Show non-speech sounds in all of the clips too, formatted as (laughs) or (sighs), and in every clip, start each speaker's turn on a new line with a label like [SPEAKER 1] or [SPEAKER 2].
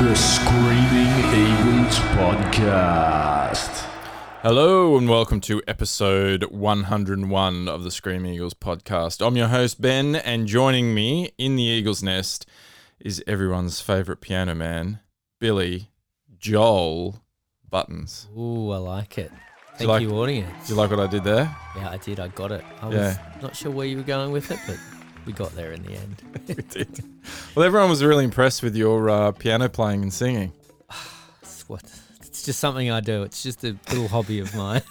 [SPEAKER 1] The Screaming Eagles Podcast.
[SPEAKER 2] Hello and welcome to episode 101 of the Scream Eagles podcast. I'm your host Ben, and joining me in the Eagles Nest is everyone's favorite piano man, Billy Joel Buttons.
[SPEAKER 3] Ooh, I like it. Thank
[SPEAKER 2] like-
[SPEAKER 3] you, audience.
[SPEAKER 2] Do you like what I did there?
[SPEAKER 3] yeah, I did. I got it. I was
[SPEAKER 2] Yeah.
[SPEAKER 3] not sure where you were going with it, but we got there in the end.
[SPEAKER 2] we did. Well, everyone was really impressed with your uh, piano playing and singing.
[SPEAKER 3] It's what. It's just something I do. It's just a little hobby of mine.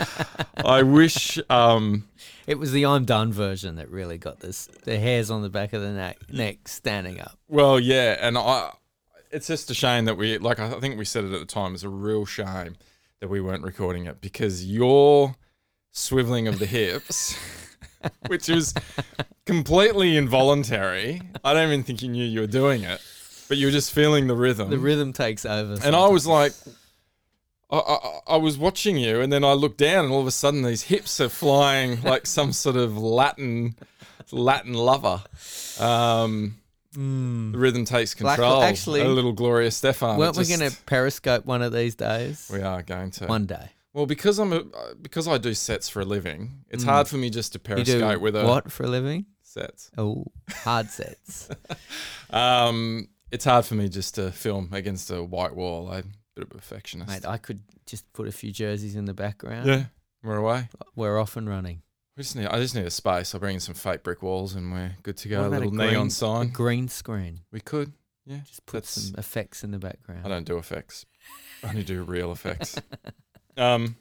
[SPEAKER 3] (laughs)
[SPEAKER 2] I wish. Um,
[SPEAKER 3] It was the I'm done version that really got this. The hairs on the back of the neck, neck standing up.
[SPEAKER 2] well, yeah, and I. It's just a shame that we, like, I think we said it at the time. It's a real shame that we weren't recording it because your swiveling of the hips, (laughs) which was completely involuntary. I don't even think you knew you were doing it, but you were just feeling the rhythm.
[SPEAKER 3] The rhythm takes over.
[SPEAKER 2] Mm. and I was like, I, I, I was watching you, and then I looked down, and all of a sudden these hips are flying like some sort of Latin, Latin lover. Um, The rhythm takes
[SPEAKER 3] Black-
[SPEAKER 2] control.
[SPEAKER 3] actually-
[SPEAKER 2] a little Gloria Stefan. it
[SPEAKER 3] Mm. weren't we
[SPEAKER 2] just-
[SPEAKER 3] going to periscope one of these days?
[SPEAKER 2] We are going to.
[SPEAKER 3] One day.
[SPEAKER 2] Well, because I'm a, because I do sets for a living, it's hard for me just to
[SPEAKER 3] Mm. You do
[SPEAKER 2] periscope with a
[SPEAKER 3] what for a living?
[SPEAKER 2] sets.
[SPEAKER 3] Oh,
[SPEAKER 2] (laughs)
[SPEAKER 3] hard sets.
[SPEAKER 2] Um, it's hard for me just to film against a white wall. I'm a bit of a perfectionist.
[SPEAKER 3] Mate, I could just put a few jerseys in the background.
[SPEAKER 2] yeah, we're away.
[SPEAKER 3] We're off and running.
[SPEAKER 2] We just need. I just need a space. I'll bring in some fake brick walls, and we're good to go.
[SPEAKER 3] What
[SPEAKER 2] A
[SPEAKER 3] about
[SPEAKER 2] little
[SPEAKER 3] green-
[SPEAKER 2] neon
[SPEAKER 3] a
[SPEAKER 2] sign.
[SPEAKER 3] green screen.
[SPEAKER 2] We could. Yeah.
[SPEAKER 3] Just put
[SPEAKER 2] That's-
[SPEAKER 3] some effects in the
[SPEAKER 2] I
[SPEAKER 3] background.
[SPEAKER 2] don't do effects. I only do real effects. Um.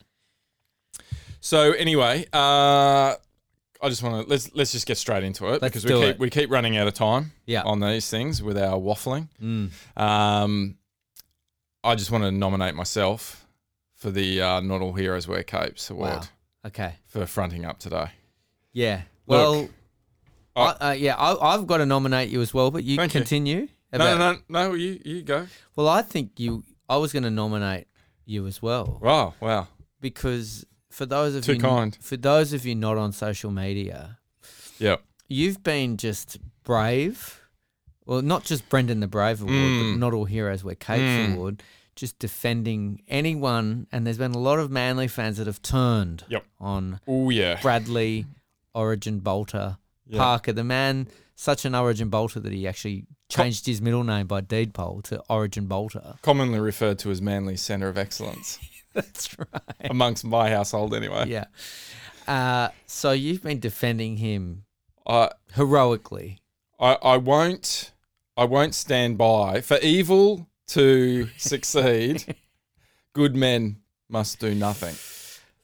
[SPEAKER 2] So anyway, uh, I just want to let's let's just get straight into it
[SPEAKER 3] Let's
[SPEAKER 2] because we
[SPEAKER 3] do
[SPEAKER 2] keep
[SPEAKER 3] it.
[SPEAKER 2] we keep running out of time
[SPEAKER 3] (laughs) Yeah.
[SPEAKER 2] on these things with our waffling.
[SPEAKER 3] Mm.
[SPEAKER 2] Um, I just want to nominate myself for the uh, Not All Heroes Wear Capes award
[SPEAKER 3] Wow. Okay.
[SPEAKER 2] for fronting up today.
[SPEAKER 3] Yeah. Well,
[SPEAKER 2] Look, Oh.
[SPEAKER 3] I, uh, yeah, I, I've got to nominate you as well, but you
[SPEAKER 2] Thank you.
[SPEAKER 3] continue.
[SPEAKER 2] No,
[SPEAKER 3] about-
[SPEAKER 2] no, no, no. You you go.
[SPEAKER 3] Well, I think you. I was going to nominate you as well
[SPEAKER 2] Wow, wow.
[SPEAKER 3] because for those of
[SPEAKER 2] Too
[SPEAKER 3] you
[SPEAKER 2] kind.
[SPEAKER 3] for those of you not on social media,
[SPEAKER 2] Yeah.
[SPEAKER 3] you've been just brave. Well, not just Brendan the Brave Award,
[SPEAKER 2] Mm.
[SPEAKER 3] but Not All Heroes Wear Capes
[SPEAKER 2] Mm.
[SPEAKER 3] Award, just defending anyone. And there's been a lot of Manly fans that have turned
[SPEAKER 2] Yep.
[SPEAKER 3] on
[SPEAKER 2] Oh yeah.
[SPEAKER 3] Bradley, Origin Bolter,
[SPEAKER 2] Yeah.
[SPEAKER 3] Parker. The man, such an Origin Bolter that he actually changed his middle name by deed poll to Origin Bolter. (laughs)
[SPEAKER 2] Commonly referred to as Manly Centre of Excellence
[SPEAKER 3] That's right.
[SPEAKER 2] (laughs) amongst my household, anyway.
[SPEAKER 3] Yeah. Uh, so you've been defending him
[SPEAKER 2] I,
[SPEAKER 3] heroically.
[SPEAKER 2] I I won't I won't stand by for evil
[SPEAKER 3] (laughs)
[SPEAKER 2] to succeed. good men must do nothing,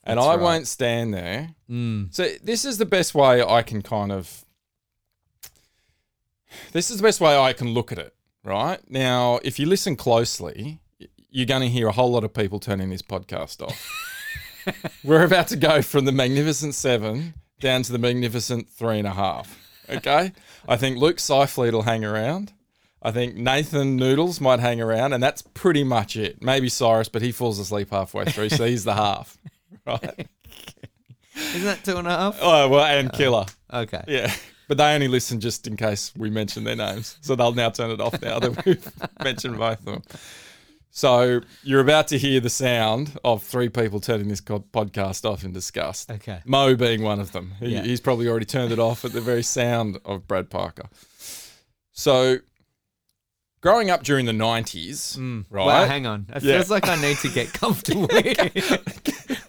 [SPEAKER 2] and
[SPEAKER 3] That's
[SPEAKER 2] I
[SPEAKER 3] right.
[SPEAKER 2] won't stand there.
[SPEAKER 3] Mm.
[SPEAKER 2] So this is the best way I can kind of. This is the best way I can look at it. Right now, if you listen closely, y- you're going to hear a whole lot of people turning this podcast off. We're about to go from the magnificent seven down to the magnificent three and a half. Okay, I think Luke Seifleet will hang around. I think Nathan Noodles might hang around, and that's pretty much it. Maybe Cyrus, but he falls asleep halfway through, so he's the half. (laughs) Right?
[SPEAKER 3] Isn't that two and a half?
[SPEAKER 2] Oh well, and Killer.
[SPEAKER 3] Okay.
[SPEAKER 2] Yeah. But they only listen just in case we mention their names. So they'll now turn it off now that we've (laughs) mentioned both of them. So you're about to hear the sound of three people turning this co- podcast off in disgust.
[SPEAKER 3] Okay.
[SPEAKER 2] Mo being one of them. He,
[SPEAKER 3] Yeah.
[SPEAKER 2] He's probably already turned it off at the very sound of Brad Parker. So growing up during the 90s, right?
[SPEAKER 3] Wow, Mm. hang on. It
[SPEAKER 2] Yeah.
[SPEAKER 3] feels like I need to get comfortable. here.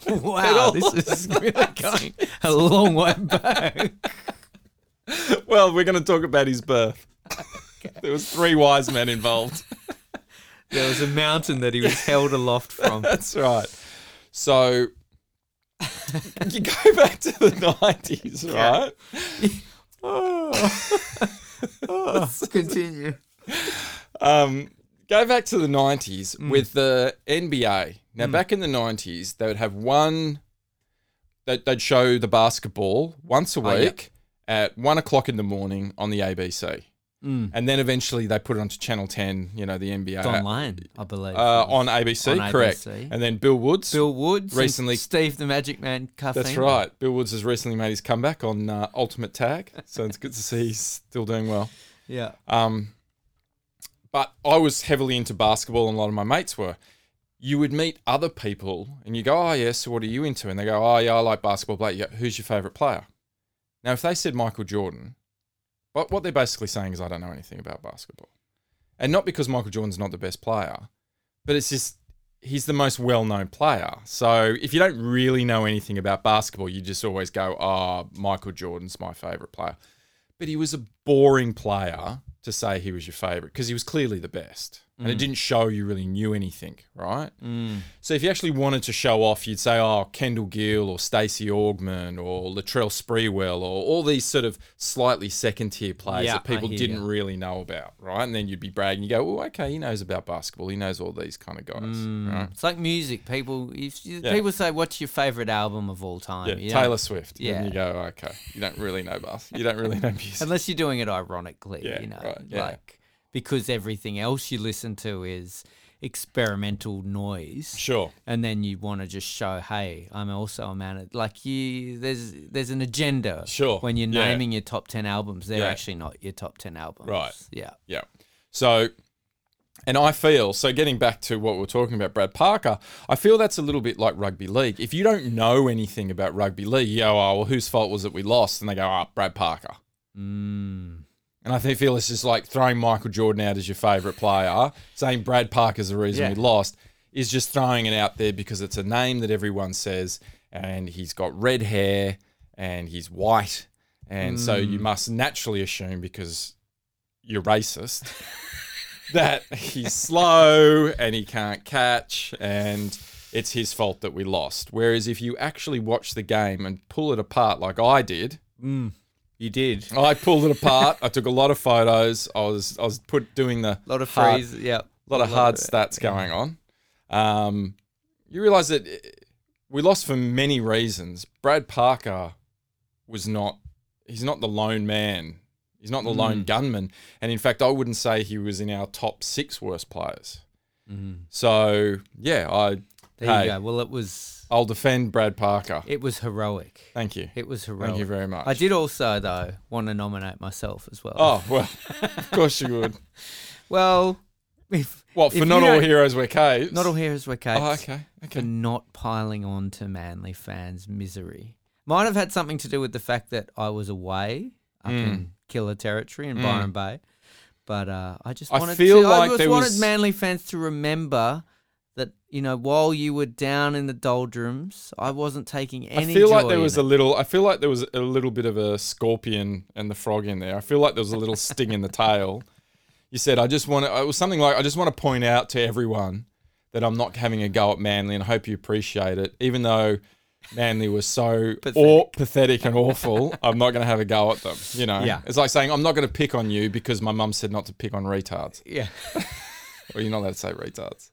[SPEAKER 3] wow, this is really going a long way back.
[SPEAKER 2] (laughs) well, we're going to talk about his
[SPEAKER 3] (laughs)
[SPEAKER 2] birth. There was three wise men involved.
[SPEAKER 3] There was a mountain that he was held aloft (laughs) from.
[SPEAKER 2] That's right. So you go (laughs) back to the nineties, right?
[SPEAKER 3] Continue.
[SPEAKER 2] Um, go back to the nineties
[SPEAKER 3] Mm.
[SPEAKER 2] with the NBA. Now, back in the nineties, they would have one. They'd, they'd show the basketball once a
[SPEAKER 3] Oh, yeah.
[SPEAKER 2] week at one o'clock in the morning on the ABC,
[SPEAKER 3] Mm.
[SPEAKER 2] and then eventually they put it onto Channel Ten. You know the NBA
[SPEAKER 3] Don Lyon, I believe.
[SPEAKER 2] uh, on ABC,
[SPEAKER 3] On
[SPEAKER 2] correct?
[SPEAKER 3] ABC.
[SPEAKER 2] And then Bill Woods.
[SPEAKER 3] Bill Woods. and
[SPEAKER 2] recently-
[SPEAKER 3] Steve the Magic Man Cuffing.
[SPEAKER 2] That's right. Bill Woods has recently made his comeback on uh, Ultimate Tag, so it's good to see he's still doing well.
[SPEAKER 3] Yeah.
[SPEAKER 2] Um, but I was heavily into basketball and a lot of my mates were. You would meet other people and you go, Oh, yeah, so what are you into? And they go, Oh, yeah, I like basketball. But yeah, who's your favorite player? Now, if they said Michael Jordan, but what they're basically saying is, I don't know anything about basketball. And not because Michael Jordan's not the best player, but it's just he's the most well known player. So if you don't really know anything about basketball, you just always go, Oh, Michael Jordan's my favorite player. But he was a boring player to say he was your favorite because he was clearly the best. And
[SPEAKER 3] Mm.
[SPEAKER 2] it didn't show you really knew anything, right? So if you actually wanted to show off, you'd say, oh, Kendall Gill or Stacey Augman or Latrell Sprewell or all these sort of slightly second tier players
[SPEAKER 3] Yeah,
[SPEAKER 2] that
[SPEAKER 3] I
[SPEAKER 2] people
[SPEAKER 3] hear
[SPEAKER 2] didn't
[SPEAKER 3] ya.
[SPEAKER 2] really know about, right? And then you'd be bragging, you go, oh, okay, he knows about basketball. He knows all these kind of guys, right?
[SPEAKER 3] It's like music. People, if you,
[SPEAKER 2] Mm. Yeah.
[SPEAKER 3] people say, "What's your favorite album of all time?"
[SPEAKER 2] Yeah,
[SPEAKER 3] You know,
[SPEAKER 2] Taylor Swift.
[SPEAKER 3] Yeah.
[SPEAKER 2] And you go, okay, you don't really know basketball. You don't really know music.
[SPEAKER 3] unless you're doing it ironically,
[SPEAKER 2] Yeah,
[SPEAKER 3] you know,
[SPEAKER 2] right, yeah.
[SPEAKER 3] like because everything else you listen to is experimental noise.
[SPEAKER 2] Sure.
[SPEAKER 3] and then you want to just show, hey, I'm also a man. of-" Like you, there's there's an agenda.
[SPEAKER 2] Sure,
[SPEAKER 3] When you're
[SPEAKER 2] yeah.
[SPEAKER 3] naming your top ten albums, they're
[SPEAKER 2] Yeah.
[SPEAKER 3] actually not your top ten albums.
[SPEAKER 2] Right.
[SPEAKER 3] Yeah.
[SPEAKER 2] Yeah. So, and I feel so. Getting back to what we we're talking about, Brad Parker, I feel that's a little bit like rugby league. If you don't know anything about rugby league, you go, "Oh, well, whose fault was it we lost?" And they go, "Ah, Brad Parker."
[SPEAKER 3] Mm.
[SPEAKER 2] And I think feel it's just like throwing Michael Jordan out as your favorite player, saying Brad Parker's the reason
[SPEAKER 3] Yeah.
[SPEAKER 2] we lost, is just throwing it out there because it's a name that everyone says, and he's got red hair and he's white, and so you must naturally assume because you're racist (laughs) that he's slow and he can't catch and it's his fault that we lost. Whereas if you actually watch the game and pull it apart like I did,
[SPEAKER 3] You did. A
[SPEAKER 2] I pulled it apart. I took a lot of photos. I was I was put doing the
[SPEAKER 3] lot of
[SPEAKER 2] hard,
[SPEAKER 3] freeze. Yeah.
[SPEAKER 2] lot of hard stats going on. Um, you realise that eh, we lost for many reasons. Brad Parker was not. He's not the lone man. He's not the
[SPEAKER 3] Mm.
[SPEAKER 2] lone gunman. And in fact, I wouldn't say he was in our top six worst players.
[SPEAKER 3] Mm-hmm.
[SPEAKER 2] So yeah, I
[SPEAKER 3] There
[SPEAKER 2] hey,
[SPEAKER 3] you go. Well, it was
[SPEAKER 2] I'll defend Brad Parker.
[SPEAKER 3] it was heroic.
[SPEAKER 2] Thank you.
[SPEAKER 3] It was heroic.
[SPEAKER 2] Thank you very much.
[SPEAKER 3] I did also though want to nominate myself as well.
[SPEAKER 2] Oh well, of course you would.
[SPEAKER 3] Well, if
[SPEAKER 2] What for?
[SPEAKER 3] If
[SPEAKER 2] Not
[SPEAKER 3] you
[SPEAKER 2] all
[SPEAKER 3] don't-
[SPEAKER 2] heroes wear capes.
[SPEAKER 3] not all heroes were capes.
[SPEAKER 2] Oh, okay.
[SPEAKER 3] for
[SPEAKER 2] Okay.
[SPEAKER 3] not piling on to Manly fans' misery. Might have had something to do with the fact that I was away up
[SPEAKER 2] Mm.
[SPEAKER 3] in Killer territory in Byron Bay, but uh, I just
[SPEAKER 2] I
[SPEAKER 3] wanted
[SPEAKER 2] feel
[SPEAKER 3] to,
[SPEAKER 2] like
[SPEAKER 3] I just
[SPEAKER 2] there
[SPEAKER 3] wanted
[SPEAKER 2] was-
[SPEAKER 3] Manly fans to remember that you know while you were down in the doldrums, I wasn't taking
[SPEAKER 2] I
[SPEAKER 3] any.
[SPEAKER 2] feel like
[SPEAKER 3] joy
[SPEAKER 2] there
[SPEAKER 3] in
[SPEAKER 2] was
[SPEAKER 3] it.
[SPEAKER 2] a little. I feel like there was a little bit of a scorpion and the frog in there. I feel like there was a little sting in the tail. You said, "I just want to." It was something like, "I just want to point out to everyone that I'm not having a go at Manly, and I hope you appreciate it, even though." Manly was so pathetic. Or pathetic and awful. I'm not going to have a go at them. You know,
[SPEAKER 3] Yeah.
[SPEAKER 2] It's like saying I'm not going to pick on you because my mum said not to pick on retards.
[SPEAKER 3] yeah.
[SPEAKER 2] Well, you're not allowed to say retards.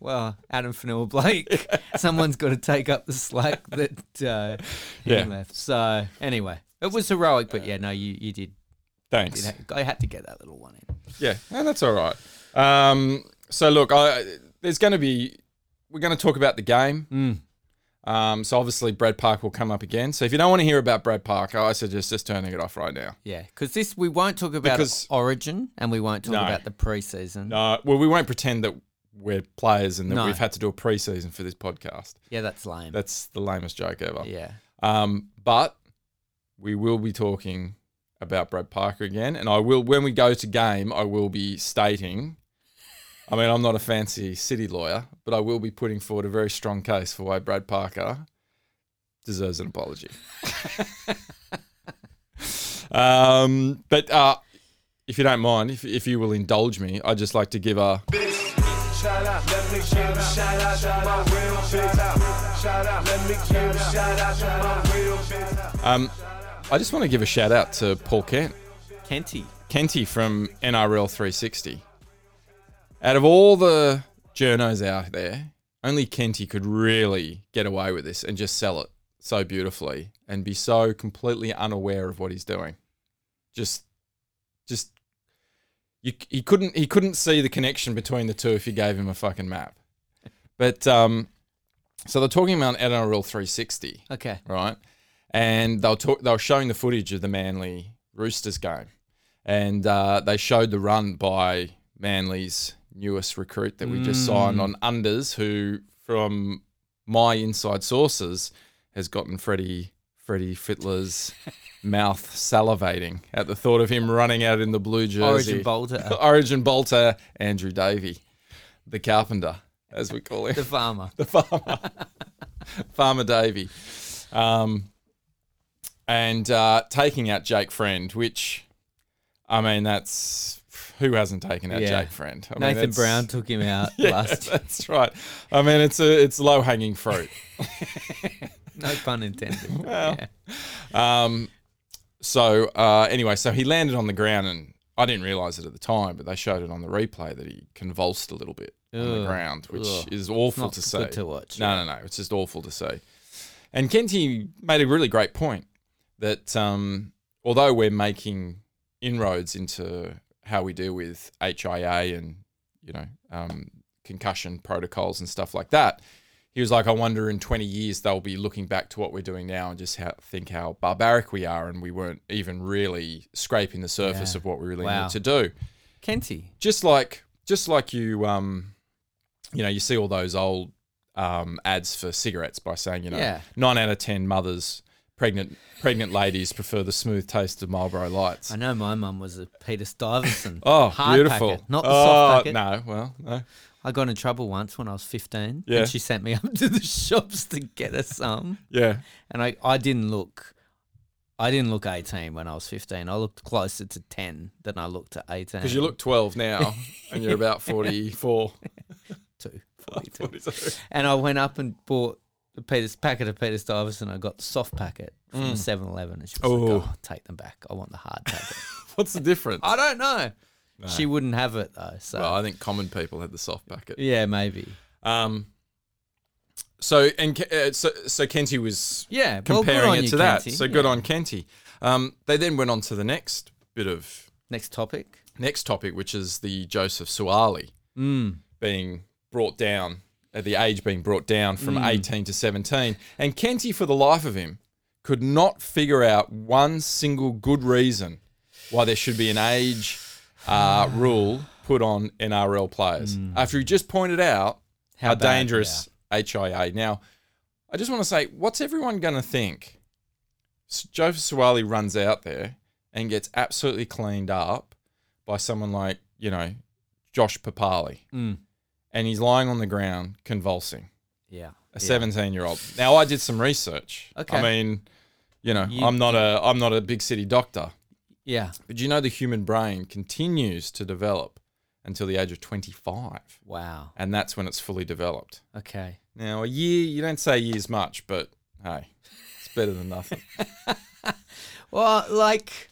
[SPEAKER 3] Well, Adam
[SPEAKER 2] (laughs)
[SPEAKER 3] Fanua Blake, someone's got to take up the slack that uh, he
[SPEAKER 2] Yeah. Uh,
[SPEAKER 3] left. So anyway, it was heroic, but yeah, no, you you did.
[SPEAKER 2] Thanks.
[SPEAKER 3] did ha- I had to get that little one in.
[SPEAKER 2] Yeah, and that's all right. Um, so look, I, there's going to be we're going to talk about the game.
[SPEAKER 3] Mm.
[SPEAKER 2] Um, so obviously Brad Park will come up again. So if you don't want to hear about Brad Parker, I suggest just turning it off right now.
[SPEAKER 3] Yeah, because this we won't talk about
[SPEAKER 2] Because-
[SPEAKER 3] origin and we won't talk
[SPEAKER 2] No.
[SPEAKER 3] about the preseason.
[SPEAKER 2] No, well we won't pretend that we're players and that
[SPEAKER 3] No.
[SPEAKER 2] we've had to do a preseason for this podcast.
[SPEAKER 3] Yeah, that's lame.
[SPEAKER 2] That's the lamest joke ever.
[SPEAKER 3] yeah,
[SPEAKER 2] Um, but we will be talking about Brad Parker again, and I will when we go to game. I will be stating. I mean, I'm not a fancy city lawyer, but I will be putting forward a very strong case for why Brad Parker deserves an apology. um, but uh, if you don't mind, if, if you will indulge me, I'd just like to give a
[SPEAKER 4] Shout out, let me give a shout out to my real bitch. Shout out, let me give a shout out to my real bitch.
[SPEAKER 2] um, I just want to give a shout out to Paul Kent.
[SPEAKER 3] Kenty.
[SPEAKER 2] Kenty from NRL 360. Out of all the journos out there, only Kenty could really get away with this and just sell it so beautifully and be so completely unaware of what he's doing. Just, just, you, he couldn't he couldn't see the connection between the two if you gave him a fucking map. But um, so they're talking about NRL 360
[SPEAKER 3] Okay.
[SPEAKER 2] right? And they were talk, they were showing the footage of the Manly Roosters game, and uh, they showed the run by Manly's newest recruit that we just
[SPEAKER 3] Mm.
[SPEAKER 2] signed on unders, who, from my inside sources, has gotten Freddie Freddie
[SPEAKER 3] (laughs)
[SPEAKER 2] Fittler's mouth salivating at the thought of him running out in the blue jersey.
[SPEAKER 3] Origin uh, Bolter,
[SPEAKER 2] (laughs) Origin Bolter, Andrew Davey, the carpenter, as we call him,
[SPEAKER 3] the farmer.
[SPEAKER 2] the farmer, Farmer Davey, um, and uh, taking out Jake Friend, which, I mean, that's who hasn't taken out
[SPEAKER 3] Yeah.
[SPEAKER 2] Jake Friend? I mean,
[SPEAKER 3] Nathan
[SPEAKER 2] that's-
[SPEAKER 3] Brown took him out last year.
[SPEAKER 2] (laughs) That's right. I mean, it's a it's low hanging fruit.
[SPEAKER 3] No
[SPEAKER 2] (laughs)
[SPEAKER 3] pun intended. Yeah.
[SPEAKER 2] Um, so uh, anyway, so he landed on the ground, and I didn't realize it at the time, but they showed it on the replay that he convulsed a little bit on
[SPEAKER 3] Ugh.
[SPEAKER 2] the ground, which
[SPEAKER 3] Ugh.
[SPEAKER 2] is awful
[SPEAKER 3] Not
[SPEAKER 2] to see.
[SPEAKER 3] good to watch.
[SPEAKER 2] No, no, no. It's just awful to see. And Kenty made a really great point that um, although we're making inroads into how we deal with HIA and you know um, concussion protocols and stuff like that, he was like, I wonder in 20 years they'll be looking back to what we're doing now and just how, think how barbaric we are and we weren't even really scraping the surface
[SPEAKER 3] Yeah.
[SPEAKER 2] of what we really
[SPEAKER 3] Wow.
[SPEAKER 2] need to do
[SPEAKER 3] Kenty.
[SPEAKER 2] just like just like you um you know you see all those old um ads for cigarettes by saying you know
[SPEAKER 3] Yeah.
[SPEAKER 2] 9 out of 10 mothers pregnant pregnant ladies prefer the smooth taste of Marlboro lights
[SPEAKER 3] I know my mum was a Peter Stuyvesant.
[SPEAKER 2] (laughs) oh
[SPEAKER 3] hard
[SPEAKER 2] beautiful
[SPEAKER 3] packet, not the
[SPEAKER 2] oh,
[SPEAKER 3] soft packet.
[SPEAKER 2] no well no
[SPEAKER 3] I got in trouble once when I was 15.
[SPEAKER 2] Yeah.
[SPEAKER 3] And she sent me up (laughs) to the shops to get us some.
[SPEAKER 2] yeah
[SPEAKER 3] And I, I didn't look. I didn't look 18 when I was 15. I looked closer to 10 than I looked to 18.
[SPEAKER 2] because you look 12
[SPEAKER 3] (laughs)
[SPEAKER 2] now and you're about 44
[SPEAKER 3] two, 42.
[SPEAKER 2] 42.
[SPEAKER 3] And I went up and bought a Peter's packet of Peter Stuyvesant. I got the soft packet from
[SPEAKER 2] Mm.
[SPEAKER 3] the 7 Eleven. And she was
[SPEAKER 2] Oh.
[SPEAKER 3] like, oh, take them back. I want the hard
[SPEAKER 2] (laughs)
[SPEAKER 3] packet.
[SPEAKER 2] what's the difference
[SPEAKER 3] I don't know. She wouldn't have it though. So,
[SPEAKER 2] well, I think common people had the soft packet
[SPEAKER 3] yeah, maybe.
[SPEAKER 2] um so and Ke- uh, so, so Kenty was
[SPEAKER 3] Yeah. well, good
[SPEAKER 2] comparing
[SPEAKER 3] on
[SPEAKER 2] it
[SPEAKER 3] you,
[SPEAKER 2] to that.
[SPEAKER 3] Kenty.
[SPEAKER 2] So good
[SPEAKER 3] Yeah.
[SPEAKER 2] on Kenty. Um, they then went on to the next bit of
[SPEAKER 3] Next topic.
[SPEAKER 2] next topic, which is the Joseph Suwali being brought down, uh, the age being brought down from 18 to 17. And Kenty, for the life of him, could not figure out one single good reason why there should be an age uh, rule put on NRL players. After he just pointed out how,
[SPEAKER 3] bad they
[SPEAKER 2] dangerous HIA. Now, I just want to say, what's everyone going to think? S- Joseph Suwali runs out there and gets absolutely cleaned up by someone like, you know, Josh Papali.
[SPEAKER 3] Mm.
[SPEAKER 2] And he's lying on the ground convulsing.
[SPEAKER 3] Yeah.
[SPEAKER 2] A
[SPEAKER 3] yeah.
[SPEAKER 2] 17 year old. Now I did some research.
[SPEAKER 3] Okay.
[SPEAKER 2] I mean, you know,
[SPEAKER 3] You-
[SPEAKER 2] I'm not a I'm not a big city doctor.
[SPEAKER 3] Yeah.
[SPEAKER 2] But you know the human brain continues to develop until the age of 25.
[SPEAKER 3] Wow.
[SPEAKER 2] And that's when it's fully developed.
[SPEAKER 3] Okay.
[SPEAKER 2] Now, a year, you don't say years much, but hey, it's better than nothing.
[SPEAKER 3] Well, like,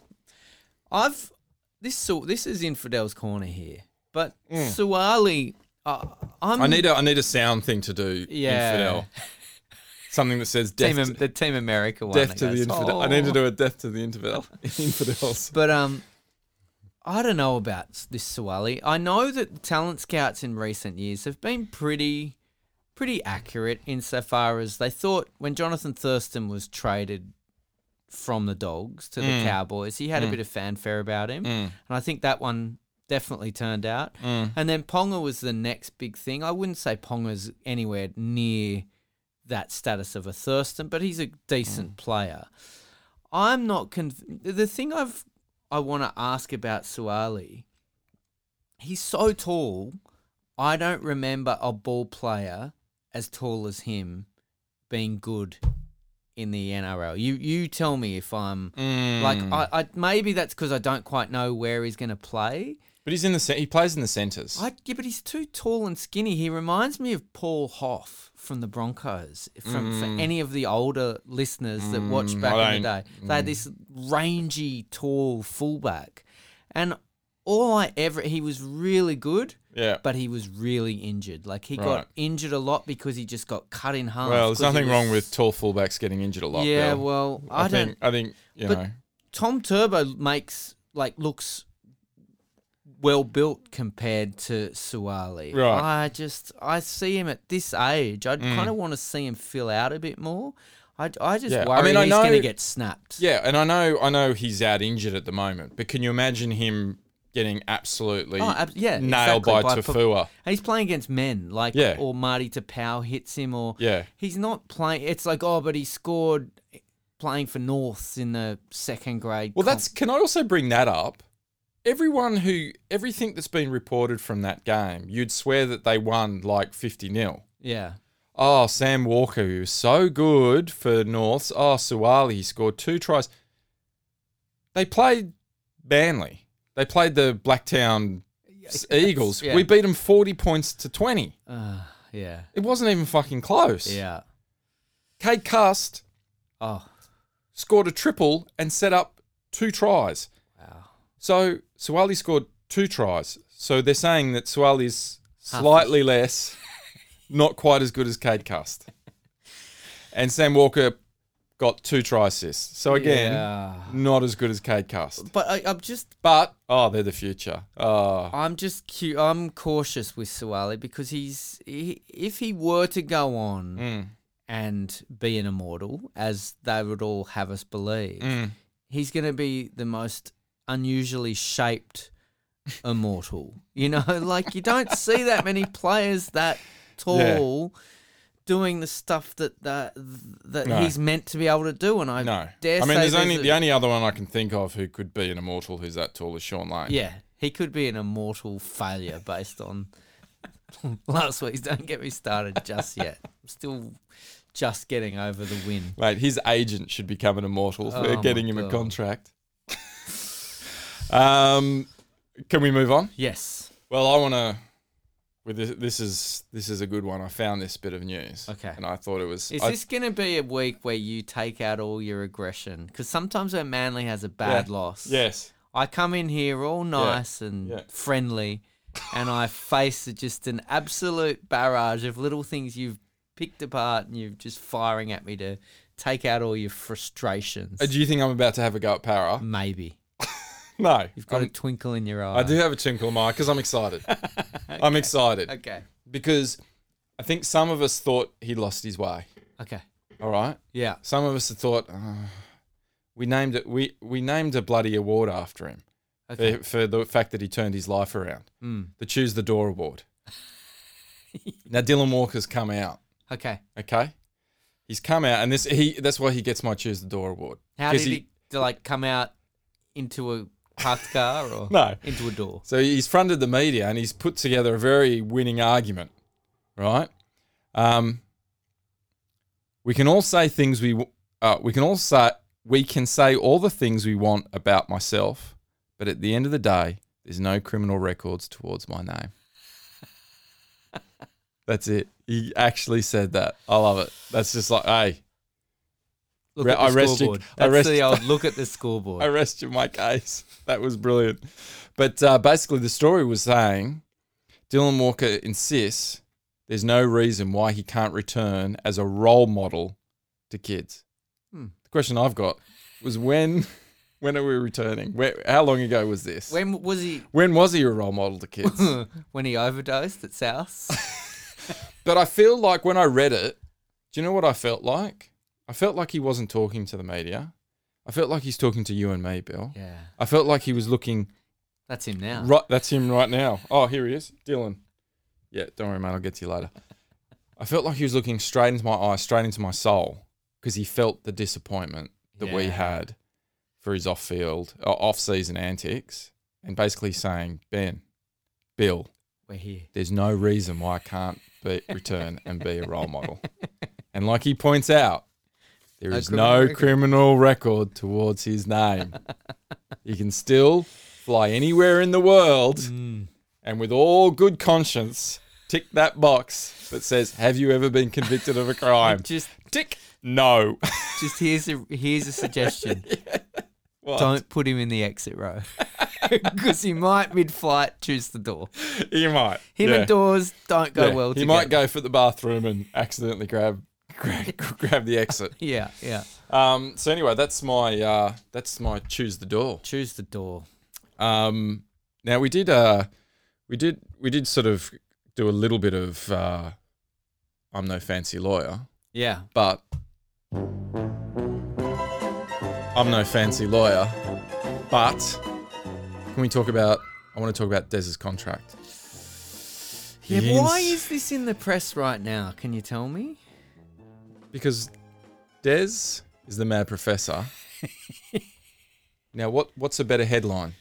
[SPEAKER 3] I've this so this is infidel's corner here, but Suwali, uh, I'm
[SPEAKER 2] Mm. I need a I need a sound thing to do.
[SPEAKER 3] Yeah.
[SPEAKER 2] Infidel. Something that says death,
[SPEAKER 3] team Am- the Team America one.
[SPEAKER 2] death
[SPEAKER 3] that
[SPEAKER 2] to the
[SPEAKER 3] goes,
[SPEAKER 2] infidel. I need to
[SPEAKER 3] "Oh."
[SPEAKER 2] do a death to the infidel. (laughs) Infidels.
[SPEAKER 3] But um, I don't know about s- this Suwali. I know that talent scouts in recent years have been pretty, pretty accurate insofar as they thought when Jonathan Thurston was traded from the Dogs to the Cowboys, he had a bit of fanfare about him, and I think that one definitely turned out. And then Ponga was the next big thing. I wouldn't say Ponga's anywhere near that status of a Thurston, but he's a decent player. I'm not conv- the thing I've I want to ask about Suwali. He's so tall. I don't remember a ball player as tall as him being good in the NRL. You you tell me if I'm like I, I maybe that's because I don't quite know where he's going to play.
[SPEAKER 2] But he's in the cen- he plays in the centres.
[SPEAKER 3] I, yeah, but he's too tall and skinny. He reminds me of Paul Hoff from the Broncos. From for any of the older listeners that watched back
[SPEAKER 2] Mm. I Mm.
[SPEAKER 3] in the day, they had this rangy, tall fullback, and all I ever he was really good,
[SPEAKER 2] Yeah.
[SPEAKER 3] but he was really injured. Like he
[SPEAKER 2] Right.
[SPEAKER 3] got injured a lot because he just got cut in half.
[SPEAKER 2] well, there's
[SPEAKER 3] 'cause he
[SPEAKER 2] nothing wrong
[SPEAKER 3] uh, was-
[SPEAKER 2] with tall fullbacks getting injured a lot.
[SPEAKER 3] Yeah,
[SPEAKER 2] Bill.
[SPEAKER 3] well, I,
[SPEAKER 2] I,
[SPEAKER 3] don't.
[SPEAKER 2] think I think you
[SPEAKER 3] but-
[SPEAKER 2] know.
[SPEAKER 3] Tom Turbo makes like looks well built compared to Suwali.
[SPEAKER 2] Right. Mm.
[SPEAKER 3] I just I see him at this age. I'd kind of want to see him fill out a bit more. I, I just
[SPEAKER 2] Yeah, I
[SPEAKER 3] worry
[SPEAKER 2] mean, I
[SPEAKER 3] he's going to
[SPEAKER 2] know-
[SPEAKER 3] get snapped.
[SPEAKER 2] Yeah, and I know I know he's out injured at the moment, but can you imagine him getting absolutely
[SPEAKER 3] Oh, ab- yeah,
[SPEAKER 2] nailed
[SPEAKER 3] exactly,
[SPEAKER 2] by,
[SPEAKER 3] by Pu-
[SPEAKER 2] Tafua.
[SPEAKER 3] And he's playing against men, like
[SPEAKER 2] Yeah.
[SPEAKER 3] or Marty Tapau hits him, or
[SPEAKER 2] Yeah.
[SPEAKER 3] he's not playing. It's like oh, but he scored playing for Norths in the second grade.
[SPEAKER 2] Well,
[SPEAKER 3] comp.
[SPEAKER 2] that's. Can I also bring that up? Everyone who everything that's been reported from that game, you'd swear that they won like fifty 0
[SPEAKER 3] yeah,
[SPEAKER 2] Oh, Sam Walker, who was so good for Norths. Oh, Suwali, he scored two tries. They played Manly. They played the Blacktown s- Eagles.
[SPEAKER 3] yeah.
[SPEAKER 2] We beat them forty points to twenty.
[SPEAKER 3] uh, yeah,
[SPEAKER 2] It wasn't even fucking close.
[SPEAKER 3] yeah.
[SPEAKER 2] Kate Cust
[SPEAKER 3] Oh,
[SPEAKER 2] scored a triple and set up two tries.
[SPEAKER 3] wow.
[SPEAKER 2] So Suwali scored two tries. So they're saying that Suwali's slightly less, (laughs) not quite as good as Cade
[SPEAKER 3] (laughs)
[SPEAKER 2] Cust. And Sam Walker got two try assists. So again,
[SPEAKER 3] Yeah.
[SPEAKER 2] not as good as Cade Cust.
[SPEAKER 3] But I, I'm just,
[SPEAKER 2] But oh, they're the future. Oh,
[SPEAKER 3] I'm just, cu- I'm cautious with Suwali because he's, he, if he were to go on
[SPEAKER 2] Mm.
[SPEAKER 3] and be an immortal, as they would all have us believe,
[SPEAKER 2] Mm.
[SPEAKER 3] he's going to be the most unusually shaped immortal. You know, (laughs) like you don't see that many players that tall doing the stuff that that, that
[SPEAKER 2] No.
[SPEAKER 3] he's meant to be able to do. And I
[SPEAKER 2] no.
[SPEAKER 3] dare
[SPEAKER 2] I mean,
[SPEAKER 3] say
[SPEAKER 2] there's only
[SPEAKER 3] a-
[SPEAKER 2] the only other one I can think of who could be an immortal who's that tall is Sean Lane.
[SPEAKER 3] yeah, he could be an immortal failure based on (laughs) last week's. Don't get me started just yet. I'm still just getting over the win.
[SPEAKER 2] Mate, his agent should become an immortal for
[SPEAKER 3] Oh my
[SPEAKER 2] getting him a
[SPEAKER 3] God.
[SPEAKER 2] contract. (laughs) um, can we move on?
[SPEAKER 3] Yes.
[SPEAKER 2] Well, I want to. With this, this is this is a good one. I found this bit of news.
[SPEAKER 3] Okay.
[SPEAKER 2] And I thought it was.
[SPEAKER 3] Is
[SPEAKER 2] I-
[SPEAKER 3] this going to be a week where you take out all your aggression? Because sometimes when Manly has a bad
[SPEAKER 2] Yeah.
[SPEAKER 3] loss,
[SPEAKER 2] Yes.
[SPEAKER 3] I come in here all nice and
[SPEAKER 2] Yeah.
[SPEAKER 3] friendly, and I face just an absolute barrage of little things you've picked apart and you're just firing at me to take out all your frustrations.
[SPEAKER 2] Uh, do you think I'm about to have a go at Para?
[SPEAKER 3] Maybe
[SPEAKER 2] No.
[SPEAKER 3] Mm. you've got
[SPEAKER 2] I'm-
[SPEAKER 3] a twinkle in your eye.
[SPEAKER 2] I do have a twinkle in my eye because I'm
[SPEAKER 3] (laughs)
[SPEAKER 2] excited. I'm excited
[SPEAKER 3] Okay.
[SPEAKER 2] because I think some of us thought he lost his way.
[SPEAKER 3] Okay.
[SPEAKER 2] All right.
[SPEAKER 3] Yeah.
[SPEAKER 2] Some of us have thought "Ah, we named it. We we named a bloody award after him.
[SPEAKER 3] Okay.
[SPEAKER 2] for, for the fact that he turned his life around.
[SPEAKER 3] Hmm.
[SPEAKER 2] The Choose the Door
[SPEAKER 3] (laughs)
[SPEAKER 2] Award. now Dylan Walker's come out,
[SPEAKER 3] Okay.
[SPEAKER 2] okay? He's come out, and this he that's why he gets my Choose the Door Award.
[SPEAKER 3] How
[SPEAKER 2] 'Cause
[SPEAKER 3] did he, to like come out into a parked car or
[SPEAKER 2] (laughs) No.
[SPEAKER 3] into a door?
[SPEAKER 2] So he's fronted the media and he's put together a very winning argument, right? Um, we can all say things we w- uh, we can all say we can say all the things we want about myself, but at the end of the day, there's no criminal records towards my name. (laughs) That's it. He actually said that. I love it. That's just like, hey,
[SPEAKER 3] Look
[SPEAKER 2] Re-
[SPEAKER 3] at the
[SPEAKER 2] I rest you-
[SPEAKER 3] scoreboard.
[SPEAKER 2] I
[SPEAKER 3] That's
[SPEAKER 2] rest- (laughs)
[SPEAKER 3] the old look at the
[SPEAKER 2] I
[SPEAKER 3] scoreboard.
[SPEAKER 2] rest in my case. That was brilliant. But uh, basically, the story was saying Dylan Walker insists there's no reason why he can't return as a role model to kids.
[SPEAKER 3] Hmm.
[SPEAKER 2] The question I've got was when. (laughs) When are we returning? Where, how long ago was this? When,
[SPEAKER 3] When was he? (laughs)
[SPEAKER 2] was he a role model to kids?
[SPEAKER 3] when he overdosed at South?
[SPEAKER 2] (laughs) but I feel like when I read it, do you know what I felt like? I felt like he wasn't talking to the media. I felt like he's talking to you and me, Bill.
[SPEAKER 3] yeah,
[SPEAKER 2] I felt like he was looking
[SPEAKER 3] that's him now.
[SPEAKER 2] Right, that's him right now. Oh, here he is, Dylan. Yeah, don't worry, mate. I'll get to you later. I felt like he was looking straight into my eyes, straight into my soul, because he felt the disappointment that we
[SPEAKER 3] Yeah.
[SPEAKER 2] had for his off-field, uh, off-season antics, and basically saying, Ben, Bill,
[SPEAKER 3] We're here.
[SPEAKER 2] there's no reason why I can't be, return and be a role model. And like he points out, there
[SPEAKER 3] No
[SPEAKER 2] is
[SPEAKER 3] criminal
[SPEAKER 2] no
[SPEAKER 3] record.
[SPEAKER 2] criminal record towards his name. he can still fly anywhere in the world and with all good conscience tick that box that says, Have you ever been convicted of a crime?
[SPEAKER 3] Just,
[SPEAKER 2] (laughs) tick no.
[SPEAKER 3] just here's a here's a suggestion.
[SPEAKER 2] (laughs) What?
[SPEAKER 3] Don't put him in the exit row (laughs) because he might mid-flight choose the door.
[SPEAKER 2] He might.
[SPEAKER 3] Him
[SPEAKER 2] yeah.
[SPEAKER 3] and doors don't go
[SPEAKER 2] Yeah.
[SPEAKER 3] well
[SPEAKER 2] He
[SPEAKER 3] together.
[SPEAKER 2] might go for the bathroom and accidentally grab (laughs) grab, grab the exit.
[SPEAKER 3] Yeah, yeah.
[SPEAKER 2] Um, so anyway, that's my uh, that's my choose the door.
[SPEAKER 3] Choose the door.
[SPEAKER 2] Um, now we did uh, we did we did sort of do a little bit of uh, I'm no fancy lawyer,
[SPEAKER 3] Yeah.
[SPEAKER 2] but I'm no fancy lawyer, but can we talk about I want to talk about Dez's contract.
[SPEAKER 3] Yeah,
[SPEAKER 2] He
[SPEAKER 3] why
[SPEAKER 2] ins-
[SPEAKER 3] is this in the press right now? Can you tell me?
[SPEAKER 2] because Dez is the mad professor. now, what what's a better headline?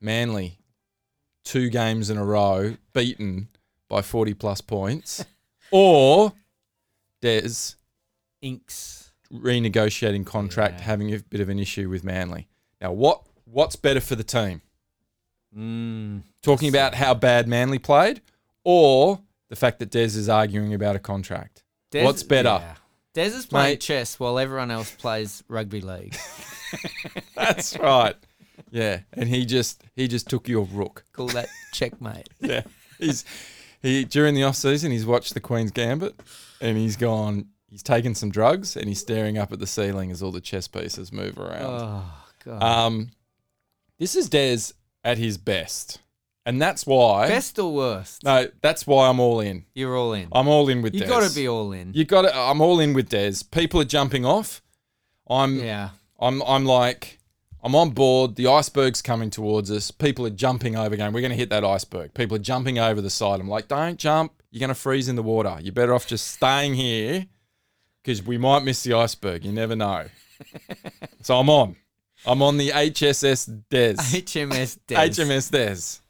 [SPEAKER 2] Manly, two games in a row, beaten by forty plus points, or Dez
[SPEAKER 3] Inks.
[SPEAKER 2] renegotiating contract,
[SPEAKER 3] Yeah.
[SPEAKER 2] having a bit of an issue with Manly. Now, what what's better for the team?
[SPEAKER 3] Mm.
[SPEAKER 2] Talking about how bad Manly played, or the fact that Dez is arguing about a contract.
[SPEAKER 3] Des-
[SPEAKER 2] What's better?
[SPEAKER 3] yeah. Des is playing
[SPEAKER 2] Mate.
[SPEAKER 3] chess while everyone else plays rugby league.
[SPEAKER 2] That's right. Yeah, and he just he just took your rook. (laughs)
[SPEAKER 3] Call that checkmate.
[SPEAKER 2] Yeah, (laughs) he's he during the off season he's watched the Queen's Gambit, and he's gone. He's taken some drugs and he's staring up at the ceiling as all the chess pieces move around.
[SPEAKER 3] Oh god.
[SPEAKER 2] Um, this is Dez at his best, and that's why.
[SPEAKER 3] Best or worst?
[SPEAKER 2] No, that's why I'm all in.
[SPEAKER 3] You're all in.
[SPEAKER 2] I'm all in with
[SPEAKER 3] You
[SPEAKER 2] Dez.
[SPEAKER 3] got to be all in.
[SPEAKER 2] You got to. I'm all in with Dez. People are jumping off. I'm. (laughs)
[SPEAKER 3] yeah.
[SPEAKER 2] I'm I'm like I'm on board. The iceberg's coming towards us. People are jumping over going, we're gonna hit that iceberg. People are jumping over the side. I'm like, don't jump. You're gonna freeze in the water. You're better off just staying here because we might miss the iceberg. You never
[SPEAKER 3] (laughs)
[SPEAKER 2] know. so I'm on. I'm on the HSS Des.
[SPEAKER 3] HMS Des.
[SPEAKER 2] HMS Des.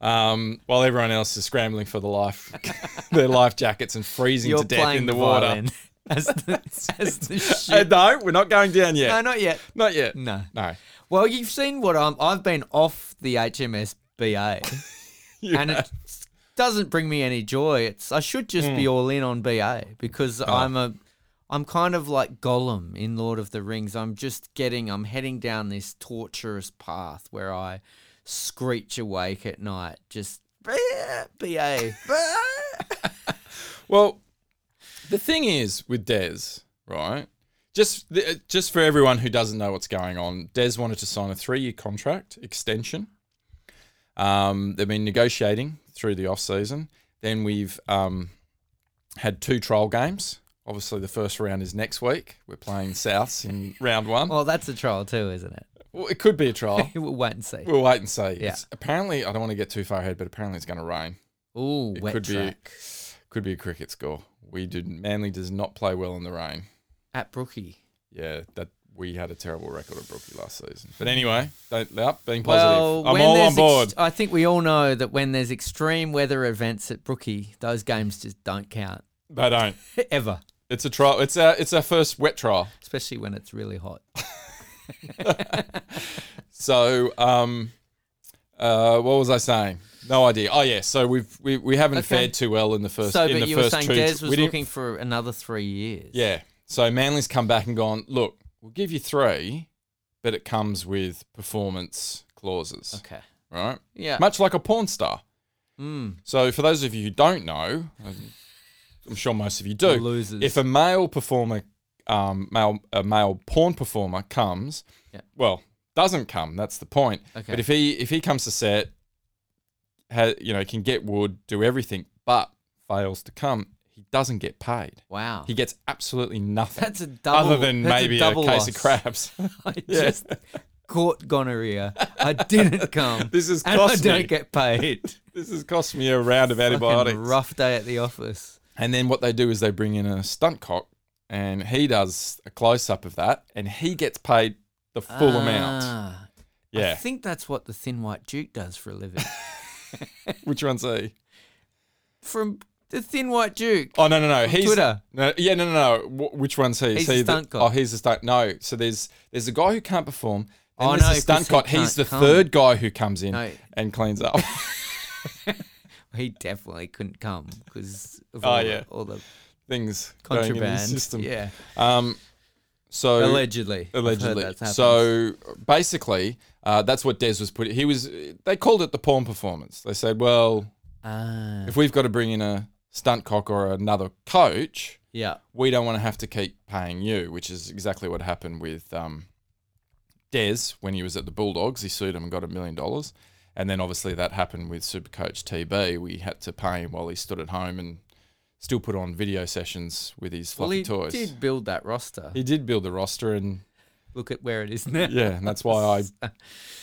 [SPEAKER 2] Um, while everyone else is scrambling for the
[SPEAKER 3] (laughs)
[SPEAKER 2] life, their life jackets and freezing
[SPEAKER 3] You're
[SPEAKER 2] to death
[SPEAKER 3] playing
[SPEAKER 2] in the water.
[SPEAKER 3] violin (laughs) As
[SPEAKER 2] (laughs)
[SPEAKER 3] the, as the
[SPEAKER 2] Uh,
[SPEAKER 3] ship.
[SPEAKER 2] no, we're not going down yet.
[SPEAKER 3] No, not yet.
[SPEAKER 2] not yet.
[SPEAKER 3] No.
[SPEAKER 2] No.
[SPEAKER 3] Well, you've seen what I'm. I've been off the HMS BA,
[SPEAKER 2] You
[SPEAKER 3] and it doesn't bring me any joy. It's I should just
[SPEAKER 2] Hmm.
[SPEAKER 3] be all in on BA because I'm a, I'm kind of like Gollum in Lord of the Rings. I'm just getting. I'm heading down this torturous path where I screech awake at night, just BA.
[SPEAKER 2] (laughs) Well, the thing is with Dez, right? Just the, uh, just for everyone who doesn't know what's going on, Dez wanted to sign a three-year contract extension. Um, they've been negotiating through the off-season. Then we've um, had two trial games. Obviously, the first round is next week. We're playing Souths in round one.
[SPEAKER 3] well, that's a trial too, isn't it?
[SPEAKER 2] Well, it could be a trial.
[SPEAKER 3] (laughs) We'll wait and see.
[SPEAKER 2] We'll wait and see.
[SPEAKER 3] Yeah.
[SPEAKER 2] It's- apparently, I don't want to get too far ahead, but apparently it's going to rain.
[SPEAKER 3] Ooh,
[SPEAKER 2] It
[SPEAKER 3] wet
[SPEAKER 2] could
[SPEAKER 3] track
[SPEAKER 2] be could be a cricket score. We did Manly does not play well in the rain.
[SPEAKER 3] at Brookie.
[SPEAKER 2] yeah, that we had a terrible record at Brookie last season. But anyway, don't up being positive.
[SPEAKER 3] Well,
[SPEAKER 2] I'm
[SPEAKER 3] when
[SPEAKER 2] all
[SPEAKER 3] there's
[SPEAKER 2] on board.
[SPEAKER 3] ex- I think we all know that when there's extreme weather events at Brookie, those games just don't count (laughs)
[SPEAKER 2] they don't.
[SPEAKER 3] ever,
[SPEAKER 2] It's a trial. It's our it's our first wet trial.
[SPEAKER 3] especially when it's really hot.
[SPEAKER 2] So, um, uh, what was I saying? No idea. Oh yeah, so we've we, we haven't
[SPEAKER 3] Okay.
[SPEAKER 2] fared too well in the first.
[SPEAKER 3] (laughs) so,
[SPEAKER 2] in
[SPEAKER 3] but
[SPEAKER 2] the
[SPEAKER 3] you were
[SPEAKER 2] first
[SPEAKER 3] saying
[SPEAKER 2] two-
[SPEAKER 3] Des
[SPEAKER 2] we
[SPEAKER 3] was
[SPEAKER 2] didn't-
[SPEAKER 3] looking for another three years.
[SPEAKER 2] Yeah. So Manly's come back and gone. Look, we'll give you three, but it comes with performance clauses,
[SPEAKER 3] Okay.
[SPEAKER 2] right?
[SPEAKER 3] Yeah.
[SPEAKER 2] Much like a porn star.
[SPEAKER 3] Mm.
[SPEAKER 2] So, for those of you who don't know, I'm- I'm sure most of you do.
[SPEAKER 3] Losers.
[SPEAKER 2] If a male performer, um, male a male porn performer comes,
[SPEAKER 3] Yeah.
[SPEAKER 2] well, doesn't come. That's the point.
[SPEAKER 3] Okay.
[SPEAKER 2] But if he if he comes to set, ha, you know, can get wood, do everything, but fails to come, he doesn't get paid.
[SPEAKER 3] wow.
[SPEAKER 2] He gets absolutely nothing.
[SPEAKER 3] (laughs) That's a double-
[SPEAKER 2] Other than
[SPEAKER 3] that's a
[SPEAKER 2] maybe
[SPEAKER 3] double
[SPEAKER 2] case of
[SPEAKER 3] loss.
[SPEAKER 2] crabs.
[SPEAKER 3] (laughs) I
[SPEAKER 2] Yeah.
[SPEAKER 3] just caught gonorrhea. I didn't come.
[SPEAKER 2] (laughs) This has
[SPEAKER 3] and I
[SPEAKER 2] cost me.
[SPEAKER 3] don't get paid.
[SPEAKER 2] this has cost me a round of (laughs) antibiotics.
[SPEAKER 3] Fucking rough day at the office.
[SPEAKER 2] And then what they do is they bring in a stunt cock and he does a close up of that and he gets paid the full amount.
[SPEAKER 3] Ah, I (laughs)
[SPEAKER 2] Yeah.
[SPEAKER 3] think that's what the thin white duke does for a living. (laughs)
[SPEAKER 2] Which one's he?
[SPEAKER 3] From the thin white duke.
[SPEAKER 2] Oh, no, no, no. He's,
[SPEAKER 3] Twitter.
[SPEAKER 2] No, yeah, no, no, no. Wh- which one's he?
[SPEAKER 3] He's
[SPEAKER 2] So
[SPEAKER 3] a
[SPEAKER 2] the-
[SPEAKER 3] stunt cock.
[SPEAKER 2] Oh, he's the stunt. No. So there's there's a guy who can't perform. Then
[SPEAKER 3] Oh,
[SPEAKER 2] there's
[SPEAKER 3] no,
[SPEAKER 2] the stunt
[SPEAKER 3] 'cause he
[SPEAKER 2] cock. He's
[SPEAKER 3] can't
[SPEAKER 2] the
[SPEAKER 3] come.
[SPEAKER 2] third guy who comes in
[SPEAKER 3] No.
[SPEAKER 2] and cleans up. (laughs)
[SPEAKER 3] He definitely couldn't come because of
[SPEAKER 2] Oh,
[SPEAKER 3] all,
[SPEAKER 2] yeah.
[SPEAKER 3] the, all the
[SPEAKER 2] Things going in
[SPEAKER 3] contraband.
[SPEAKER 2] his system.
[SPEAKER 3] Yeah,
[SPEAKER 2] Um, so
[SPEAKER 3] allegedly. I've heard
[SPEAKER 2] allegedly.
[SPEAKER 3] that's happened.
[SPEAKER 2] So basically, uh, that's what Des was putting. He was. They called it the porn performance. They said, well,
[SPEAKER 3] Ah,
[SPEAKER 2] if we've got to bring in a stunt cock or another coach,
[SPEAKER 3] yeah,
[SPEAKER 2] we don't want to have to keep paying you, which is exactly what happened with um, Des when he was at the Bulldogs. He sued him and got a million dollars. And then obviously that happened with Supercoach TB. We had to pay him while he stood at home and still put on video sessions with his
[SPEAKER 3] well, he
[SPEAKER 2] fluffy toys.
[SPEAKER 3] did build that roster.
[SPEAKER 2] He did build the roster and
[SPEAKER 3] Look at where it is now.
[SPEAKER 2] Yeah, and that's why I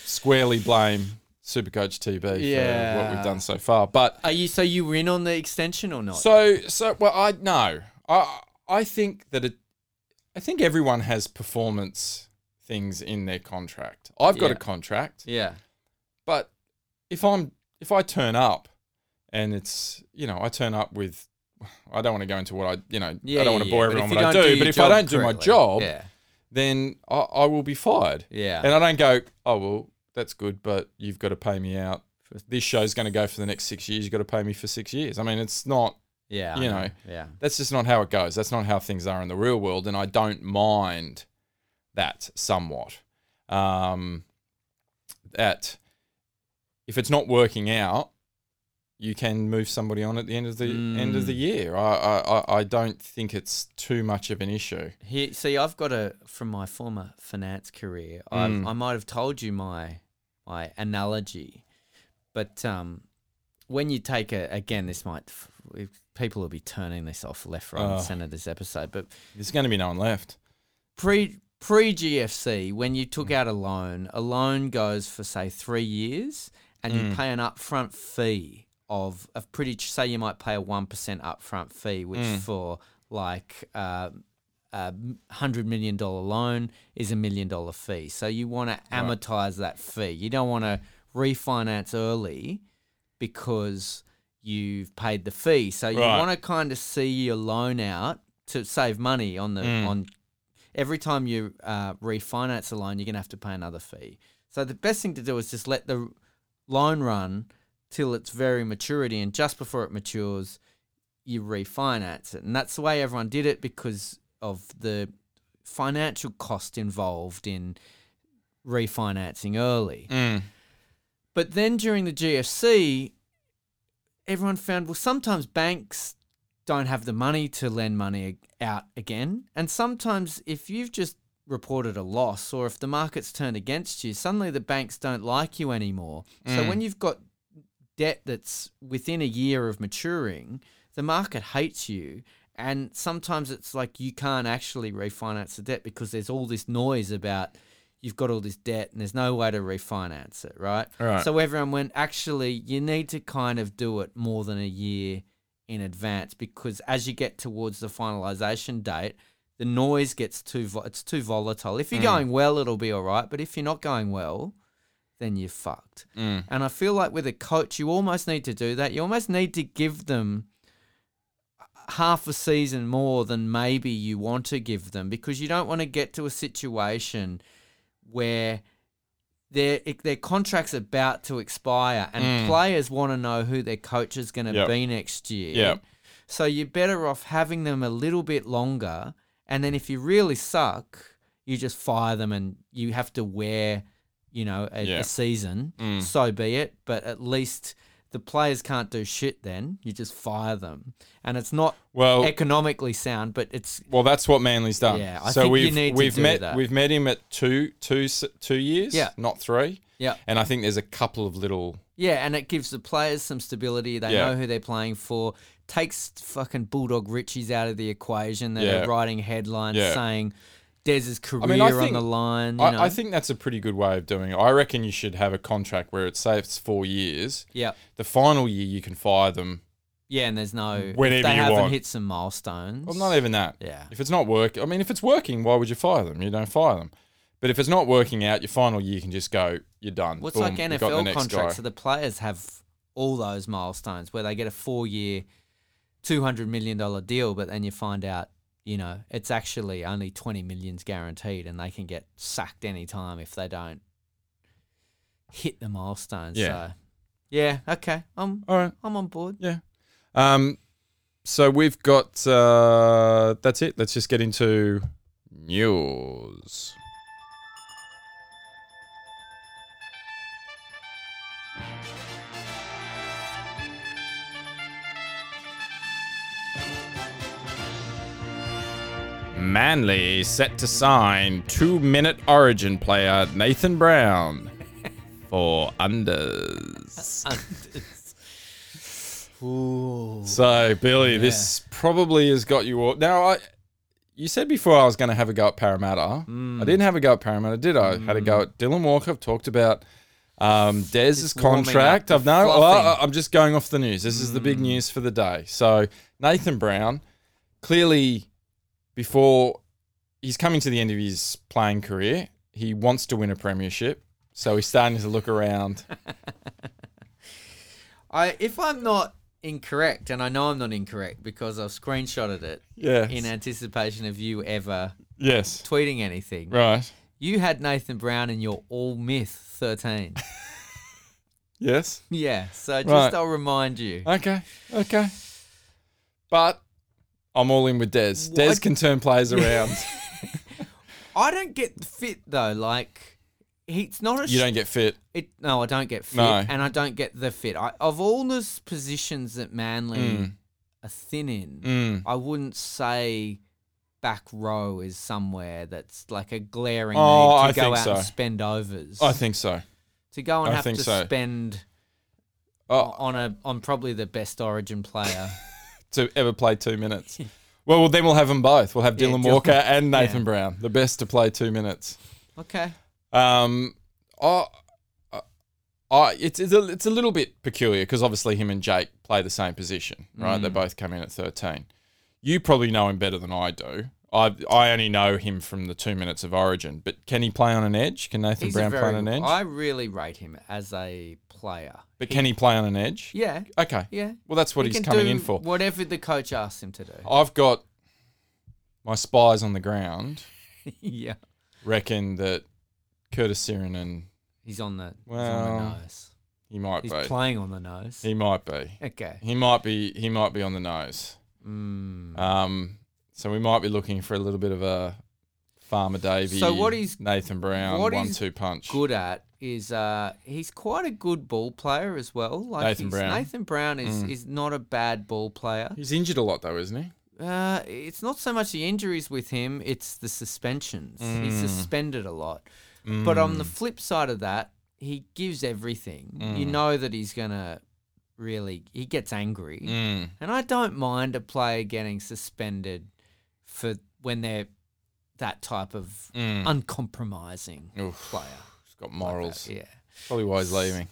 [SPEAKER 2] squarely blame Supercoach TB for what
[SPEAKER 3] Yeah.
[SPEAKER 2] we've done so far. But
[SPEAKER 3] (laughs) Are you so you were in on the extension or not?
[SPEAKER 2] so so well I no. I I think that it I think everyone has performance things in their contract. I've got
[SPEAKER 3] Yeah.
[SPEAKER 2] a contract.
[SPEAKER 3] yeah.
[SPEAKER 2] But if I'm if I turn up and it's you know, I turn up with I don't want to go into what I you know, I don't want to bore
[SPEAKER 3] But if
[SPEAKER 2] everyone
[SPEAKER 3] you
[SPEAKER 2] what I
[SPEAKER 3] don't
[SPEAKER 2] do,
[SPEAKER 3] your
[SPEAKER 2] but if I
[SPEAKER 3] job
[SPEAKER 2] don't do my
[SPEAKER 3] correctly-
[SPEAKER 2] job,
[SPEAKER 3] yeah,
[SPEAKER 2] then I, I will be fired.
[SPEAKER 3] yeah,
[SPEAKER 2] And I don't go, oh, well, that's good, but you've got to pay me out. This show's going to go for the next six years. You've got to pay me for six years. I mean, it's not,
[SPEAKER 3] yeah, I
[SPEAKER 2] you know,
[SPEAKER 3] yeah,
[SPEAKER 2] that's just not how it goes. That's not how things are in the real world. And I don't mind that somewhat. Um, that if it's not working out, you can move somebody on at the end of the end of the
[SPEAKER 3] Mm.
[SPEAKER 2] year. I, I, I- I don't think it's too much of an issue.
[SPEAKER 3] Here, see, I've got a from my former finance career.
[SPEAKER 2] Mm.
[SPEAKER 3] I've, I might have told you my my analogy, but um, when you take a again, this might f- if- people will be turning this off left, right,
[SPEAKER 2] Oh.
[SPEAKER 3] and center this episode. But
[SPEAKER 2] There's going to be no one left.
[SPEAKER 3] pre pre GFC, when you took out a loan, a loan goes for say three years, and you pay an upfront fee of a pretty ch- say you might pay a one percent upfront fee, which for like uh, a hundred million dollar loan is a million dollar fee. So you want to amortize that fee. You don't want to refinance early because you've paid the fee. So you
[SPEAKER 2] Right.
[SPEAKER 3] want to kind of see your loan out to save money on the on every time you uh, refinance a loan, you're going to have to pay another fee. So the best thing to do is just let the loan run till it's very maturity, and just before it matures, you refinance it. And that's the way everyone did it because of the financial cost involved in refinancing early. But then during the GFC, everyone found well, sometimes banks don't have the money to lend money ag- out again. And sometimes if you've just reported a loss or if the market's turned against you, suddenly the banks don't like you anymore. So when you've got debt that's within a year of maturing, the market hates you. And sometimes it's like you can't actually refinance the debt because there's all this noise about you've got all this debt and there's no way to refinance it, right?
[SPEAKER 2] Right.
[SPEAKER 3] So everyone went, actually, you need to kind of do it more than a year in advance because as you get towards the finalization date, the noise gets too vo- it's too volatile. If you're going well, it'll be all right, but if you're not going well, then you're fucked.
[SPEAKER 2] Mm.
[SPEAKER 3] And I feel like with a coach, you almost need to do that. You almost need to give them half a season more than maybe you want to give them because you don't want to get to a situation where their their contract's about to expire and players want to know who their coach is going to
[SPEAKER 2] Mm. Yep.
[SPEAKER 3] be next year.
[SPEAKER 2] Yep.
[SPEAKER 3] So you're better off having them a little bit longer and then if you really suck, you just fire them and you have to wear, you know, a,
[SPEAKER 2] Yeah. Mm.
[SPEAKER 3] a season. So be it, but at least the players can't do shit then. You just fire them. And it's not
[SPEAKER 2] Well,
[SPEAKER 3] economically sound, but it's
[SPEAKER 2] Well, that's what Manly's done.
[SPEAKER 3] Yeah, I
[SPEAKER 2] so
[SPEAKER 3] think you
[SPEAKER 2] we've
[SPEAKER 3] need to
[SPEAKER 2] we've
[SPEAKER 3] do
[SPEAKER 2] met
[SPEAKER 3] that.
[SPEAKER 2] we've met him at two two s- two years,
[SPEAKER 3] Yeah.
[SPEAKER 2] not three.
[SPEAKER 3] yeah.
[SPEAKER 2] And I think there's a couple of little
[SPEAKER 3] Yeah, and it gives the players some stability. They
[SPEAKER 2] Yeah.
[SPEAKER 3] know who they're playing for. Takes fucking Bulldog Richies out of the equation that
[SPEAKER 2] Yeah.
[SPEAKER 3] are writing headlines
[SPEAKER 2] Yeah.
[SPEAKER 3] saying Dez's career
[SPEAKER 2] mean, I
[SPEAKER 3] on
[SPEAKER 2] think-
[SPEAKER 3] the line. You know?
[SPEAKER 2] I, I think that's a pretty good way of doing it. I reckon you should have a contract where it's say it's four years.
[SPEAKER 3] Yeah.
[SPEAKER 2] The final year you can fire them.
[SPEAKER 3] Yeah, and there's no. if
[SPEAKER 2] Whenever
[SPEAKER 3] they
[SPEAKER 2] you
[SPEAKER 3] haven't
[SPEAKER 2] want.
[SPEAKER 3] hit some milestones.
[SPEAKER 2] Well, not even that.
[SPEAKER 3] Yeah.
[SPEAKER 2] If it's not working, I mean, if it's working, why would you fire them? You don't fire them. But if it's not working out, your final year you can just go. You're done.
[SPEAKER 3] What's
[SPEAKER 2] Boom,
[SPEAKER 3] like
[SPEAKER 2] we've got the
[SPEAKER 3] NFL
[SPEAKER 2] next
[SPEAKER 3] contracts? So
[SPEAKER 2] guy.
[SPEAKER 3] the players have all those milestones where they get a four-year, two hundred million dollar deal, but then you find out, you know, it's actually only twenty millions guaranteed, and they can get sacked any time if they don't hit the milestones.
[SPEAKER 2] Yeah.
[SPEAKER 3] So, yeah, okay, I'm
[SPEAKER 2] All right.
[SPEAKER 3] I'm on board.
[SPEAKER 2] Yeah. Um, so we've got uh, that's it. Let's just get into news. Manly set to sign two minute origin player Nathan Brown (laughs) for unders.
[SPEAKER 3] Ooh.
[SPEAKER 2] So, Billy, this probably has got you all. Now, I, you said before I was going to
[SPEAKER 3] Mm.
[SPEAKER 2] have a go at Parramatta. I didn't have a go at Parramatta, did I? Had a go at Dylan Walker. I've talked about Um, Dez's
[SPEAKER 3] warming up,
[SPEAKER 2] contract. I've
[SPEAKER 3] it's
[SPEAKER 2] no. Well,
[SPEAKER 3] fluffing. Mm.
[SPEAKER 2] I- I'm just going off the news. This is the big news for the day. So Nathan Brown, clearly, before he's coming to the end of his playing career, he wants to win a premiership. So he's starting to look
[SPEAKER 3] (laughs)
[SPEAKER 2] around.
[SPEAKER 3] I, if I'm not incorrect, and I know I'm not incorrect because I've screenshotted it
[SPEAKER 2] Yes.
[SPEAKER 3] in anticipation of you ever
[SPEAKER 2] yes.
[SPEAKER 3] tweeting anything,
[SPEAKER 2] Right.
[SPEAKER 3] you had Nathan Brown in your all myth
[SPEAKER 2] (laughs)
[SPEAKER 3] 13.
[SPEAKER 2] Yes.
[SPEAKER 3] yeah, so just
[SPEAKER 2] Right.
[SPEAKER 3] I'll remind you.
[SPEAKER 2] Okay. Okay. But I'm all in with Dez. Dez
[SPEAKER 3] What?
[SPEAKER 2] can turn
[SPEAKER 3] (laughs)
[SPEAKER 2] players around.
[SPEAKER 3] I don't get fit though. Like he's not a.
[SPEAKER 2] you don't get fit.
[SPEAKER 3] It, no, I don't get fit,
[SPEAKER 2] No.
[SPEAKER 3] and I don't get the fit. I, of all those positions that Manly are thin in,
[SPEAKER 2] Mm.
[SPEAKER 3] I wouldn't say back row is somewhere that's like a glaring
[SPEAKER 2] Oh,
[SPEAKER 3] need to
[SPEAKER 2] I
[SPEAKER 3] go
[SPEAKER 2] think
[SPEAKER 3] out and
[SPEAKER 2] so.
[SPEAKER 3] spend overs.
[SPEAKER 2] I think so.
[SPEAKER 3] to go and
[SPEAKER 2] I
[SPEAKER 3] have
[SPEAKER 2] think
[SPEAKER 3] to
[SPEAKER 2] so.
[SPEAKER 3] spend
[SPEAKER 2] Oh.
[SPEAKER 3] on a on probably the best
[SPEAKER 2] (laughs)
[SPEAKER 3] Origin player.
[SPEAKER 2] to ever play two
[SPEAKER 3] (laughs)
[SPEAKER 2] minutes. Well, well, then we'll have them both. We'll have
[SPEAKER 3] Yeah,
[SPEAKER 2] Dylan
[SPEAKER 3] Dylan-
[SPEAKER 2] Walker and Nathan
[SPEAKER 3] yeah.
[SPEAKER 2] Brown, the best to play two minutes.
[SPEAKER 3] okay,
[SPEAKER 2] Um, I, I- I, it's it's a, it's a little bit peculiar because obviously him and Jake play the same position, right?
[SPEAKER 3] Mm.
[SPEAKER 2] They both come in at thirteen. You probably know him better than I do. I I only know him from the two minutes of Origin. But can he play on an edge? Can Nathan
[SPEAKER 3] he's a
[SPEAKER 2] Brown play
[SPEAKER 3] very.
[SPEAKER 2] on an edge?
[SPEAKER 3] I really rate him as a player.
[SPEAKER 2] but can he play on an edge?
[SPEAKER 3] Yeah,
[SPEAKER 2] Okay.
[SPEAKER 3] yeah.
[SPEAKER 2] Well, that's what
[SPEAKER 3] He
[SPEAKER 2] he's
[SPEAKER 3] can
[SPEAKER 2] coming
[SPEAKER 3] do
[SPEAKER 2] in for. Oh.
[SPEAKER 3] Whatever the coach asks him to do.
[SPEAKER 2] I've got my spies on the ground.
[SPEAKER 3] (laughs) yeah.
[SPEAKER 2] reckon that Curtis Sirinen,
[SPEAKER 3] He's on the, he's on
[SPEAKER 2] Well,
[SPEAKER 3] the nose.
[SPEAKER 2] he might
[SPEAKER 3] He's
[SPEAKER 2] be.
[SPEAKER 3] playing on the nose.
[SPEAKER 2] he might be.
[SPEAKER 3] okay.
[SPEAKER 2] He might be. He might be on the nose.
[SPEAKER 3] Mm.
[SPEAKER 2] Um, so we might be looking for a little bit of a Farmer Davy.
[SPEAKER 3] So what he's-
[SPEAKER 2] Nathan Brown
[SPEAKER 3] what he's
[SPEAKER 2] one-two punch.
[SPEAKER 3] Good at is uh he's quite a good ball player as well. Like
[SPEAKER 2] Nathan
[SPEAKER 3] he's-
[SPEAKER 2] Brown. Mm.
[SPEAKER 3] Nathan Brown is is not a bad ball player.
[SPEAKER 2] He's injured a lot though, isn't he?
[SPEAKER 3] Uh, it's not so much the injuries with him; it's the suspensions. He's
[SPEAKER 2] Mm.
[SPEAKER 3] suspended a lot. But on the flip side of that, he gives everything. You
[SPEAKER 2] Mm.
[SPEAKER 3] know that he's gonna really. He gets angry,
[SPEAKER 2] Mm.
[SPEAKER 3] and I don't mind a player getting suspended for when they're that type of
[SPEAKER 2] Mm.
[SPEAKER 3] uncompromising
[SPEAKER 2] Oof.
[SPEAKER 3] player. Uh,
[SPEAKER 2] He's got morals.
[SPEAKER 3] Yeah.
[SPEAKER 2] Probably why he's leaving.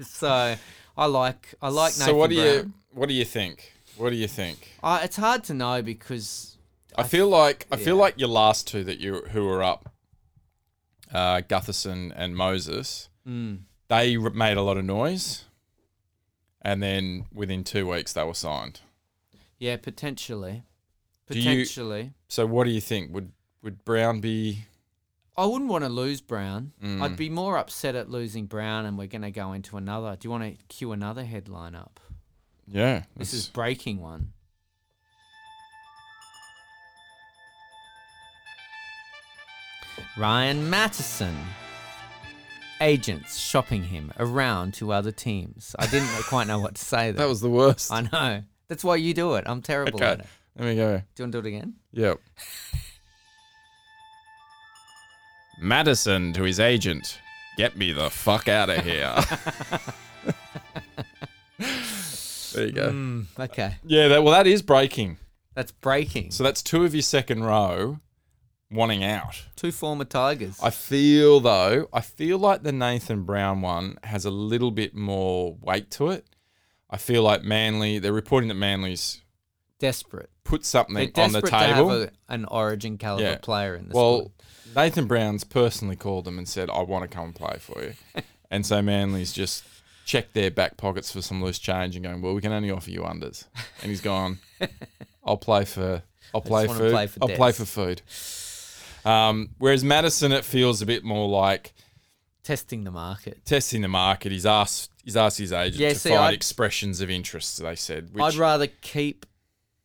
[SPEAKER 3] So I like I like Nathan
[SPEAKER 2] so what do
[SPEAKER 3] Brown.
[SPEAKER 2] you what do you think? What do you think?
[SPEAKER 3] I, it's hard to know because
[SPEAKER 2] I feel like I feel
[SPEAKER 3] yeah.
[SPEAKER 2] like your last two that you who were up, uh, Gutherson and Moses,
[SPEAKER 3] Mm.
[SPEAKER 2] they r- made a lot of noise, and then within two weeks they were signed.
[SPEAKER 3] yeah, potentially,
[SPEAKER 2] Do you-
[SPEAKER 3] potentially.
[SPEAKER 2] So what do you think? Would would Brown be?
[SPEAKER 3] I wouldn't want to lose Brown. I'd
[SPEAKER 2] Mm.
[SPEAKER 3] be more upset at losing Brown, and we're going to go into another. Do you want to cue another headline up?
[SPEAKER 2] Yeah,
[SPEAKER 3] This
[SPEAKER 2] it's-
[SPEAKER 3] is breaking one. Ryan Mattison. Agents shopping him around to other teams. I didn't (laughs) quite know what to say
[SPEAKER 2] that
[SPEAKER 3] there.
[SPEAKER 2] was the worst.
[SPEAKER 3] I know. That's why you do it. I'm
[SPEAKER 2] (laughs)
[SPEAKER 3] terrible
[SPEAKER 2] okay,
[SPEAKER 3] at it.
[SPEAKER 2] let me go.
[SPEAKER 3] Do you want to do it again? (laughs)
[SPEAKER 2] Yep. Madison to his agent. Get me the fuck out of
[SPEAKER 3] (laughs)
[SPEAKER 2] here. (laughs) there you
[SPEAKER 3] Hmm.
[SPEAKER 2] go.
[SPEAKER 3] Mm. Okay.
[SPEAKER 2] Yeah, that, well, that is breaking.
[SPEAKER 3] That's breaking.
[SPEAKER 2] So that's two of your second row wanting out.
[SPEAKER 3] Two former Tigers.
[SPEAKER 2] I feel though, I feel like the Nathan Brown one has a little bit more weight to it. I feel like Manly, they're reporting that Manly's
[SPEAKER 3] desperate.
[SPEAKER 2] put
[SPEAKER 3] They're
[SPEAKER 2] something on the
[SPEAKER 3] desperate
[SPEAKER 2] table.
[SPEAKER 3] to have a, an Origin caliber
[SPEAKER 2] Yeah.
[SPEAKER 3] player in this.
[SPEAKER 2] well, Nathan Brown's personally called them and said, I want to come and play for
[SPEAKER 3] (laughs)
[SPEAKER 2] you. and so Manly's just checked their back pockets for some loose change and going, Well, we can only offer you unders. And he's gone, I'll play for I'll play
[SPEAKER 3] wanna
[SPEAKER 2] food.
[SPEAKER 3] play for
[SPEAKER 2] I'll play for
[SPEAKER 3] Des."
[SPEAKER 2] food. Um, whereas Madison, it feels a bit more like
[SPEAKER 3] testing the market.
[SPEAKER 2] testing the market. He's asked he's asked his agent
[SPEAKER 3] Yeah,
[SPEAKER 2] to
[SPEAKER 3] see,
[SPEAKER 2] find
[SPEAKER 3] I'd-
[SPEAKER 2] expressions of interest, they said. Which
[SPEAKER 3] I'd rather keep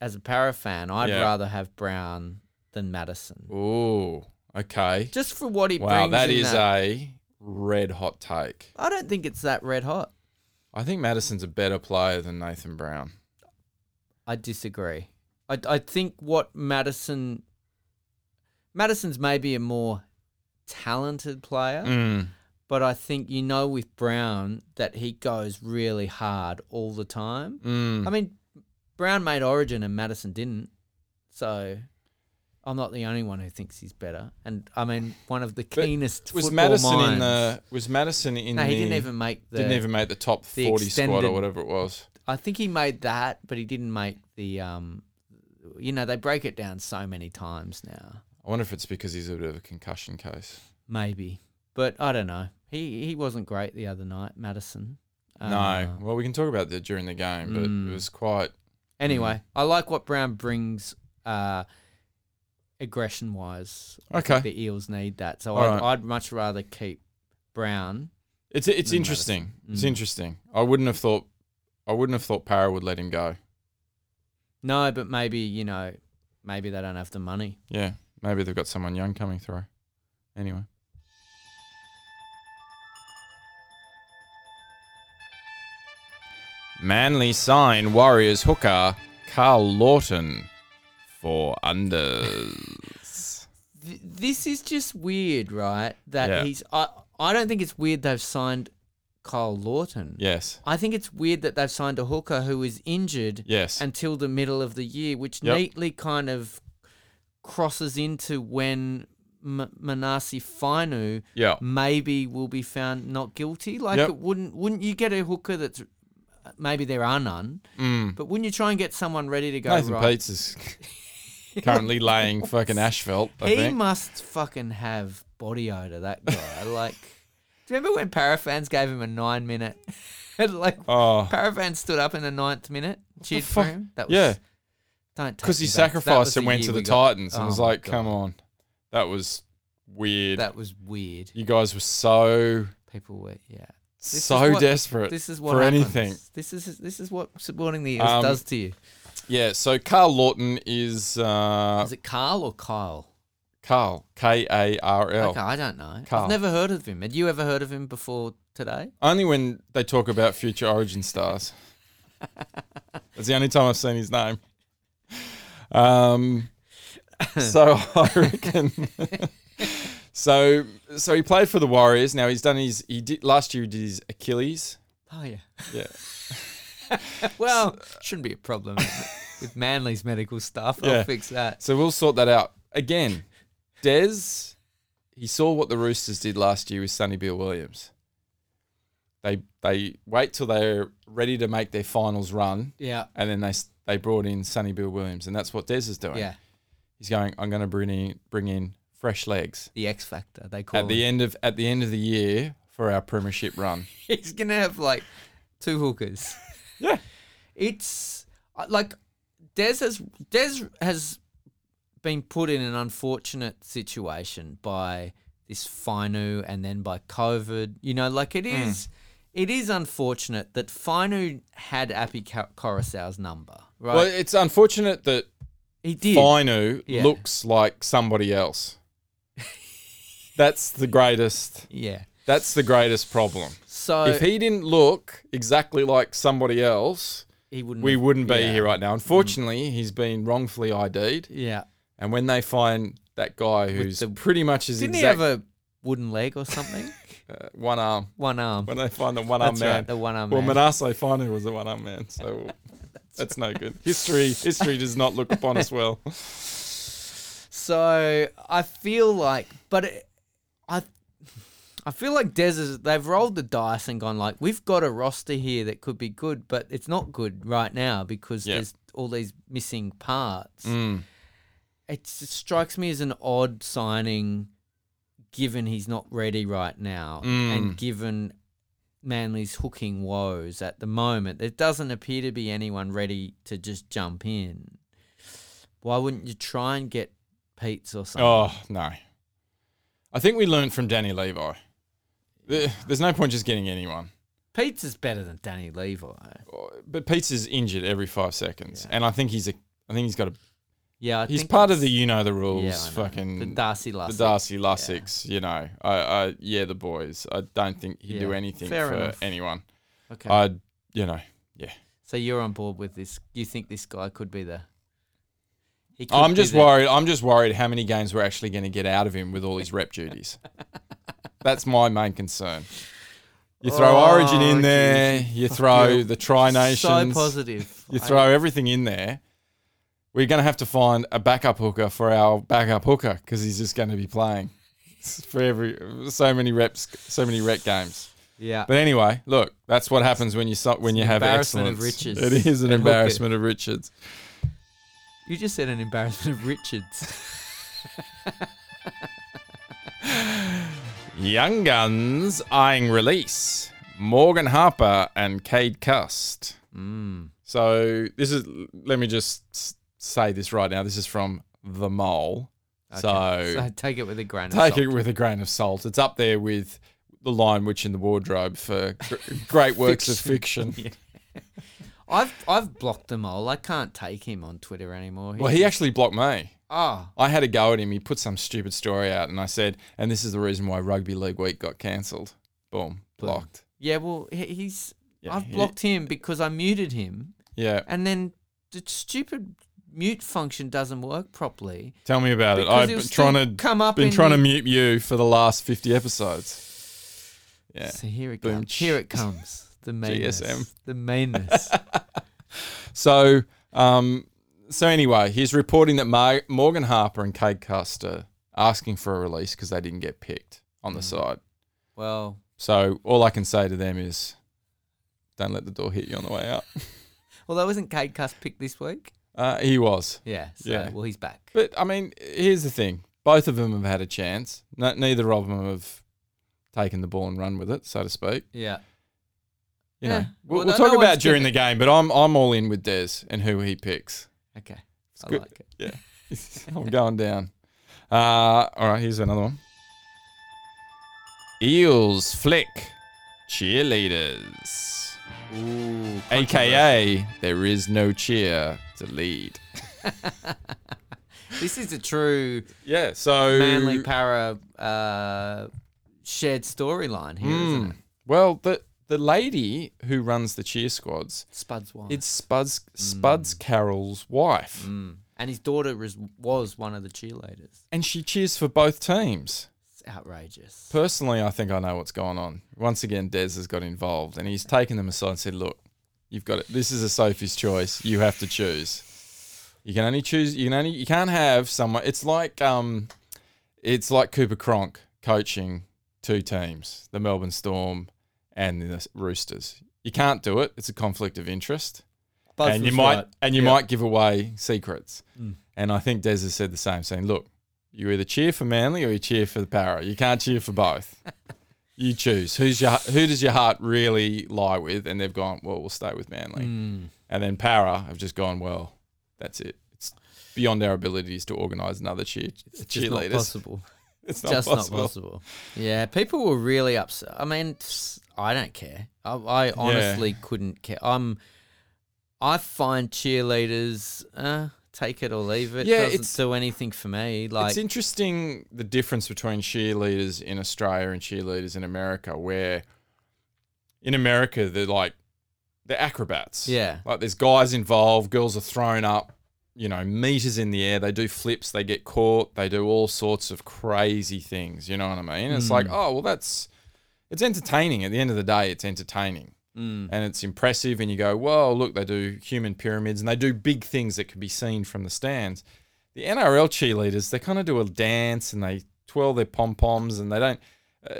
[SPEAKER 3] as a para fan. I'd
[SPEAKER 2] Yeah.
[SPEAKER 3] rather have Brown than Madison,
[SPEAKER 2] Ooh, okay.
[SPEAKER 3] just for what he
[SPEAKER 2] Wow,
[SPEAKER 3] brings.
[SPEAKER 2] that
[SPEAKER 3] in
[SPEAKER 2] is uh,
[SPEAKER 3] that.
[SPEAKER 2] a red hot take.
[SPEAKER 3] I don't think it's that red hot.
[SPEAKER 2] I think Madison's a better player than Nathan Brown.
[SPEAKER 3] I disagree. I, I think what Madison. Madison's maybe a more talented player,
[SPEAKER 2] Mm.
[SPEAKER 3] but I think you know with Brown that he goes really hard all the time.
[SPEAKER 2] Mm.
[SPEAKER 3] I mean, Brown made Origin and Madison didn't. So I'm not the only one who thinks he's better. And I mean, one of the keenest
[SPEAKER 2] Was
[SPEAKER 3] football
[SPEAKER 2] Madison
[SPEAKER 3] minds.
[SPEAKER 2] in the? Was Madison in?
[SPEAKER 3] No,
[SPEAKER 2] the,
[SPEAKER 3] he didn't even make the.
[SPEAKER 2] didn't even make the top
[SPEAKER 3] the
[SPEAKER 2] forty squad
[SPEAKER 3] extended-
[SPEAKER 2] or whatever it was.
[SPEAKER 3] I think he made that, but he didn't make the. Um, you know, they break it down so many times now.
[SPEAKER 2] I wonder if it's because he's a bit of a concussion case.
[SPEAKER 3] Maybe, but I don't know. He he wasn't great the other night, Madison. Uh,
[SPEAKER 2] no. Well, we can talk about that during the game, but
[SPEAKER 3] Mm.
[SPEAKER 2] it was quite.
[SPEAKER 3] Anyway, I like what Brown brings uh, aggression wise.
[SPEAKER 2] Okay.
[SPEAKER 3] The Eels need that. So
[SPEAKER 2] All
[SPEAKER 3] I'd,
[SPEAKER 2] right.
[SPEAKER 3] I'd much rather keep Brown.
[SPEAKER 2] It's it's
[SPEAKER 3] than
[SPEAKER 2] interesting. It's
[SPEAKER 3] Mm.
[SPEAKER 2] interesting. I wouldn't have thought. I wouldn't have thought Para would let him go.
[SPEAKER 3] No, but maybe, you know, maybe they don't have the money.
[SPEAKER 2] Yeah, maybe they've got someone young coming through. Anyway. Manly sign Warriors hooker Carl Lawton for unders.
[SPEAKER 3] Th- this is just weird, right? That
[SPEAKER 2] Yeah.
[SPEAKER 3] he's. I, I don't think it's weird they've signed Kyle Lawton.
[SPEAKER 2] yes.
[SPEAKER 3] I think it's weird that they've signed a hooker who is injured
[SPEAKER 2] Yes.
[SPEAKER 3] until the middle of the year, which
[SPEAKER 2] Yep.
[SPEAKER 3] neatly kind of crosses into when M- Manasi Finu
[SPEAKER 2] yeah.
[SPEAKER 3] maybe will be found not guilty. Like
[SPEAKER 2] Yep.
[SPEAKER 3] it wouldn't wouldn't you get a hooker that's maybe there are none,
[SPEAKER 2] Mm.
[SPEAKER 3] but wouldn't you try and get someone ready to go?
[SPEAKER 2] Nathan
[SPEAKER 3] right,
[SPEAKER 2] Peets
[SPEAKER 3] (laughs)
[SPEAKER 2] is currently laying fucking asphalt, I
[SPEAKER 3] he
[SPEAKER 2] think.
[SPEAKER 3] must fucking have body odor.
[SPEAKER 2] (laughs)
[SPEAKER 3] That guy, like. Do you remember when Parafans gave him a nine minute? (laughs) like
[SPEAKER 2] Oh,
[SPEAKER 3] Paravan stood up in the ninth minute, cheered for
[SPEAKER 2] fuck?
[SPEAKER 3] him. That was
[SPEAKER 2] yeah.
[SPEAKER 3] Don't
[SPEAKER 2] Because he sacrificed and went to the Titans
[SPEAKER 3] Oh
[SPEAKER 2] and was like, come on. That was weird.
[SPEAKER 3] That was weird.
[SPEAKER 2] you guys were so
[SPEAKER 3] People were yeah. is
[SPEAKER 2] so
[SPEAKER 3] what-
[SPEAKER 2] desperate
[SPEAKER 3] This is what
[SPEAKER 2] for
[SPEAKER 3] happens.
[SPEAKER 2] anything.
[SPEAKER 3] This is this is what supporting the Eels
[SPEAKER 2] Um,
[SPEAKER 3] does to you.
[SPEAKER 2] Yeah, so Carl Lawton is uh,
[SPEAKER 3] Is it Carl or Kyle?
[SPEAKER 2] Carl, K A R
[SPEAKER 3] Okay,
[SPEAKER 2] L.
[SPEAKER 3] I don't know.
[SPEAKER 2] Carl.
[SPEAKER 3] I've never heard of him. Had you ever heard of him before today?
[SPEAKER 2] Only when they talk about future origin
[SPEAKER 3] (laughs)
[SPEAKER 2] stars. That's the only time I've seen his name.
[SPEAKER 3] (laughs)
[SPEAKER 2] Um, so I reckon. (laughs) so so he played for the Warriors. Now he's done his he did last year he did his Achilles.
[SPEAKER 3] Oh yeah.
[SPEAKER 2] Yeah.
[SPEAKER 3] (laughs) Well, shouldn't be a (laughs) problem is it? with Manly's medical stuff.
[SPEAKER 2] Yeah.
[SPEAKER 3] I'll fix that.
[SPEAKER 2] So we'll sort that out. Again, Des, he saw what the Roosters did last year with Sonny Bill Williams. They they wait till they're ready to make their finals run,
[SPEAKER 3] Yeah.
[SPEAKER 2] and then they s- they brought in Sonny Bill Williams, and that's what Des is doing.
[SPEAKER 3] Yeah.
[SPEAKER 2] He's going, I'm going to bring in bring in fresh legs
[SPEAKER 3] The X Factor. They call
[SPEAKER 2] at the
[SPEAKER 3] him.
[SPEAKER 2] end of at the end of the year for our premiership (laughs) run.
[SPEAKER 3] (laughs) He's gonna have like two hookers.
[SPEAKER 2] (laughs) Yeah.
[SPEAKER 3] It's I- like Des has Des has been put in an unfortunate situation by this Finu and then by COVID. You know, like it
[SPEAKER 2] Mm.
[SPEAKER 3] is it is unfortunate that Finu had Appy Ca- Coruscant's number, right?
[SPEAKER 2] Well, it's unfortunate that
[SPEAKER 3] he did.
[SPEAKER 2] Finu
[SPEAKER 3] Yeah.
[SPEAKER 2] looks like somebody (laughs) else. that's the greatest.
[SPEAKER 3] Yeah.
[SPEAKER 2] That's the greatest problem.
[SPEAKER 3] So
[SPEAKER 2] if he didn't look exactly like somebody else,
[SPEAKER 3] he wouldn't
[SPEAKER 2] we
[SPEAKER 3] have-
[SPEAKER 2] wouldn't be
[SPEAKER 3] Mm. yeah.
[SPEAKER 2] here right now. Unfortunately, he's been wrongfully ID'd,
[SPEAKER 3] Yeah.
[SPEAKER 2] and when they find that guy who's
[SPEAKER 3] the-
[SPEAKER 2] pretty much his
[SPEAKER 3] Didn't he
[SPEAKER 2] exact
[SPEAKER 3] have a wooden leg or something? (laughs)
[SPEAKER 2] uh, one arm,
[SPEAKER 3] One arm.
[SPEAKER 2] when they find the one arm
[SPEAKER 3] That's
[SPEAKER 2] man,
[SPEAKER 3] right, the one arm
[SPEAKER 2] well,
[SPEAKER 3] man.
[SPEAKER 2] Manasseh finally was the one arm man,
[SPEAKER 3] (laughs)
[SPEAKER 2] so that's, no good. History, history does not look upon us
[SPEAKER 3] (laughs)
[SPEAKER 2] well.
[SPEAKER 3] So I feel like, but it, I, I feel like Des is they've rolled the dice and gone like we've got a roster here that could be good, but it's not good right now because
[SPEAKER 2] Yeah.
[SPEAKER 3] there's all these missing parts. It's, it strikes me as an odd signing, given he's not ready right now, and given Manly's hooking woes at the moment. There doesn't appear to be anyone ready to just jump in. Why wouldn't you try and get Pete's or something?
[SPEAKER 2] Oh no, I think we learned from Danny Levi. There- There's no point just getting anyone.
[SPEAKER 3] Pete's is better than Danny Levi.
[SPEAKER 2] but Pete's is injured every five seconds, and I think he's a. I think he's got a.
[SPEAKER 3] Yeah, I
[SPEAKER 2] He's
[SPEAKER 3] think
[SPEAKER 2] part of the
[SPEAKER 3] it's-
[SPEAKER 2] you know the rules.
[SPEAKER 3] yeah, I know.
[SPEAKER 2] fucking
[SPEAKER 3] the Darcy
[SPEAKER 2] the
[SPEAKER 3] last.
[SPEAKER 2] Darcy Lussicks. You know, I, I yeah the boys. I don't think he'd do
[SPEAKER 3] Yeah,
[SPEAKER 2] anything
[SPEAKER 3] fair
[SPEAKER 2] for
[SPEAKER 3] enough.
[SPEAKER 2] anyone.
[SPEAKER 3] Okay,
[SPEAKER 2] I'd you know.
[SPEAKER 3] so you're on board with this. You think this guy could be the? He could
[SPEAKER 2] I'm
[SPEAKER 3] be
[SPEAKER 2] just
[SPEAKER 3] the-
[SPEAKER 2] worried. I'm just worried how many games we're actually going to get out of him with all his rep
[SPEAKER 3] (laughs)
[SPEAKER 2] duties. That's my main concern. You throw
[SPEAKER 3] Oh,
[SPEAKER 2] Origin in there.
[SPEAKER 3] geez,
[SPEAKER 2] You
[SPEAKER 3] fuck
[SPEAKER 2] throw
[SPEAKER 3] you.
[SPEAKER 2] the Tri Nations.
[SPEAKER 3] So positive.
[SPEAKER 2] (laughs) You
[SPEAKER 3] I-
[SPEAKER 2] throw everything in there, We're going to have to find a backup hooker for our backup hooker because he's just going to be playing (laughs) for every so many reps, so many rep games.
[SPEAKER 3] Yeah.
[SPEAKER 2] But anyway, look, that's what happens when you so, when you have
[SPEAKER 3] embarrassment of
[SPEAKER 2] excellence.
[SPEAKER 3] riches.
[SPEAKER 2] It is an
[SPEAKER 3] And hooker.
[SPEAKER 2] embarrassment of Richards.
[SPEAKER 3] you just said an embarrassment of Richards.
[SPEAKER 2] (laughs)
[SPEAKER 3] (laughs)
[SPEAKER 2] Young Guns eyeing release. Morgan Harper and Cade Cust.
[SPEAKER 3] Mm.
[SPEAKER 2] So this is. Let me just s- say this right now. This is from the Mole.
[SPEAKER 3] Okay,
[SPEAKER 2] So,
[SPEAKER 3] so take it with a grain of
[SPEAKER 2] take
[SPEAKER 3] salt.
[SPEAKER 2] it with a grain of salt. It's up there with the Lion Witch in the Wardrobe for gr- (laughs) great works of fiction. (laughs)
[SPEAKER 3] I've I've blocked them all. I can't take him on Twitter anymore.
[SPEAKER 2] Well, he actually blocked me.
[SPEAKER 3] oh
[SPEAKER 2] I had a go at him. He put some stupid story out, and I said, "And this is the reason why Rugby League Week got cancelled." Boom, blocked.
[SPEAKER 3] yeah. Well, he, he's
[SPEAKER 2] Yeah,
[SPEAKER 3] I've
[SPEAKER 2] he-
[SPEAKER 3] blocked him because I muted him,
[SPEAKER 2] Yeah,
[SPEAKER 3] and then the stupid mute function doesn't work properly.
[SPEAKER 2] tell me about it.
[SPEAKER 3] Because
[SPEAKER 2] I've
[SPEAKER 3] he'll
[SPEAKER 2] been
[SPEAKER 3] still
[SPEAKER 2] trying to
[SPEAKER 3] come up
[SPEAKER 2] been
[SPEAKER 3] in
[SPEAKER 2] trying to
[SPEAKER 3] the-
[SPEAKER 2] mute you for the last fifty episodes. Yeah.
[SPEAKER 3] (laughs) So here it
[SPEAKER 2] Boom.
[SPEAKER 3] comes. Here
[SPEAKER 2] (laughs)
[SPEAKER 3] it comes. The meanness.
[SPEAKER 2] GSM. (laughs)
[SPEAKER 3] The meanness.
[SPEAKER 2] So, um, so anyway, he's reporting that Mar- Morgan Harper and Cade Custer asking for a release because they didn't get picked on the
[SPEAKER 3] Mm.
[SPEAKER 2] side.
[SPEAKER 3] well,
[SPEAKER 2] So all I can say to them is, don't let the door hit you on the way out.
[SPEAKER 3] well, that wasn't Cade Cuss picked this week.
[SPEAKER 2] Uh, he was.
[SPEAKER 3] Yeah. So,
[SPEAKER 2] Yeah.
[SPEAKER 3] Well, he's back.
[SPEAKER 2] But I mean, here's the thing: both of them have had a chance. No, neither of them have taken the ball and run with it, so to speak.
[SPEAKER 3] yeah.
[SPEAKER 2] You
[SPEAKER 3] Yeah.
[SPEAKER 2] know, we'll,
[SPEAKER 3] Well,
[SPEAKER 2] we'll
[SPEAKER 3] no-
[SPEAKER 2] talk
[SPEAKER 3] no
[SPEAKER 2] about it
[SPEAKER 3] one's
[SPEAKER 2] during
[SPEAKER 3] gonna-
[SPEAKER 2] the game. But I'm I'm all in with Des and who he picks.
[SPEAKER 3] Okay. I
[SPEAKER 2] good.
[SPEAKER 3] like it.
[SPEAKER 2] I'm going Oh, down. Uh, all right, here's another one. Eels flick cheerleaders,
[SPEAKER 3] Ooh.
[SPEAKER 2] aka there is no cheer to lead.
[SPEAKER 3] This is a true
[SPEAKER 2] Yeah, so
[SPEAKER 3] manly para uh, shared storyline here,
[SPEAKER 2] Hmm.
[SPEAKER 3] not it?
[SPEAKER 2] Well, the the lady who runs the cheer squads,
[SPEAKER 3] Spud's wife.
[SPEAKER 2] it's Spuds Spuds Carroll's wife,
[SPEAKER 3] Mm. And his daughter was, was one of the cheerleaders.
[SPEAKER 2] and she cheers for both teams.
[SPEAKER 3] It's outrageous.
[SPEAKER 2] Personally, I think I know what's going on. Once again, Dez has got involved, and he's taken them aside and said, "Look, you've got it. This is a Sophie's choice. You have to choose. You can only choose. You can only. You can't have someone. It's like um, it's like Cooper Cronk coaching two teams, the Melbourne Storm and the Roosters. You can't do it. It's a conflict of interest."
[SPEAKER 3] Buzz
[SPEAKER 2] and you
[SPEAKER 3] was
[SPEAKER 2] might
[SPEAKER 3] right.
[SPEAKER 2] and you
[SPEAKER 3] Yeah. Mm.
[SPEAKER 2] might give away secrets. And I think Des has said the same, saying, "Look, you either cheer for Manly or you cheer for the Para. You can't cheer for
[SPEAKER 3] (laughs)
[SPEAKER 2] both. you choose who's your who does your heart really lie with." And they've gone, "Well, we'll stay with Manly."
[SPEAKER 3] Mm.
[SPEAKER 2] And then Para have just gone, "Well, that's it. It's beyond our abilities to organise another cheer
[SPEAKER 3] It's just not
[SPEAKER 2] cheerleaders.
[SPEAKER 3] possible.
[SPEAKER 2] (laughs) it's
[SPEAKER 3] just not possible. Yeah, people were really upset. I mean, s- I don't care. I, I honestly couldn't care. I'm. I find cheerleaders uh, take it or leave it.
[SPEAKER 2] Yeah,
[SPEAKER 3] doesn't
[SPEAKER 2] it's-
[SPEAKER 3] do anything for me. Like
[SPEAKER 2] it's interesting the difference between cheerleaders in Australia and cheerleaders in America, where in America they're like they're acrobats.
[SPEAKER 3] Yeah.
[SPEAKER 2] Like there's guys involved, girls are thrown up, you know, meters in the air, they do flips, they get caught, they do all sorts of crazy things, you know what I mean? It's
[SPEAKER 3] Hmm.
[SPEAKER 2] like, oh well that's it's entertaining. At the end of the day, it's entertaining.
[SPEAKER 3] Mm.
[SPEAKER 2] And it's impressive, and you go, "Whoa! Look, they do human pyramids, and they do big things that can be seen from the stands." the NRL cheerleaders, they kind of do a dance and they twirl their pom poms and they don't. Uh,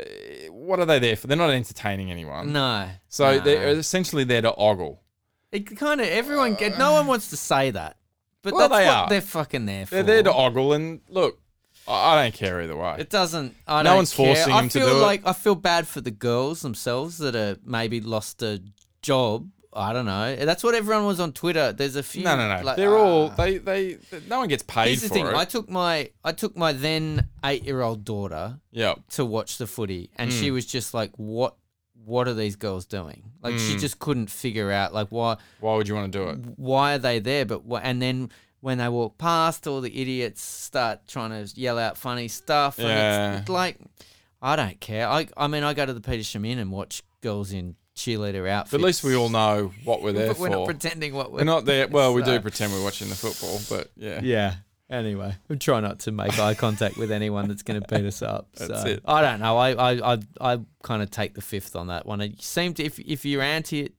[SPEAKER 2] what are they there for? They're not entertaining anyone.
[SPEAKER 3] no.
[SPEAKER 2] So
[SPEAKER 3] no.
[SPEAKER 2] they're essentially there to ogle.
[SPEAKER 3] It kind of everyone get. No one wants to say that, but
[SPEAKER 2] Uh, Well,
[SPEAKER 3] that's
[SPEAKER 2] they
[SPEAKER 3] what
[SPEAKER 2] are.
[SPEAKER 3] they're fucking there for.
[SPEAKER 2] They're there to ogle and look. I I don't care either way.
[SPEAKER 3] It doesn't. I
[SPEAKER 2] No
[SPEAKER 3] don't
[SPEAKER 2] one's
[SPEAKER 3] care.
[SPEAKER 2] forcing
[SPEAKER 3] I
[SPEAKER 2] them to
[SPEAKER 3] feel
[SPEAKER 2] do it.
[SPEAKER 3] like I feel bad for the girls themselves that are maybe lost a job. I don't know. That's what everyone was on Twitter. There's a few.
[SPEAKER 2] no, no, no.
[SPEAKER 3] like,
[SPEAKER 2] they're all
[SPEAKER 3] ah.
[SPEAKER 2] they, they No one gets paid
[SPEAKER 3] Here's the
[SPEAKER 2] for
[SPEAKER 3] thing.
[SPEAKER 2] it.
[SPEAKER 3] I took my I took my then eight year old daughter
[SPEAKER 2] yeah,
[SPEAKER 3] to watch the footy, and she
[SPEAKER 2] Hmm.
[SPEAKER 3] was just like, "What? What are these girls doing?" Like
[SPEAKER 2] Hmm.
[SPEAKER 3] she just couldn't figure out like why
[SPEAKER 2] why would you want to do it?
[SPEAKER 3] why are they there? But wh- and then when they walk past, all the idiots start trying to yell out funny stuff. And
[SPEAKER 2] Yeah.
[SPEAKER 3] it's, it's like I don't care. I I mean, I go to the Peter Shemin and watch girls in cheerleader outfits.
[SPEAKER 2] But at least we all know what we're there
[SPEAKER 3] (laughs) But we're
[SPEAKER 2] for.
[SPEAKER 3] not pretending what we're,
[SPEAKER 2] We're not there. Well, we do
[SPEAKER 3] (laughs) So-
[SPEAKER 2] pretend we're watching the football, but yeah,
[SPEAKER 3] Yeah. Anyway, we try not to make eye contact with anyone that's going to beat us up.
[SPEAKER 2] (laughs) That's
[SPEAKER 3] so
[SPEAKER 2] it.
[SPEAKER 3] I don't know. I I I, I kind of take the fifth on that one. It seemed if if you're anti it,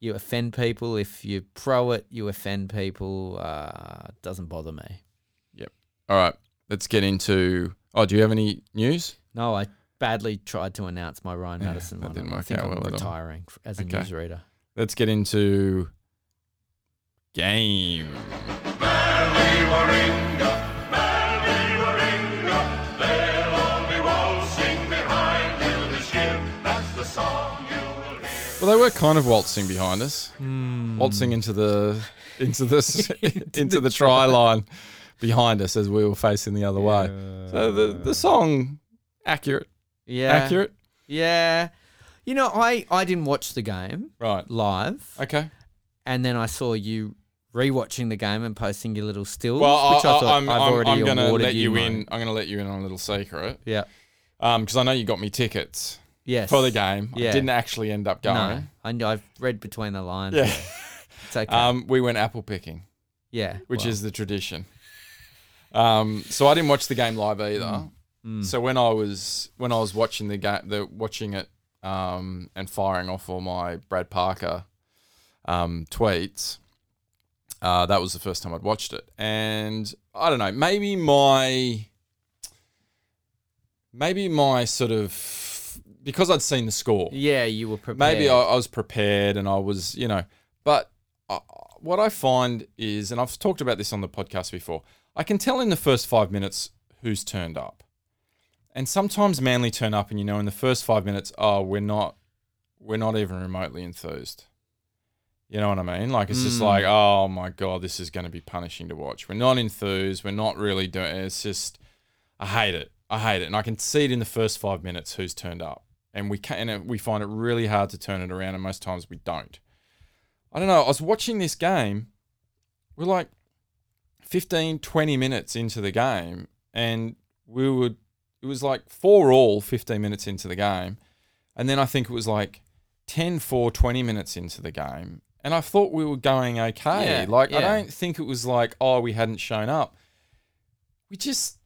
[SPEAKER 3] You offend people. If you pro it, you offend people. Uh, doesn't bother me.
[SPEAKER 2] All right, let's get into. Oh, do you have any news?
[SPEAKER 3] No, I badly tried to announce my Ryan
[SPEAKER 2] Yeah,
[SPEAKER 3] Madison
[SPEAKER 2] that
[SPEAKER 3] one.
[SPEAKER 2] didn't
[SPEAKER 3] I
[SPEAKER 2] work
[SPEAKER 3] think
[SPEAKER 2] out
[SPEAKER 3] I'm
[SPEAKER 2] well at all.
[SPEAKER 3] retiring f- as a
[SPEAKER 2] Okay.
[SPEAKER 3] newsreader.
[SPEAKER 2] Let's get into game. Well, they were kind of waltzing behind us,
[SPEAKER 3] Hmm.
[SPEAKER 2] waltzing into the into
[SPEAKER 3] (laughs)
[SPEAKER 2] this (laughs) into, the try line behind us as we were facing the other way. So the the song accurate,
[SPEAKER 3] Yeah.
[SPEAKER 2] accurate,
[SPEAKER 3] Yeah. You know, I, I didn't watch the game
[SPEAKER 2] right?
[SPEAKER 3] live,
[SPEAKER 2] Okay.
[SPEAKER 3] and then I saw you rewatching the game and posting your little stills,
[SPEAKER 2] Well, I,
[SPEAKER 3] which I, thought
[SPEAKER 2] I, am
[SPEAKER 3] have already
[SPEAKER 2] I'm gonna
[SPEAKER 3] awarded
[SPEAKER 2] let you
[SPEAKER 3] mine.
[SPEAKER 2] in. I'm gonna let you in on a little secret,
[SPEAKER 3] Yeah.
[SPEAKER 2] um, because I know you got me tickets
[SPEAKER 3] Yes.
[SPEAKER 2] for the game. I
[SPEAKER 3] Yeah.
[SPEAKER 2] didn't actually end up
[SPEAKER 3] No,
[SPEAKER 2] going.
[SPEAKER 3] I, know- I've read between the lines.
[SPEAKER 2] Yeah.
[SPEAKER 3] It's okay.
[SPEAKER 2] Um, we went apple picking,
[SPEAKER 3] yeah.
[SPEAKER 2] which
[SPEAKER 3] well,
[SPEAKER 2] is the tradition. Um, so I didn't watch the game live either. So when I was when I was watching the game, the watching it um, and firing off all my Brad Parker um, tweets, uh, that was the first time I'd watched it, and I don't know, maybe my maybe my sort of because I'd seen the score,
[SPEAKER 3] Yeah, you were prepared.
[SPEAKER 2] maybe I, I was prepared and I was, you know, but I, what I find is, and I've talked about this on the podcast before, I can tell in the first five minutes who's turned up. And sometimes Manly turn up and you know in the first five minutes, oh, we're not, we're not even remotely enthused. You know what I mean? Like it's just like, oh my god, this is going to be punishing to watch. We're not enthused. We're not really doing. It's just, I hate it. I hate it, and I can see it in the first five minutes who's turned up, and we can and we find it really hard to turn it around, and most times we don't. I don't know. I was watching this game. We're like 15, 20 minutes into the game, and we would. It was like four all 15 minutes into the game, and then I think it was like 10 4 20 minutes into the game, and I thought we were going okay.
[SPEAKER 3] Yeah,
[SPEAKER 2] like I
[SPEAKER 3] yeah.
[SPEAKER 2] don't think it was like oh we hadn't shown up. We just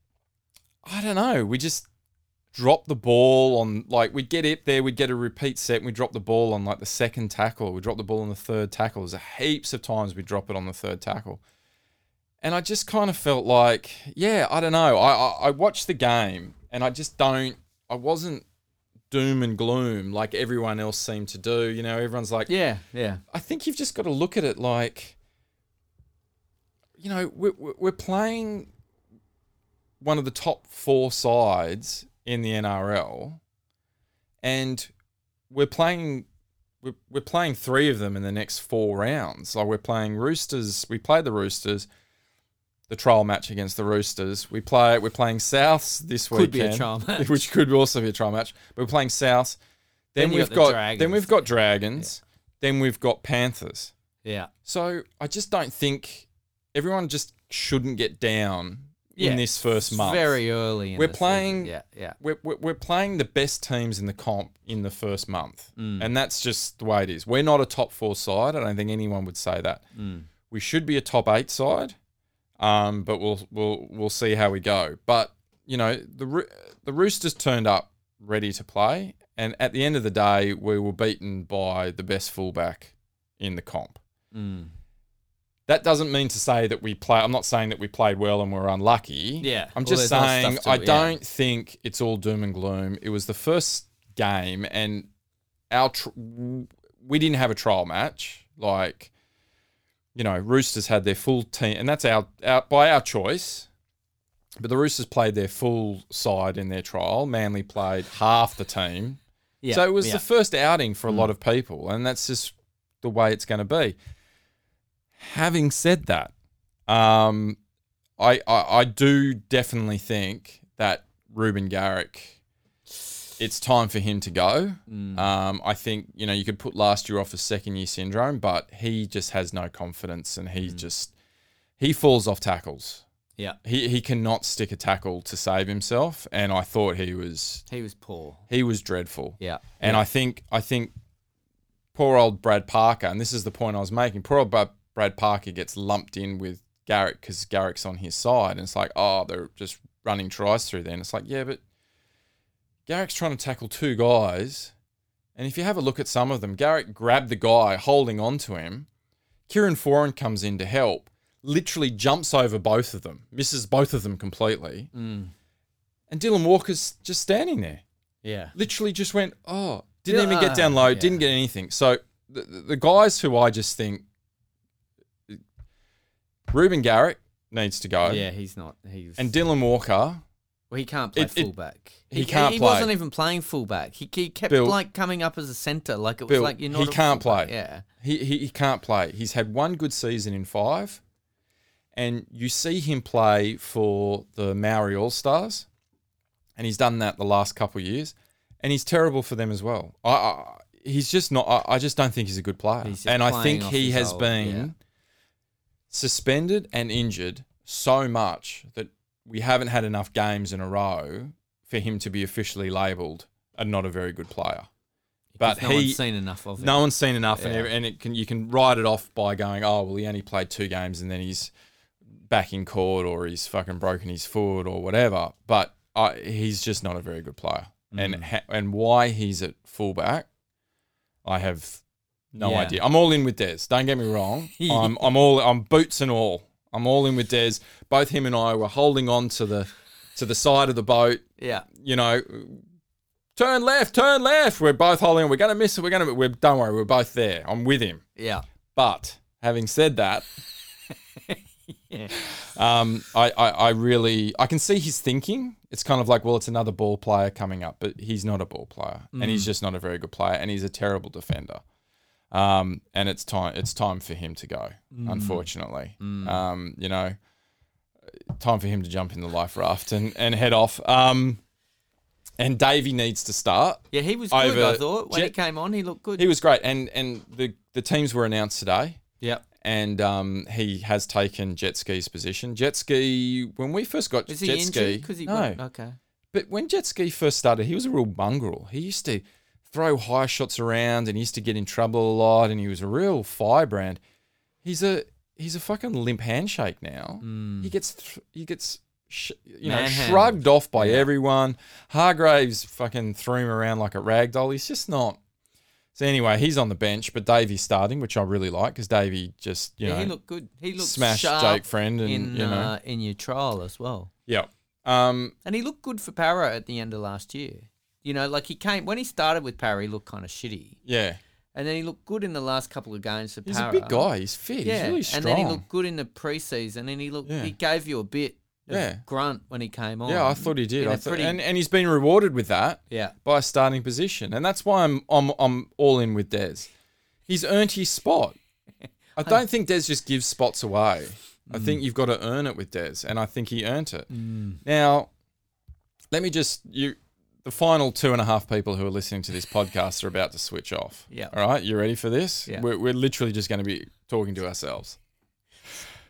[SPEAKER 2] I don't know. We just drop the ball on like we'd get it there, we'd get a repeat set, and we drop the ball on like the second tackle, we drop the ball on the third tackle. There's heaps of times we drop it on the third tackle. And I just kind of felt like, yeah, I don't know. I, I, I watched the game and I just don't I wasn't doom and gloom like everyone else seemed to do. You know, everyone's like,
[SPEAKER 3] Yeah, yeah.
[SPEAKER 2] I think you've just got to look at it like, you know, we're, we're playing one of the top four sides in the NRL, and we're playing we're, we're playing three of them in the next four rounds. Like we're playing Roosters, we play the Roosters, the trial match against the Roosters. We play we're playing Souths this
[SPEAKER 3] Could
[SPEAKER 2] weekend,
[SPEAKER 3] be a trial match.
[SPEAKER 2] (laughs) which could also be a trial match. But we're playing Souths. Then,
[SPEAKER 3] Then you
[SPEAKER 2] we've
[SPEAKER 3] got
[SPEAKER 2] got,
[SPEAKER 3] the
[SPEAKER 2] then
[SPEAKER 3] Dragons.
[SPEAKER 2] we've got Dragons. Then we've got Panthers.
[SPEAKER 3] Yeah.
[SPEAKER 2] So I just don't think everyone just shouldn't get down
[SPEAKER 3] Yeah,
[SPEAKER 2] in this first
[SPEAKER 3] it's
[SPEAKER 2] month.
[SPEAKER 3] Very early. In
[SPEAKER 2] We're
[SPEAKER 3] the season.
[SPEAKER 2] playing-
[SPEAKER 3] Yeah, yeah.
[SPEAKER 2] we're, we're, we're playing the best teams in the comp in the first month.
[SPEAKER 3] Mm.
[SPEAKER 2] And that's just the way it is. We're not a top four side. I don't think anyone would say that.
[SPEAKER 3] Mm.
[SPEAKER 2] We should be a top eight side, um, but we'll, we'll, we'll see how we go. But, you know, the, Roo- the Roosters turned up ready to play. And at the end of the day, we were beaten by the best fullback in the comp.
[SPEAKER 3] Mm.
[SPEAKER 2] That doesn't mean to say that we play. I'm not saying that we played well and we're unlucky.
[SPEAKER 3] Yeah.
[SPEAKER 2] I'm
[SPEAKER 3] Well,
[SPEAKER 2] just
[SPEAKER 3] there's other
[SPEAKER 2] saying
[SPEAKER 3] stuff to
[SPEAKER 2] I
[SPEAKER 3] it, yeah.
[SPEAKER 2] don't think it's all doom and gloom. It was the first game, and our tr- we didn't have a trial match. Like, you know, Roosters had their full team, and that's our, our by our choice. But the Roosters played their full side in their trial. Manly played half the team
[SPEAKER 3] Yeah.
[SPEAKER 2] so it was
[SPEAKER 3] yeah. Mm.
[SPEAKER 2] the first outing for a lot of people, and that's just the way it's going to be. Having said that, um, I, I I do definitely think that Ruben Garrick, it's time for him to go.
[SPEAKER 3] Mm.
[SPEAKER 2] Um, I think you know you could put last year off as second year syndrome, but he just has no confidence, and
[SPEAKER 3] Mm.
[SPEAKER 2] he just he falls off tackles.
[SPEAKER 3] yeah.
[SPEAKER 2] He he cannot stick a tackle to save himself, and I thought he was
[SPEAKER 3] He was poor.
[SPEAKER 2] he was dreadful.
[SPEAKER 3] Yeah.
[SPEAKER 2] And I think I think poor old Brad Parker, and this is the point I was making. Poor old Bra- Brad Parker gets lumped in with Garrick because Garrick's on his side, and it's like, oh, they're just running tries through there, and it's like, yeah, but Garrick's trying to tackle two guys, And if you have a look at some of them, Garrick grabbed the guy holding on to him. Kieran Foran comes in to help, literally jumps over both of them, misses both of them completely. And Dylan Walker's just standing there
[SPEAKER 3] Yeah.
[SPEAKER 2] literally just went, oh, didn't
[SPEAKER 3] Yeah,
[SPEAKER 2] even get down low,
[SPEAKER 3] yeah.
[SPEAKER 2] didn't get anything. So the, the the guys who I just think Ruben Garrick needs to go,
[SPEAKER 3] Yeah, he's not. He's
[SPEAKER 2] Oh. and Dylan Walker,
[SPEAKER 3] well, he can't play
[SPEAKER 2] it- it-
[SPEAKER 3] fullback.
[SPEAKER 2] he can't
[SPEAKER 3] He
[SPEAKER 2] play.
[SPEAKER 3] wasn't even playing fullback. He, he kept
[SPEAKER 2] Bill-
[SPEAKER 3] like coming up as a center, like it was
[SPEAKER 2] Bill,
[SPEAKER 3] like you're not.
[SPEAKER 2] he
[SPEAKER 3] a
[SPEAKER 2] can't
[SPEAKER 3] fullback.
[SPEAKER 2] play.
[SPEAKER 3] Yeah.
[SPEAKER 2] he, he he can't play. He's had one good season in five, and you see him play for the Maori All Stars, and he's done that the last couple of years, and he's terrible for them as well. I. I He's just not. I, I just don't think he's a good player,
[SPEAKER 3] He's just
[SPEAKER 2] and I
[SPEAKER 3] playing
[SPEAKER 2] think
[SPEAKER 3] off
[SPEAKER 2] he
[SPEAKER 3] his
[SPEAKER 2] has
[SPEAKER 3] old-
[SPEAKER 2] been
[SPEAKER 3] yeah.
[SPEAKER 2] suspended and injured so much that we haven't had enough games in a row for him to be officially labelled a not a very good player. But
[SPEAKER 3] But no
[SPEAKER 2] he,
[SPEAKER 3] one's seen enough of him.
[SPEAKER 2] no one's seen enough, and
[SPEAKER 3] Yeah.
[SPEAKER 2] and, and it can you can write it off by going, oh well, he only played two games, and then he's back in court, or he's fucking broken his foot, or whatever. But I, he's just not a very good player,
[SPEAKER 3] Mm.
[SPEAKER 2] and ha- and why he's at fullback, I have no
[SPEAKER 3] Yeah.
[SPEAKER 2] idea. I'm all in with Des. Don't get me
[SPEAKER 3] (laughs)
[SPEAKER 2] wrong. I'm I'm all I'm boots and all. I'm all in with Des. Both him and I were holding on to the to the side of the boat
[SPEAKER 3] Yeah.
[SPEAKER 2] you know, turn left, turn left. We're both holding. on. We're going to miss it. We're going to. We're don't worry. We're both there. I'm with him.
[SPEAKER 3] Yeah.
[SPEAKER 2] But having said that, um, I, I I really I can see his thinking. It's kind of like, well, it's another ball player coming up, but he's not a ball player, and he's just not a very good player, and he's a terrible defender. Um, and it's time it's time for him to go. Unfortunately, um, you know, time for him to jump in the life raft and and head off. Um, and Davey needs to start.
[SPEAKER 3] Yeah. He was good. I
[SPEAKER 2] Over-
[SPEAKER 3] thought when he
[SPEAKER 2] Jet-
[SPEAKER 3] came on, he looked good.
[SPEAKER 2] He was great, and and the the teams were announced today,
[SPEAKER 3] yep.
[SPEAKER 2] and um, he has taken Jet Ski's position. Jet Ski, when we first got
[SPEAKER 3] Is he
[SPEAKER 2] Jet
[SPEAKER 3] injured?
[SPEAKER 2] Ski,
[SPEAKER 3] Because he
[SPEAKER 2] no,
[SPEAKER 3] went- okay.
[SPEAKER 2] but when Jet Ski first started, he was a real mongrel. He used to throw high shots around, and he used to get in trouble a lot, and he was a real firebrand. He's a he's a fucking limp handshake now. He gets th- he gets sh- you know
[SPEAKER 3] Hmm. Manhandled.
[SPEAKER 2] shrugged off by everyone. Hargraves fucking threw him around like a rag doll. He's just not. So anyway, he's on the bench, but Davey's starting, which I really like because Davey just you
[SPEAKER 3] Yeah,
[SPEAKER 2] know
[SPEAKER 3] he looked good. He looked
[SPEAKER 2] smashed
[SPEAKER 3] sharp
[SPEAKER 2] Jake Friend and
[SPEAKER 3] in
[SPEAKER 2] you know
[SPEAKER 3] uh, in your trial as well.
[SPEAKER 2] yeah. Um,
[SPEAKER 3] And he looked good for Para at the end of last year. You know, like he came when he started with Para, he looked kind of shitty,
[SPEAKER 2] yeah,
[SPEAKER 3] and then he looked good in the last couple of games for
[SPEAKER 2] he's
[SPEAKER 3] Para.
[SPEAKER 2] a big guy. He's fit.
[SPEAKER 3] yeah.
[SPEAKER 2] He's really strong.
[SPEAKER 3] And then he looked good in the preseason, and he looked
[SPEAKER 2] Yeah.
[SPEAKER 3] he gave you a bit of
[SPEAKER 2] Yeah.
[SPEAKER 3] grunt when he came on.
[SPEAKER 2] Yeah, I thought he did.
[SPEAKER 3] in
[SPEAKER 2] I
[SPEAKER 3] a
[SPEAKER 2] thought,
[SPEAKER 3] pretty-
[SPEAKER 2] and, and he's been rewarded with that
[SPEAKER 3] yeah,
[SPEAKER 2] by a starting position, and that's why I'm I'm I'm all in with Des. He's earned his spot.
[SPEAKER 3] (laughs)
[SPEAKER 2] I don't think Des just gives spots away.
[SPEAKER 3] Mm.
[SPEAKER 2] I think you've got to earn it with Des, and I think he earned it. Now, let me just you. The final two and a half people who are listening to this podcast are about to switch off.
[SPEAKER 3] Yeah.
[SPEAKER 2] All right, you ready for this?
[SPEAKER 3] Yeah.
[SPEAKER 2] We're, we're literally just going to be talking to ourselves.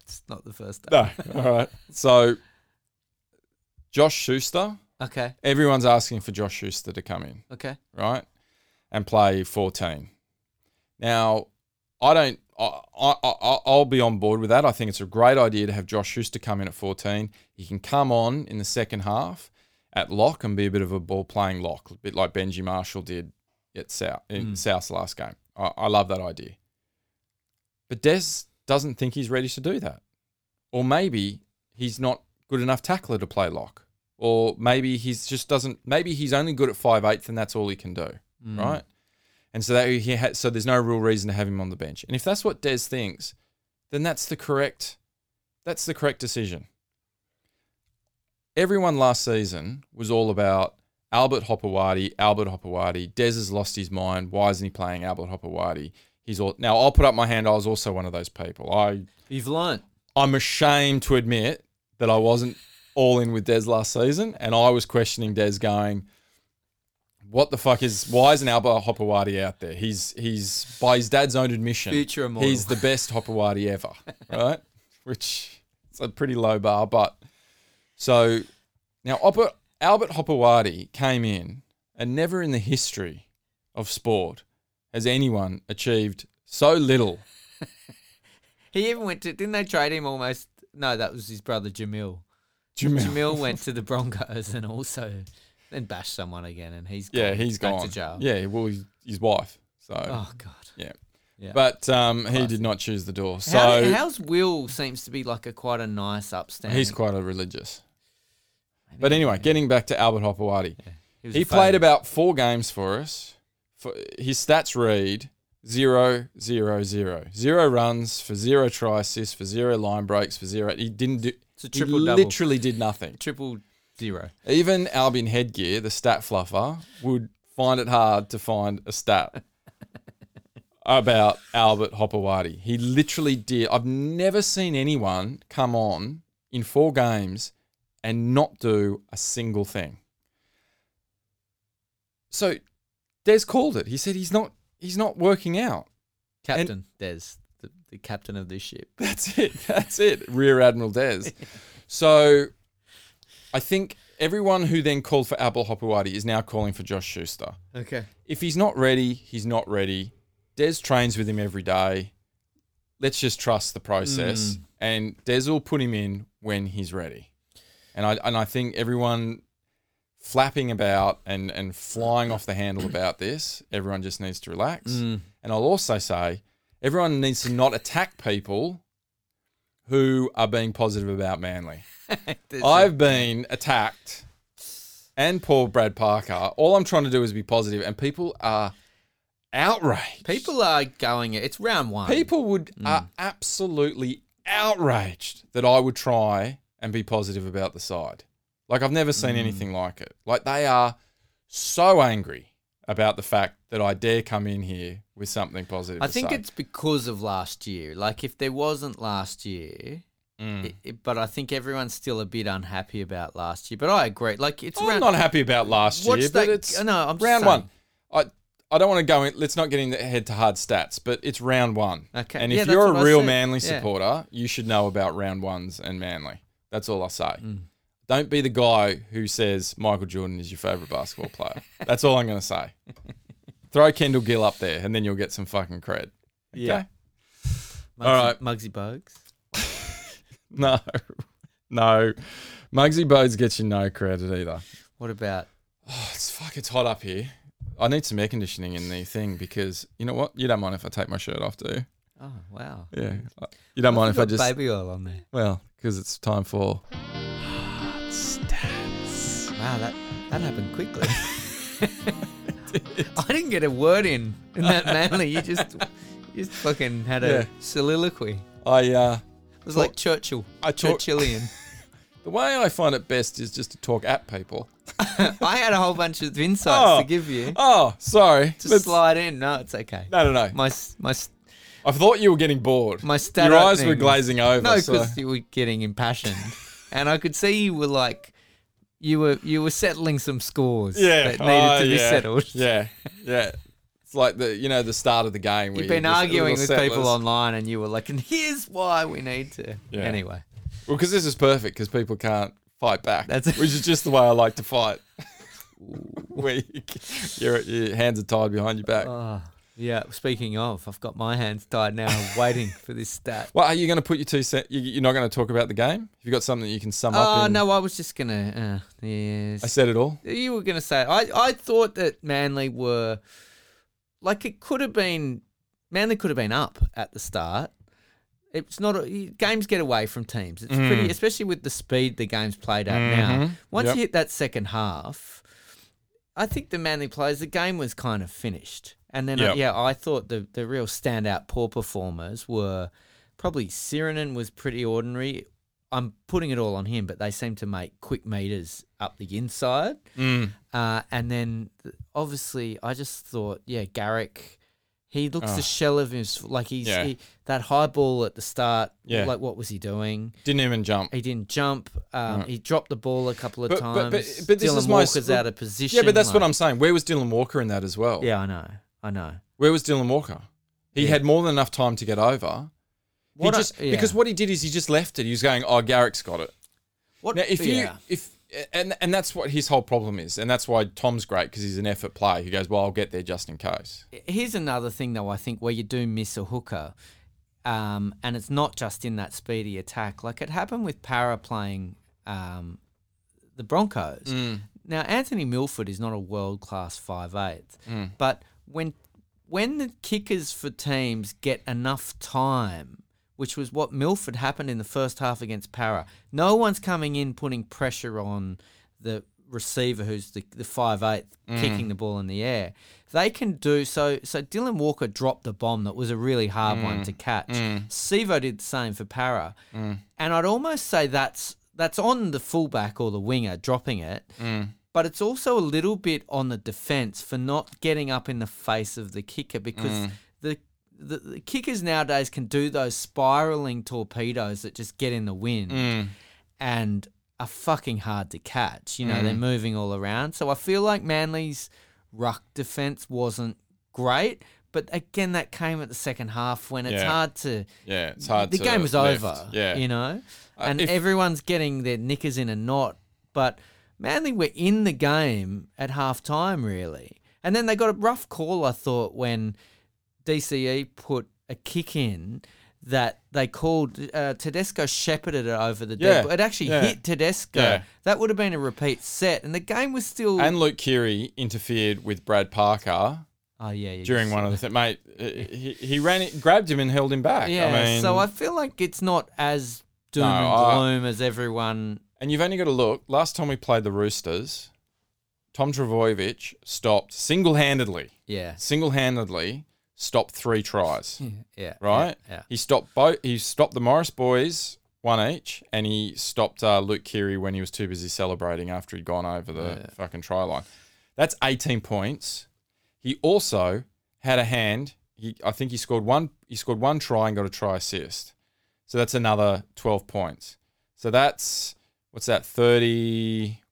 [SPEAKER 3] it's not the first time.
[SPEAKER 2] No. (laughs) All right. So, Josh Schuster.
[SPEAKER 3] Okay,
[SPEAKER 2] Everyone's asking for Josh Schuster to come in,
[SPEAKER 3] okay,
[SPEAKER 2] right, and play 14. Now, I don't. I, I, I, I'll be on board with that. I think it's a great idea to have Josh Schuster come in at 14. He can come on in the second half at lock and be a bit of a ball playing lock, a bit like Benji Marshall did at South in South's last game. I, I love that idea. But Des doesn't think he's ready to do that. Or maybe he's not good enough tackler to play lock. Or maybe he's just doesn't maybe he's only good at five eighths and that's all he can do. Right? And so that he ha- so there's no real reason to have him on the bench. And if that's what Des thinks, then that's the correct that's the correct decision. Everyone last season was all about Albert Hopperwadi, Albert Hopperwadi. Des has lost his mind. Why isn't he playing Albert Hopperwadi? He's all now. I'll put up my hand. I was also one of those people. I
[SPEAKER 3] you've learnt.
[SPEAKER 2] I'm ashamed to admit that I wasn't all in with Des last season, and I was questioning Des, going, "What the fuck is? Why isn't Albert Hopperwadi out there? He's he's by his dad's own admission,
[SPEAKER 3] Future immortal.
[SPEAKER 2] He's the best Hopperwadi
[SPEAKER 3] (laughs)
[SPEAKER 2] ever, right? Which it's a pretty low bar, but so now Oppo- Albert Hopperwadi came in, and never in the history of sport has anyone achieved so little."
[SPEAKER 3] He even went to didn't they trade him almost?
[SPEAKER 2] (laughs)
[SPEAKER 3] No, that was his brother Jamil. Jamil went to the Broncos and also and bash someone again, and he's
[SPEAKER 2] Yeah,
[SPEAKER 3] gone
[SPEAKER 2] he's
[SPEAKER 3] back
[SPEAKER 2] gone.
[SPEAKER 3] to jail.
[SPEAKER 2] Yeah, well, his, his wife. So
[SPEAKER 3] Oh God.
[SPEAKER 2] yeah.
[SPEAKER 3] Yeah.
[SPEAKER 2] But um, he did not choose the door. So
[SPEAKER 3] How, how's Will seems to be like a quite a nice upstanding.
[SPEAKER 2] he's quite a religious. But anyway, getting back to Albert Hopewadi.
[SPEAKER 3] was
[SPEAKER 2] He played
[SPEAKER 3] a favourite.
[SPEAKER 2] about four games for us. For, his stats read zero, zero, zero. Zero runs for zero try assists for zero line breaks for zero. He didn't do.
[SPEAKER 3] It's a
[SPEAKER 2] he
[SPEAKER 3] triple-double.
[SPEAKER 2] literally did nothing.
[SPEAKER 3] triple zero.
[SPEAKER 2] Even Albin Headgear, the stat fluffer, would find it hard to find a stat about Albert Hopewadi. He literally did. I've never seen anyone come on in four games and not do a single thing. So Des called it. He said he's not he's not working out.
[SPEAKER 3] Captain Des, the, the captain of this ship.
[SPEAKER 2] (laughs) That's it. That's it. Rear Admiral Des. So I think everyone who then called for Abel Hopewadi is now calling for Josh Schuster.
[SPEAKER 3] Okay.
[SPEAKER 2] If he's not ready, he's not ready. Des trains with him every day. Let's just trust the process. And Des will put him in when he's ready. And I and I think everyone flapping about and, and flying off the handle about this, everyone just needs to relax. And I'll also say everyone needs to not attack people who are being positive about Manly. I've been attacked and poor Brad Parker. All I'm trying to do is be positive, and people are outraged.
[SPEAKER 3] People Mm. are going. It's round one.
[SPEAKER 2] People would are absolutely outraged that I would try and be positive about the side. Like I've never
[SPEAKER 3] Mm.
[SPEAKER 2] seen anything like it. Like they are so angry about the fact that I dare come in here with something positive.
[SPEAKER 3] I
[SPEAKER 2] to
[SPEAKER 3] think
[SPEAKER 2] say.
[SPEAKER 3] it's because of last year. Like if there wasn't last year,
[SPEAKER 2] Mm.
[SPEAKER 3] it, it- but I think everyone's still a bit unhappy about last year. But I agree. Like it's
[SPEAKER 2] I'm
[SPEAKER 3] round.
[SPEAKER 2] not happy about last
[SPEAKER 3] What's
[SPEAKER 2] year,
[SPEAKER 3] that-
[SPEAKER 2] but it's
[SPEAKER 3] no, I'm just
[SPEAKER 2] round
[SPEAKER 3] saying.
[SPEAKER 2] one. I I don't want to go in. Let's not get in the head to hard stats, but it's round one.
[SPEAKER 3] Okay.
[SPEAKER 2] And
[SPEAKER 3] Yeah,
[SPEAKER 2] if
[SPEAKER 3] that's
[SPEAKER 2] you're
[SPEAKER 3] what I
[SPEAKER 2] a real
[SPEAKER 3] said.
[SPEAKER 2] Manly
[SPEAKER 3] Yeah.
[SPEAKER 2] supporter, you should know about round ones and Manly. That's all I say.
[SPEAKER 3] Mm.
[SPEAKER 2] Don't be the guy who says Michael Jordan is your favorite basketball
[SPEAKER 3] (laughs)
[SPEAKER 2] player. That's all I'm going to say. Throw Kendall Gill up there, and then you'll get some fucking cred.
[SPEAKER 3] Yeah.
[SPEAKER 2] Okay? (laughs)
[SPEAKER 3] Mugsy,
[SPEAKER 2] all right.
[SPEAKER 3] Mugsy Bogues.
[SPEAKER 2] No, no. Muggsy Bogues gets you no credit either.
[SPEAKER 3] What about?
[SPEAKER 2] It's fuck. It's hot up here. I need some air conditioning in the thing because you know what? You don't mind if I take my shirt off, do you?
[SPEAKER 3] Oh wow.
[SPEAKER 2] Yeah. You don't mind if I
[SPEAKER 3] Got
[SPEAKER 2] just
[SPEAKER 3] baby oil on there.
[SPEAKER 2] well because it's time for.
[SPEAKER 3] Wow, that that
[SPEAKER 2] (laughs)
[SPEAKER 3] happened quickly. I didn't get a word in in that manly. You just you just fucking had a
[SPEAKER 2] Yeah.
[SPEAKER 3] soliloquy.
[SPEAKER 2] I uh
[SPEAKER 3] It was
[SPEAKER 2] Talk-
[SPEAKER 3] like Churchill.
[SPEAKER 2] I talk-
[SPEAKER 3] Churchillian.
[SPEAKER 2] the way I find it best is just to talk at people.
[SPEAKER 3] I had a whole bunch of insights
[SPEAKER 2] Oh.
[SPEAKER 3] to give you.
[SPEAKER 2] Oh, sorry.
[SPEAKER 3] Just
[SPEAKER 2] Let's-
[SPEAKER 3] slide in. No, it's okay.
[SPEAKER 2] No, no, no.
[SPEAKER 3] My s- my s-
[SPEAKER 2] I thought you were getting bored.
[SPEAKER 3] my stat
[SPEAKER 2] Your eyes were
[SPEAKER 3] openings-
[SPEAKER 2] glazing over.
[SPEAKER 3] No,
[SPEAKER 2] so-
[SPEAKER 3] because you were getting impassioned, and I could see you were like, you were you were settling some scores
[SPEAKER 2] (laughs) yeah,
[SPEAKER 3] that needed
[SPEAKER 2] oh,
[SPEAKER 3] to be
[SPEAKER 2] yeah.
[SPEAKER 3] settled.
[SPEAKER 2] Yeah, yeah. It's like the you know the start of the game. Where
[SPEAKER 3] You've been
[SPEAKER 2] you're just a
[SPEAKER 3] arguing with
[SPEAKER 2] little
[SPEAKER 3] people
[SPEAKER 2] settlers.
[SPEAKER 3] online, and you were like, and here's why we need to.
[SPEAKER 2] Yeah.
[SPEAKER 3] Anyway,
[SPEAKER 2] Well, because this is perfect because people can't fight back.
[SPEAKER 3] That's-
[SPEAKER 2] which is just the way I like to fight. (laughs) Where you, your, your hands are tied behind your back.
[SPEAKER 3] oh, yeah. Speaking of, I've got my hands tied now, waiting for this
[SPEAKER 2] (laughs)
[SPEAKER 3] stat.
[SPEAKER 2] well, are you going to put your two cents? You, you're not going to talk about the game. Have you got something that you can sum up?
[SPEAKER 3] Oh
[SPEAKER 2] in,
[SPEAKER 3] no, I was just gonna. Uh, yes.
[SPEAKER 2] I said it all.
[SPEAKER 3] you were going to say. I, I thought that Manly were like it could have been Manly could have been up at the start. It's not a, you- games get away from teams. It's pretty, especially with the speed the game's played at now.
[SPEAKER 2] Mm. Mm-hmm.
[SPEAKER 3] Once
[SPEAKER 2] Yep.
[SPEAKER 3] you hit that second half, I think the Manly players the game was kind of finished. And then uh,
[SPEAKER 2] Yep.
[SPEAKER 3] yeah, I thought the the real standout poor performers were probably Sirinen was pretty ordinary. I'm putting it all on him, but they seem to make quick meters up the inside.
[SPEAKER 2] Mm.
[SPEAKER 3] Uh, and then th- obviously, I just thought, yeah, Garrick, he looks the shell of his like he's
[SPEAKER 2] Ah. Yeah.
[SPEAKER 3] he, that high ball at the start.
[SPEAKER 2] Yeah.
[SPEAKER 3] like what was he doing?
[SPEAKER 2] Didn't even jump.
[SPEAKER 3] He didn't jump. Um, He dropped the ball a couple of
[SPEAKER 2] Mm. But-
[SPEAKER 3] times.
[SPEAKER 2] but- but- but this
[SPEAKER 3] Dylan
[SPEAKER 2] is my s-
[SPEAKER 3] Walker's out of position.
[SPEAKER 2] Yeah, but that's what
[SPEAKER 3] like-
[SPEAKER 2] I'm saying. Where was Dylan Walker in that as well?
[SPEAKER 3] Yeah, I know. I know.
[SPEAKER 2] Where was Dylan Walker? He
[SPEAKER 3] Yeah.
[SPEAKER 2] had more than enough time to get over. He
[SPEAKER 3] What I-
[SPEAKER 2] just-
[SPEAKER 3] yeah.
[SPEAKER 2] because what he did is he just left it. He was going, "Oh, Garrick's got it."
[SPEAKER 3] What
[SPEAKER 2] Now, if
[SPEAKER 3] yeah.
[SPEAKER 2] you if and and that's what his whole problem is, and that's why Tom's great because he's an effort player. He goes, "Well, I'll get there just in case."
[SPEAKER 3] here's another thing though I think where you do miss a hooker, um, and it's not just in that speedy attack. Like it happened with Para playing um, the Broncos. Now, Anthony Milford is not a world class 5'8, but when when the kickers for teams get enough time, which was what Milford happened in the first half against Para, no one's coming in putting pressure on the receiver who's the, the 5'8 kicking the ball in the air. They can do so. So Dylan Walker dropped the bomb that was a really hard one to catch. Sevo did the same for Para. And I'd almost say that's that's on the fullback or the winger dropping it. But it's also a little bit on the defense for not getting up in the face of the kicker because the, the the kickers nowadays can do those spiraling torpedoes that just get in the wind and are fucking hard to catch. You know, they're moving all around. So I feel like Manly's ruck defense wasn't great. But again, that came at the second half when it's
[SPEAKER 2] Yeah.
[SPEAKER 3] hard to
[SPEAKER 2] Yeah, it's hard.
[SPEAKER 3] the
[SPEAKER 2] to
[SPEAKER 3] game was
[SPEAKER 2] lift.
[SPEAKER 3] over.
[SPEAKER 2] Yeah,
[SPEAKER 3] You know?
[SPEAKER 2] Uh,
[SPEAKER 3] And
[SPEAKER 2] if-
[SPEAKER 3] everyone's getting their knickers in a knot. But Manly were in the game at half time, really. And then they got a rough call, I thought, when DCE put a kick in that they called uh, Tedesco shepherded it over the dead
[SPEAKER 2] Yeah,
[SPEAKER 3] ball. It actually
[SPEAKER 2] yeah.
[SPEAKER 3] hit Tedesco.
[SPEAKER 2] Yeah.
[SPEAKER 3] That would have been a repeat set. And the game was still.
[SPEAKER 2] And Luke Keary interfered with Brad Parker
[SPEAKER 3] oh, yeah. yeah
[SPEAKER 2] during
[SPEAKER 3] yes.
[SPEAKER 2] one of the th- mate. uh, He, he ran it, grabbed him, and held him back.
[SPEAKER 3] Yeah.
[SPEAKER 2] I mean,
[SPEAKER 3] so I feel like it's not as doom
[SPEAKER 2] No, I-
[SPEAKER 3] and gloom as everyone.
[SPEAKER 2] and you've only got to look. Last time we played the Roosters, Tom Travojevic stopped single-handedly,
[SPEAKER 3] Yeah.
[SPEAKER 2] single-handedly stopped three tries.
[SPEAKER 3] Yeah.
[SPEAKER 2] right?
[SPEAKER 3] Yeah.
[SPEAKER 2] He stopped both. He stopped the Morris boys one each, and he stopped uh, Luke Keary when he was too busy celebrating after he'd gone over the fucking try line. That's 18 points. He also had a hand. He, I think he scored one. He scored one try and got a try assist. So that's another 12 points. So that's what's that 30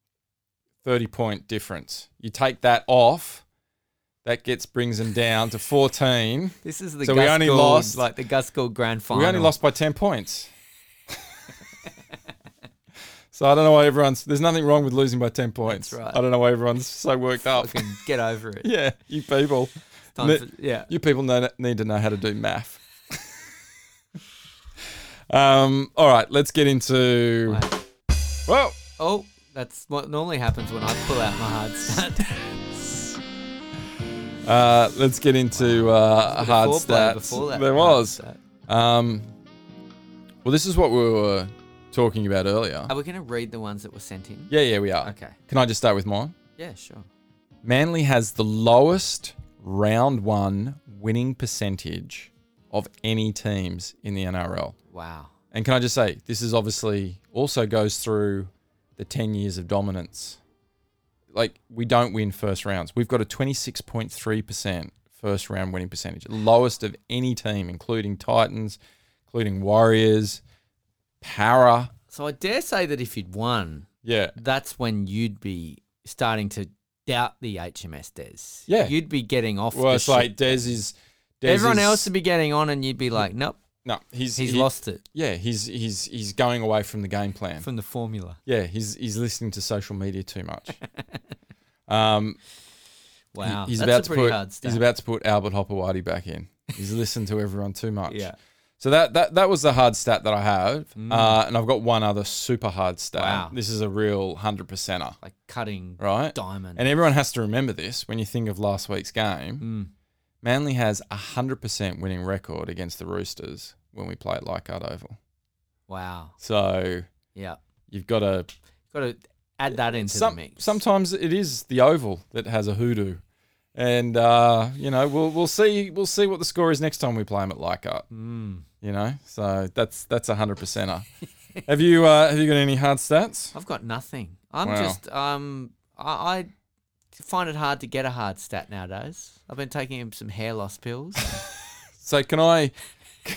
[SPEAKER 2] 30 point difference. You take that off, that gets brings him down to 14.
[SPEAKER 3] This is the
[SPEAKER 2] So
[SPEAKER 3] Gus
[SPEAKER 2] we only
[SPEAKER 3] Gould,
[SPEAKER 2] lost-
[SPEAKER 3] like the Gus Gould grand final.
[SPEAKER 2] We only lost by 10 points. (laughs) so I don't know why everyone's. There's nothing wrong with losing by 10 points.
[SPEAKER 3] right.
[SPEAKER 2] I don't know why everyone's so worked up.
[SPEAKER 3] Fucking get over it.
[SPEAKER 2] (laughs) yeah, you people.
[SPEAKER 3] Time
[SPEAKER 2] Ne-
[SPEAKER 3] for- yeah.
[SPEAKER 2] You people know, need to know how to do math. (laughs) um, all right, let's get into.
[SPEAKER 3] Wow.
[SPEAKER 2] Whoa!
[SPEAKER 3] Oh, that's what normally happens when I pull out my
[SPEAKER 2] (laughs)
[SPEAKER 3] hard stat.
[SPEAKER 2] Uh, let's get into uh, hard
[SPEAKER 3] Before play,
[SPEAKER 2] stats.
[SPEAKER 3] before that
[SPEAKER 2] there
[SPEAKER 3] hard
[SPEAKER 2] was.
[SPEAKER 3] stat.
[SPEAKER 2] Um, well, this is what we were talking about earlier.
[SPEAKER 3] Are we going to read the ones that were sent in?
[SPEAKER 2] Yeah, yeah, we are.
[SPEAKER 3] Okay.
[SPEAKER 2] Can I just start with mine?
[SPEAKER 3] Yeah, sure.
[SPEAKER 2] Manly has the lowest round one winning percentage of any teams in the NRL.
[SPEAKER 3] Wow.
[SPEAKER 2] And can I just say, this is obviously also goes through the 10 years of dominance. Like, we don't win first rounds. We've got a 26.3% first round winning percentage, lowest of any team, including Titans, including Warriors, Para.
[SPEAKER 3] So I dare say that if you'd won,
[SPEAKER 2] Yeah.
[SPEAKER 3] that's when you'd be starting to doubt the HMS Des.
[SPEAKER 2] Yeah.
[SPEAKER 3] You'd be getting off.
[SPEAKER 2] Well,
[SPEAKER 3] the
[SPEAKER 2] it's
[SPEAKER 3] ship.
[SPEAKER 2] like Dez is. Dez
[SPEAKER 3] Everyone
[SPEAKER 2] is-
[SPEAKER 3] else would be getting on, and you'd be like, nope,
[SPEAKER 2] No, he's
[SPEAKER 3] he's
[SPEAKER 2] he-
[SPEAKER 3] lost it
[SPEAKER 2] Yeah, he's he's he's going away from the game plan.
[SPEAKER 3] from the formula.
[SPEAKER 2] Yeah, he's he's listening to social media too
[SPEAKER 3] (laughs)
[SPEAKER 2] much. um, he-
[SPEAKER 3] Wow.
[SPEAKER 2] he's
[SPEAKER 3] that's
[SPEAKER 2] about
[SPEAKER 3] a
[SPEAKER 2] to
[SPEAKER 3] pretty
[SPEAKER 2] put
[SPEAKER 3] hard stat.
[SPEAKER 2] he's about to put Albert Hopewadi back in. He's listened to everyone too much.
[SPEAKER 3] Yeah. Mm.
[SPEAKER 2] So that that that was the hard stat that I have, uh, and I've got one other super hard stat.
[SPEAKER 3] Wow.
[SPEAKER 2] This is a real hundred percenter,
[SPEAKER 3] like cutting
[SPEAKER 2] right?
[SPEAKER 3] diamond.
[SPEAKER 2] And everyone has to remember this when you think of last week's game.
[SPEAKER 3] Mm.
[SPEAKER 2] Manly has a hundred percent winning record against the Roosters when we play at Leichardt Oval.
[SPEAKER 3] wow.
[SPEAKER 2] So
[SPEAKER 3] Yeah.
[SPEAKER 2] you've got to
[SPEAKER 3] Got to add that into
[SPEAKER 2] Some-
[SPEAKER 3] the mix.
[SPEAKER 2] Sometimes it is the oval that has a hoodoo, and uh, you know we'll we'll see we'll see what the score is next time we play them at Leichhardt.
[SPEAKER 3] Mm.
[SPEAKER 2] You know, so that's that's a hundred percenter. (laughs) Have you uh, have you got any hard stats?
[SPEAKER 3] I've got nothing. I'm
[SPEAKER 2] Wow.
[SPEAKER 3] just um I, I find it hard to get a hard stat nowadays. I've been taking some hair loss
[SPEAKER 2] (laughs)
[SPEAKER 3] pills.
[SPEAKER 2] So can I? (laughs)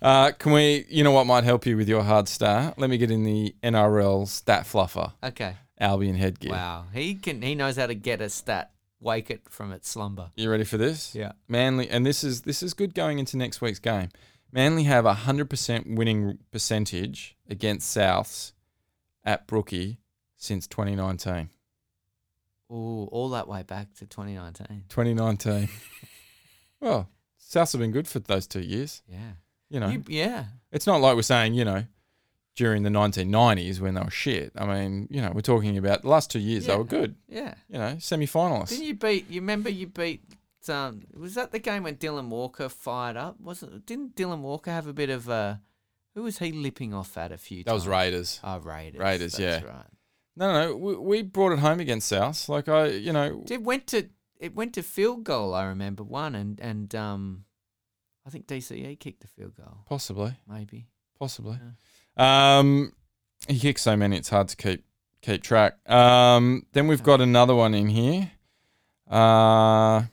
[SPEAKER 2] uh, can we? You know what might help you with your hard stat? Let me get in the NRL stat fluffer,
[SPEAKER 3] okay.
[SPEAKER 2] Albion headgear.
[SPEAKER 3] Wow. He can he knows how to get a stat. Wake it from its slumber.
[SPEAKER 2] You ready for this?
[SPEAKER 3] Yeah.
[SPEAKER 2] Manly, and this is this is good going into next week's game. Manly have a hundred percent winning percentage against Souths at Brookie since 2019.
[SPEAKER 3] Ooh, all that way back to 2019.
[SPEAKER 2] 2019. (laughs) well, Souths have been good for those two years.
[SPEAKER 3] Yeah.
[SPEAKER 2] You know,
[SPEAKER 3] You- yeah.
[SPEAKER 2] it's not like we're saying you know during the 1990s when they were shit. I mean, you know, we're talking about the last two years
[SPEAKER 3] Yeah.
[SPEAKER 2] they were good.
[SPEAKER 3] Yeah.
[SPEAKER 2] You know, semi-finalists.
[SPEAKER 3] Didn't you beat? You remember you beat? Um, was that the game when Dylan Walker fired up? Wasn't? Didn't Dylan Walker have a bit of a? Who was he lipping off at a few
[SPEAKER 2] that
[SPEAKER 3] times?
[SPEAKER 2] was Raiders.
[SPEAKER 3] Oh, Raiders.
[SPEAKER 2] Raiders,
[SPEAKER 3] that's
[SPEAKER 2] yeah.
[SPEAKER 3] Right.
[SPEAKER 2] No, no, no. We, we brought it home against South. Like I, you know,
[SPEAKER 3] It went to it went to field goal. I remember one, and and um, I think DCE kicked the field goal.
[SPEAKER 2] possibly,
[SPEAKER 3] Maybe.
[SPEAKER 2] possibly. Um, he kicks so many; it's hard to keep keep track. Um, then we've got another one in here. Uh,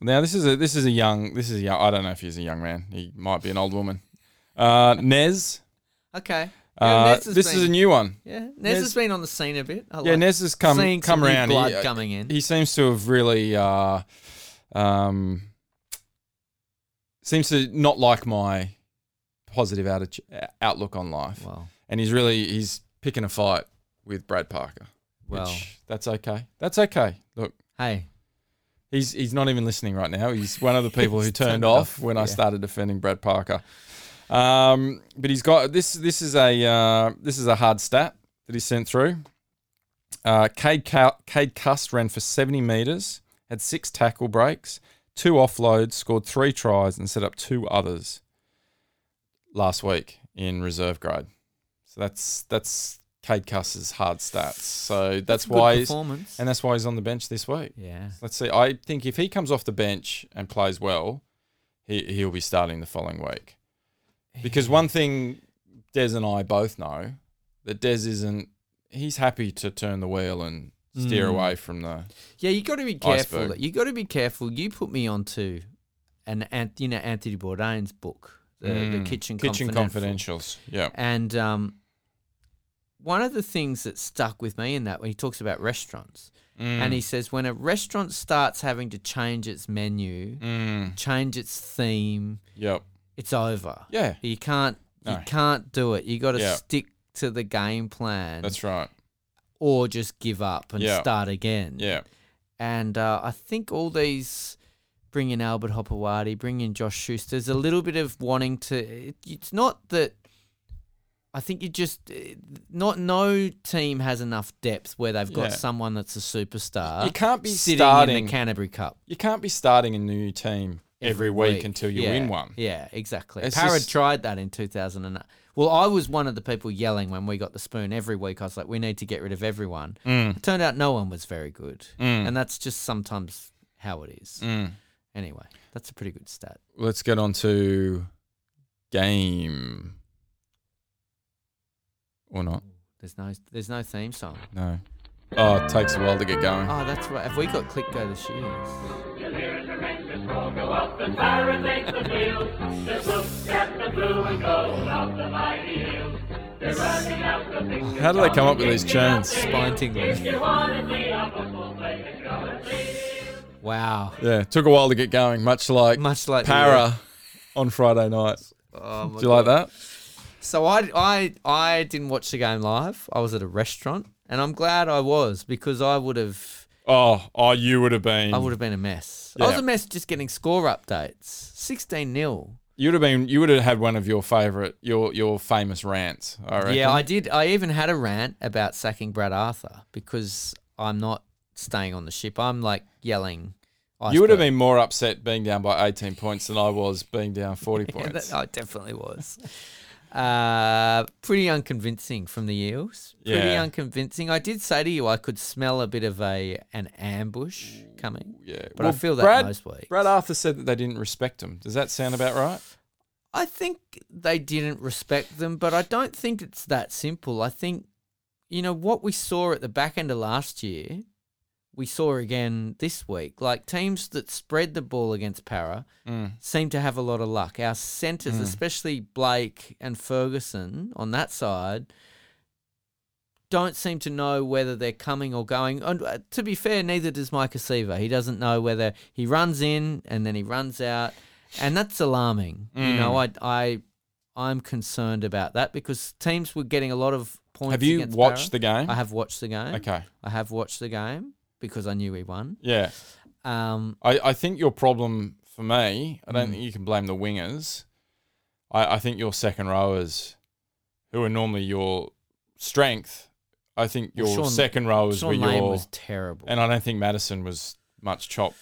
[SPEAKER 2] now this is a this is a young this is a young. I don't know if he's a young man. He might be an old woman. Uh, Nez.
[SPEAKER 3] Okay. Yeah,
[SPEAKER 2] Uh,
[SPEAKER 3] Nez has
[SPEAKER 2] this
[SPEAKER 3] been,
[SPEAKER 2] is a new one.
[SPEAKER 3] yeah. Nez,
[SPEAKER 2] Nez-
[SPEAKER 3] has been on the scene a bit. I
[SPEAKER 2] Yeah,
[SPEAKER 3] like
[SPEAKER 2] Nez has come
[SPEAKER 3] seeing
[SPEAKER 2] come
[SPEAKER 3] some new
[SPEAKER 2] around.
[SPEAKER 3] blood
[SPEAKER 2] He, uh,
[SPEAKER 3] coming in.
[SPEAKER 2] he seems to have really uh, um, seems to not like my positive attitude, outlook on life,
[SPEAKER 3] well,
[SPEAKER 2] and he's really he's picking a fight with Brad Parker.
[SPEAKER 3] well.
[SPEAKER 2] which that's okay. That's okay. Look,
[SPEAKER 3] hey,
[SPEAKER 2] he's he's not even listening right now. He's one of
[SPEAKER 3] (laughs)
[SPEAKER 2] the people who
[SPEAKER 3] He's
[SPEAKER 2] turned
[SPEAKER 3] turned
[SPEAKER 2] off
[SPEAKER 3] off,
[SPEAKER 2] when I
[SPEAKER 3] yeah.
[SPEAKER 2] started defending Brad Parker. Um, but he's got this. This is a uh, this is a hard stat that he sent through. Uh, Cade, Cal- Cade Cust ran for 70 metres, had six tackle breaks, two offloads, scored three tries, and set up two others last week in reserve grade. So that's that's Cade Cust's hard stats. So that's
[SPEAKER 3] good
[SPEAKER 2] why he's,
[SPEAKER 3] performance.
[SPEAKER 2] and that's why he's on the bench this week.
[SPEAKER 3] yeah.
[SPEAKER 2] Let's see. I think if he comes off the bench and plays well, he he'll be starting the following week. Because one thing Des and I both know that Des isn't he's happy to turn the wheel and steer
[SPEAKER 3] Mm.
[SPEAKER 2] away from the
[SPEAKER 3] Yeah, you got to be careful.
[SPEAKER 2] Iceberg.
[SPEAKER 3] that- You got to be careful. You put me onto an, an you know Anthony Bourdain's book, the, the
[SPEAKER 2] Mm.
[SPEAKER 3] Kitchen
[SPEAKER 2] kitchen
[SPEAKER 3] Confidential.
[SPEAKER 2] confidentials. Yeah.
[SPEAKER 3] And um, one of the things that stuck with me in that when he talks about restaurants,
[SPEAKER 2] Mm.
[SPEAKER 3] and he says when a restaurant starts having to change its menu,
[SPEAKER 2] Mm.
[SPEAKER 3] change its theme,
[SPEAKER 2] Yep.
[SPEAKER 3] it's over.
[SPEAKER 2] Yeah.
[SPEAKER 3] You can't you
[SPEAKER 2] No.
[SPEAKER 3] can't do it. You got to
[SPEAKER 2] Yeah.
[SPEAKER 3] stick to the game plan,
[SPEAKER 2] That's right.
[SPEAKER 3] or just give up and
[SPEAKER 2] Yeah.
[SPEAKER 3] start again.
[SPEAKER 2] Yeah.
[SPEAKER 3] And uh, I think all these bring in Albert Hopewadi, bring in Josh Schuster, there's a little bit of wanting to. It, it's not that. I think you just eh, not no team has enough depth where they've got
[SPEAKER 2] Yeah.
[SPEAKER 3] someone that's a superstar.
[SPEAKER 2] You can't be
[SPEAKER 3] Uh, sitting in
[SPEAKER 2] starting.
[SPEAKER 3] the Canterbury Cup
[SPEAKER 2] you can't be starting a new team every, week, until you
[SPEAKER 3] Yeah,
[SPEAKER 2] win one.
[SPEAKER 3] Yeah, exactly.
[SPEAKER 2] It's
[SPEAKER 3] Parrot
[SPEAKER 2] just-
[SPEAKER 3] tried that in 2008. Well, I was one of the people yelling when we got the spoon every week. I was like, we need to get rid of everyone.
[SPEAKER 2] Mm.
[SPEAKER 3] It turned out no one was very good. And that's just sometimes how it is.
[SPEAKER 2] Mm.
[SPEAKER 3] Anyway, that's a pretty good stat.
[SPEAKER 2] Let's get on to game or not.
[SPEAKER 3] There's no there's no theme song.
[SPEAKER 2] No. Oh, it takes a while to get going.
[SPEAKER 3] Oh, that's right. Have we got click go this year?
[SPEAKER 2] How do they come up with these tunes?
[SPEAKER 3] Spine tingling. Wow.
[SPEAKER 2] Yeah, took a while to get going, much like
[SPEAKER 3] Much like the-
[SPEAKER 2] Para on Friday night.
[SPEAKER 3] Oh, my
[SPEAKER 2] Do you like that?
[SPEAKER 3] So I, I, I didn't watch the game live. I was at a restaurant, and I'm glad I was because I would have
[SPEAKER 2] Oh, oh, you would have been.
[SPEAKER 3] I would have been a mess. I was
[SPEAKER 2] Yeah.
[SPEAKER 3] a mess just getting score updates. 16 0.
[SPEAKER 2] You would have been. You would have had one of your favorite, your your famous rants. I reckon.
[SPEAKER 3] Yeah, I did. I even had a rant about sacking Brad Arthur because I'm not staying on the ship. I'm like yelling.
[SPEAKER 2] you would have
[SPEAKER 3] iceberg.
[SPEAKER 2] been more upset being down by 18 points than I was being down 40
[SPEAKER 3] (laughs) Yeah,
[SPEAKER 2] points.
[SPEAKER 3] that- I definitely was. Uh, pretty unconvincing from the Eels. Pretty
[SPEAKER 2] Yeah.
[SPEAKER 3] unconvincing. I did say to you, I could smell a bit of a an ambush coming.
[SPEAKER 2] yeah,
[SPEAKER 3] but I feel that
[SPEAKER 2] Brad,
[SPEAKER 3] most weeks.
[SPEAKER 2] Brad Arthur said that they didn't respect him. Does that sound about right?
[SPEAKER 3] I think they didn't respect them, but I don't think it's that simple. I think, you know, what we saw at the back end of last year, we saw again this week. Like teams that spread the ball against Para
[SPEAKER 2] Mm.
[SPEAKER 3] seem to have a lot of luck. Our centres,
[SPEAKER 2] Hmm.
[SPEAKER 3] especially Blake and Ferguson on that side, don't seem to know whether they're coming or going. And uh, to be fair, neither does Micah Seaver. He doesn't know whether he runs in and then he runs out, and that's alarming. You know,
[SPEAKER 2] Hmm.
[SPEAKER 3] I I I'm concerned about that because teams were getting a lot of points.
[SPEAKER 2] Have you
[SPEAKER 3] against
[SPEAKER 2] watched the
[SPEAKER 3] Barra.
[SPEAKER 2] game?
[SPEAKER 3] I have watched the game.
[SPEAKER 2] Okay.
[SPEAKER 3] I have watched the game because I knew he won.
[SPEAKER 2] Yeah.
[SPEAKER 3] Um,
[SPEAKER 2] I, I think your problem for
[SPEAKER 3] Hmm.
[SPEAKER 2] me, I don't think you can blame the wingers. I, I think your second rowers who are normally your strength, I think your
[SPEAKER 3] Well, Sean-
[SPEAKER 2] second rowers
[SPEAKER 3] Sean
[SPEAKER 2] were
[SPEAKER 3] Lane
[SPEAKER 2] your.
[SPEAKER 3] was terrible.
[SPEAKER 2] and I don't think Madison was much chop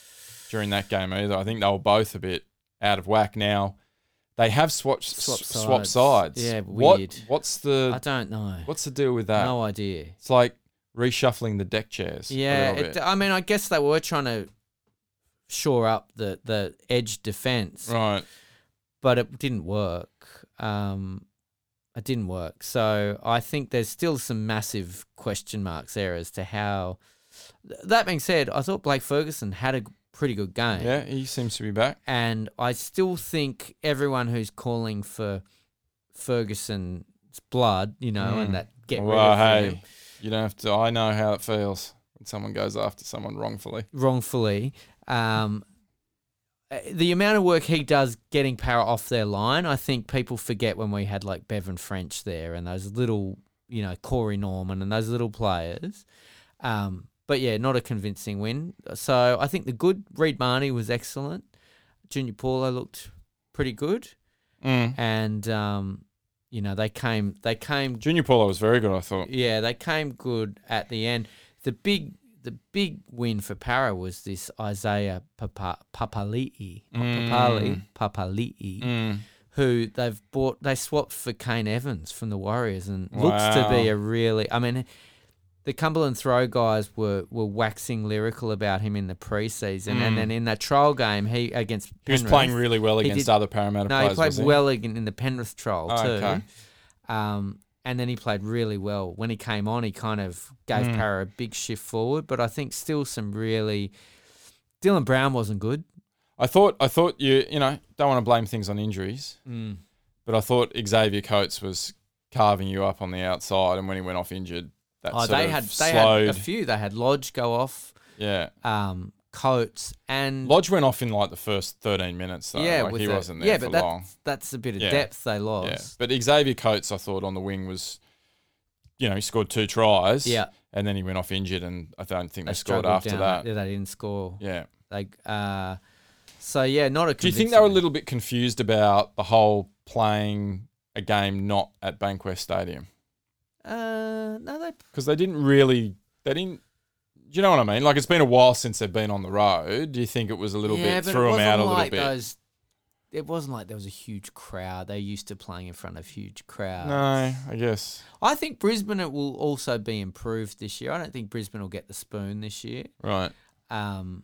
[SPEAKER 2] during that game either. I think they were both a bit out of whack. Now they have swatched,
[SPEAKER 3] Swap
[SPEAKER 2] swap swap
[SPEAKER 3] sides.
[SPEAKER 2] sides.
[SPEAKER 3] Yeah,
[SPEAKER 2] What-
[SPEAKER 3] weird.
[SPEAKER 2] what's
[SPEAKER 3] I
[SPEAKER 2] the
[SPEAKER 3] don't know.
[SPEAKER 2] what's the deal with that?
[SPEAKER 3] no idea.
[SPEAKER 2] It's like reshuffling the deck chairs. a
[SPEAKER 3] Yeah,
[SPEAKER 2] little
[SPEAKER 3] it,
[SPEAKER 2] bit.
[SPEAKER 3] I mean, I guess they were trying to shore up the the edge defense,
[SPEAKER 2] right.
[SPEAKER 3] but it didn't work. Um, it didn't work. So I think there's still some massive question marks there as to how. Th- That being said, I thought Blake Ferguson had a g- pretty good game.
[SPEAKER 2] Yeah, he seems to be back.
[SPEAKER 3] and I still think everyone who's calling for Ferguson's blood, you know, and that get rid
[SPEAKER 2] well,
[SPEAKER 3] of
[SPEAKER 2] hey,
[SPEAKER 3] him
[SPEAKER 2] you don't have to. I know how it feels when someone goes after someone wrongfully.
[SPEAKER 3] wrongfully. Um, uh, the amount of work he does getting power off their line, I think people forget when we had like Bevan French there and those little, you know, Corey Norman and those little players. Um, but yeah, not a convincing win. So I think the good Reed Marnie was excellent. Junior Paulo looked pretty good.
[SPEAKER 2] Mm.
[SPEAKER 3] and um, you know they came they came
[SPEAKER 2] Junior Paulo was very good, I thought.
[SPEAKER 3] yeah they came good at the end. The big the big win for Para was this Isaiah Papa, Papali'i or Papali Papali'i
[SPEAKER 2] Mm.
[SPEAKER 3] who they've bought they swapped for Kane Evans from the Warriors and looks to
[SPEAKER 2] Wow.
[SPEAKER 3] be a really I mean the Cumberland Throw guys were, were waxing lyrical about him in the preseason and then in that trial game he against
[SPEAKER 2] Mm. He was
[SPEAKER 3] Penrith-
[SPEAKER 2] playing really well
[SPEAKER 3] He
[SPEAKER 2] against
[SPEAKER 3] did-
[SPEAKER 2] other Parramatta
[SPEAKER 3] no,
[SPEAKER 2] players.
[SPEAKER 3] he played
[SPEAKER 2] was he?
[SPEAKER 3] well again in the Penrith trial
[SPEAKER 2] Oh,
[SPEAKER 3] too.
[SPEAKER 2] okay.
[SPEAKER 3] Um, and then he played really well. When he came on, he kind of gave
[SPEAKER 2] Hmm.
[SPEAKER 3] Parra a big shift forward, but I think still some really. Dylan Brown wasn't good.
[SPEAKER 2] I thought I thought you you know don't want to blame things on injuries, but I thought Xavier Coates was carving you up on the outside, and when he went off injured, that
[SPEAKER 3] Oh,
[SPEAKER 2] sort
[SPEAKER 3] they
[SPEAKER 2] of
[SPEAKER 3] had they
[SPEAKER 2] slowed.
[SPEAKER 3] had a few. They had Lodge go off,
[SPEAKER 2] yeah,
[SPEAKER 3] um, Coates, and
[SPEAKER 2] Lodge went off in like the first thirteen minutes though.
[SPEAKER 3] yeah,
[SPEAKER 2] like,
[SPEAKER 3] with
[SPEAKER 2] he
[SPEAKER 3] the-
[SPEAKER 2] wasn't there
[SPEAKER 3] yeah,
[SPEAKER 2] for
[SPEAKER 3] but that-
[SPEAKER 2] long.
[SPEAKER 3] that's a bit of
[SPEAKER 2] Yeah.
[SPEAKER 3] depth they
[SPEAKER 2] Yeah,
[SPEAKER 3] lost.
[SPEAKER 2] but Xavier Coates, I thought on the wing was, you know, he scored two tries.
[SPEAKER 3] Yeah.
[SPEAKER 2] and then he went off injured, and I don't think they,
[SPEAKER 3] They
[SPEAKER 2] scored
[SPEAKER 3] struggled
[SPEAKER 2] after
[SPEAKER 3] down.
[SPEAKER 2] that.
[SPEAKER 3] Yeah, they didn't score.
[SPEAKER 2] Yeah.
[SPEAKER 3] Like, uh, so yeah, not a.
[SPEAKER 2] Do you think they were a
[SPEAKER 3] convincing-
[SPEAKER 2] little bit confused about the whole playing a game not at Bankwest Stadium?
[SPEAKER 3] Uh, no, they
[SPEAKER 2] Because they didn't really, they didn't. Do you know what I mean? Like it's been a while since they've been on the road. Do you think it was a little bit
[SPEAKER 3] but
[SPEAKER 2] threw
[SPEAKER 3] it
[SPEAKER 2] them
[SPEAKER 3] wasn't
[SPEAKER 2] out a little
[SPEAKER 3] like
[SPEAKER 2] bit?
[SPEAKER 3] Those, it wasn't like there was a huge crowd. They're used to playing in front of huge crowds.
[SPEAKER 2] no, I guess
[SPEAKER 3] I think Brisbane it will also be improved this year. I don't think Brisbane will get the spoon this year.
[SPEAKER 2] right.
[SPEAKER 3] Um,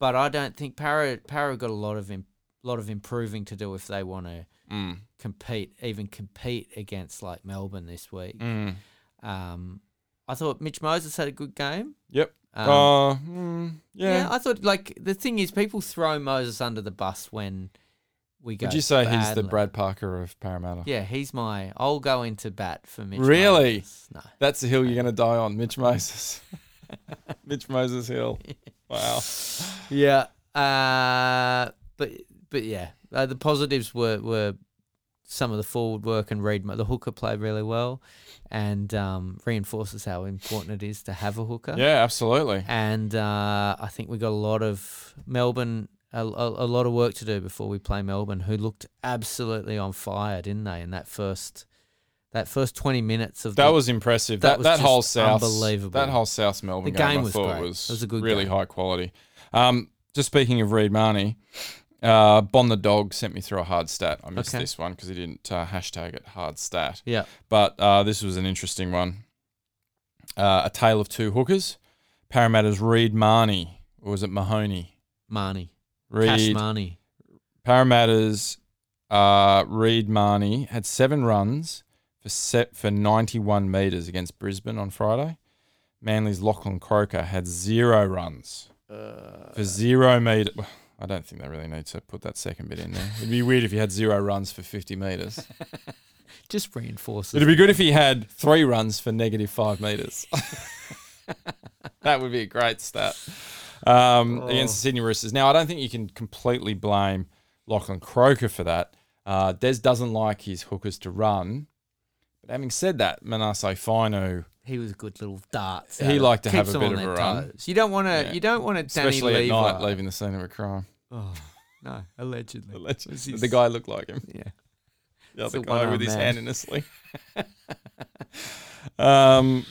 [SPEAKER 3] but I don't think Para Para got a lot of im- lot of improving to do if they want to
[SPEAKER 2] Mm.
[SPEAKER 3] compete, even compete against like Melbourne this week.
[SPEAKER 2] Mm.
[SPEAKER 3] Um, I thought Mitch Moses had a good game.
[SPEAKER 2] Yep.
[SPEAKER 3] Um,
[SPEAKER 2] uh, mm, yeah.
[SPEAKER 3] Yeah, I thought like the thing is people throw Moses under the bus when we go.
[SPEAKER 2] Would you say he's the
[SPEAKER 3] badly.
[SPEAKER 2] Brad Parker of Parramatta?
[SPEAKER 3] Yeah, he's my. I'll go into bat for Mitch.
[SPEAKER 2] Really?
[SPEAKER 3] Moses. No.
[SPEAKER 2] That's the hill you're going to die on, Mitch Moses. (laughs) Mitch Moses Hill. Wow.
[SPEAKER 3] Yeah. Uh, but but yeah, uh, the positives were were some of the forward work and Reed. Mo- The hooker played really well, and um, reinforces how important it is to have a hooker.
[SPEAKER 2] Yeah, absolutely.
[SPEAKER 3] And uh, I think we got a lot of Melbourne. A, a, a lot of work to do before we play Melbourne, who looked absolutely on fire, didn't they? In that first, that first twenty minutes of
[SPEAKER 2] That
[SPEAKER 3] the,
[SPEAKER 2] was impressive.
[SPEAKER 3] that
[SPEAKER 2] That that,
[SPEAKER 3] was just
[SPEAKER 2] whole South
[SPEAKER 3] unbelievable.
[SPEAKER 2] That whole South Melbourne
[SPEAKER 3] The
[SPEAKER 2] game,
[SPEAKER 3] game
[SPEAKER 2] I
[SPEAKER 3] was
[SPEAKER 2] thought
[SPEAKER 3] great.
[SPEAKER 2] was,
[SPEAKER 3] It was a good
[SPEAKER 2] really
[SPEAKER 3] game.
[SPEAKER 2] high quality. Um, just speaking of Reed Marnie, uh, Bon the dog sent me through a hard stat. I missed
[SPEAKER 3] Okay.
[SPEAKER 2] this one because he didn't uh, hashtag it hard stat.
[SPEAKER 3] yeah,
[SPEAKER 2] But uh, this was an interesting one. Uh, a tale of two hookers. Parramatta's Reed Marnie, or was it Mahoney?
[SPEAKER 3] Marnie, Cash
[SPEAKER 2] Reed
[SPEAKER 3] Marnie.
[SPEAKER 2] Parramatta's uh, Reed Marnie had seven runs for set for 91 metres against Brisbane on Friday. Manly's Lachlan Croker had zero runs for zero metre. Well, I don't think they really need to put that second bit in there. It'd be weird if he had zero runs for 50 metres.
[SPEAKER 3] just reinforces.
[SPEAKER 2] It'd be good if he had three runs for negative five metres. (laughs) that would be a great stat um, against the Sydney Roosters. Now, I don't think you can completely blame Lachlan Croker for that. Uh, Des doesn't like his hookers to run. But having said that, Manasseh Fino,
[SPEAKER 3] he was a good little dart.
[SPEAKER 2] He liked to have a bit of a run.
[SPEAKER 3] You don't want to.
[SPEAKER 2] Yeah.
[SPEAKER 3] You don't want to. Danny
[SPEAKER 2] especially at
[SPEAKER 3] Levi.
[SPEAKER 2] night, leaving the scene of a crime.
[SPEAKER 3] Oh, no, allegedly.
[SPEAKER 2] Allegedly.
[SPEAKER 3] This is-
[SPEAKER 2] The guy looked like him.
[SPEAKER 3] Yeah.
[SPEAKER 2] the
[SPEAKER 3] It's
[SPEAKER 2] other
[SPEAKER 3] a
[SPEAKER 2] guy with
[SPEAKER 3] one-armed
[SPEAKER 2] his
[SPEAKER 3] man.
[SPEAKER 2] hand in a sling. (laughs) um,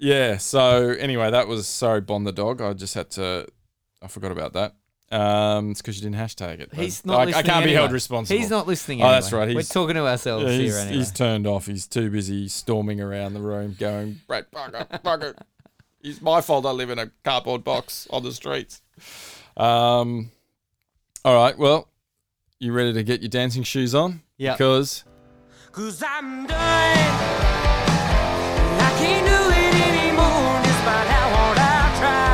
[SPEAKER 2] yeah. So anyway, that was sorry, Bond the dog. I just had to. I forgot about that. Um, it's because you didn't hashtag it.
[SPEAKER 3] He's
[SPEAKER 2] but
[SPEAKER 3] not
[SPEAKER 2] I,
[SPEAKER 3] listening
[SPEAKER 2] I can't be
[SPEAKER 3] anyway.
[SPEAKER 2] held responsible.
[SPEAKER 3] He's not listening.
[SPEAKER 2] Oh, that's
[SPEAKER 3] anyway.
[SPEAKER 2] right,
[SPEAKER 3] We're
[SPEAKER 2] he's-
[SPEAKER 3] talking to ourselves
[SPEAKER 2] Yeah, he's,
[SPEAKER 3] here anyway.
[SPEAKER 2] he's turned off. He's too busy storming around the room, going, "Brett Parker, Parker, it's my fault. I live in a cardboard box on the streets." Um, all right. Well, you ready to get your dancing shoes on?
[SPEAKER 3] Yeah.
[SPEAKER 2] Because
[SPEAKER 5] Cause I'm done. I can't do it anymore, despite how hard I try.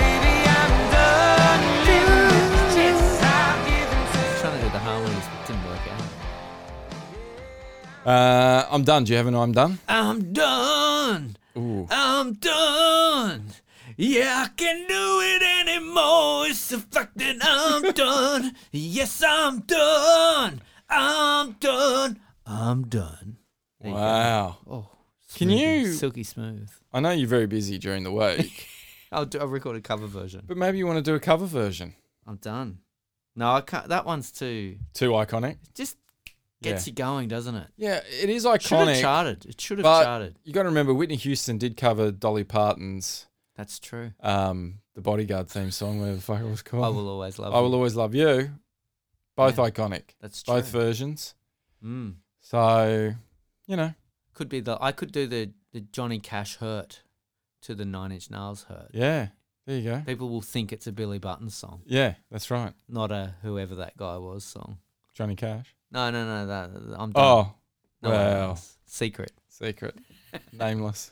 [SPEAKER 5] Baby, I'm done living with the chances I've given to
[SPEAKER 3] trying to do the harmonies, but it didn't work out.
[SPEAKER 2] uh, I'm done. Do you have an I'm done?
[SPEAKER 3] I'm done.
[SPEAKER 2] Ooh.
[SPEAKER 3] I'm done. Yeah, I can do it anymore. It's the fact that (laughs) I'm done. Yes, I'm done. I'm done. I'm done. There you go.
[SPEAKER 2] Wow.
[SPEAKER 3] Oh,
[SPEAKER 2] Can
[SPEAKER 3] smooth,
[SPEAKER 2] you-
[SPEAKER 3] silky smooth?
[SPEAKER 2] I know you're very busy during the week,
[SPEAKER 3] I'll do. I'll record a cover version.
[SPEAKER 2] but maybe you want to do a cover version.
[SPEAKER 3] I'm done. No, I can't. That one's too.
[SPEAKER 2] Too iconic.
[SPEAKER 3] Just gets
[SPEAKER 2] Yeah.
[SPEAKER 3] you going, doesn't it?
[SPEAKER 2] Yeah, it is
[SPEAKER 3] Should have
[SPEAKER 2] iconic.
[SPEAKER 3] charted. It should have
[SPEAKER 2] but
[SPEAKER 3] charted.
[SPEAKER 2] you got to remember, Whitney Houston did cover Dolly Parton's
[SPEAKER 3] That's true.
[SPEAKER 2] um, the bodyguard theme song, whatever the fuck it was called.
[SPEAKER 3] I will always love.
[SPEAKER 2] I Will
[SPEAKER 3] You.
[SPEAKER 2] always love you. Both
[SPEAKER 3] Yeah.
[SPEAKER 2] iconic,
[SPEAKER 3] That's true.
[SPEAKER 2] both versions.
[SPEAKER 3] mm.
[SPEAKER 2] So, you know,
[SPEAKER 3] Could be the. I could do the the Johnny Cash hurt to the Nine Inch Nails hurt.
[SPEAKER 2] yeah, there you go.
[SPEAKER 3] People will think it's a Billy Button song,
[SPEAKER 2] Yeah, that's right,
[SPEAKER 3] not a whoever that guy was song.
[SPEAKER 2] Johnny Cash.
[SPEAKER 3] No, no, no. That I'm done.
[SPEAKER 2] Oh,
[SPEAKER 3] no, one
[SPEAKER 2] well.
[SPEAKER 3] else. secret.
[SPEAKER 2] secret, nameless.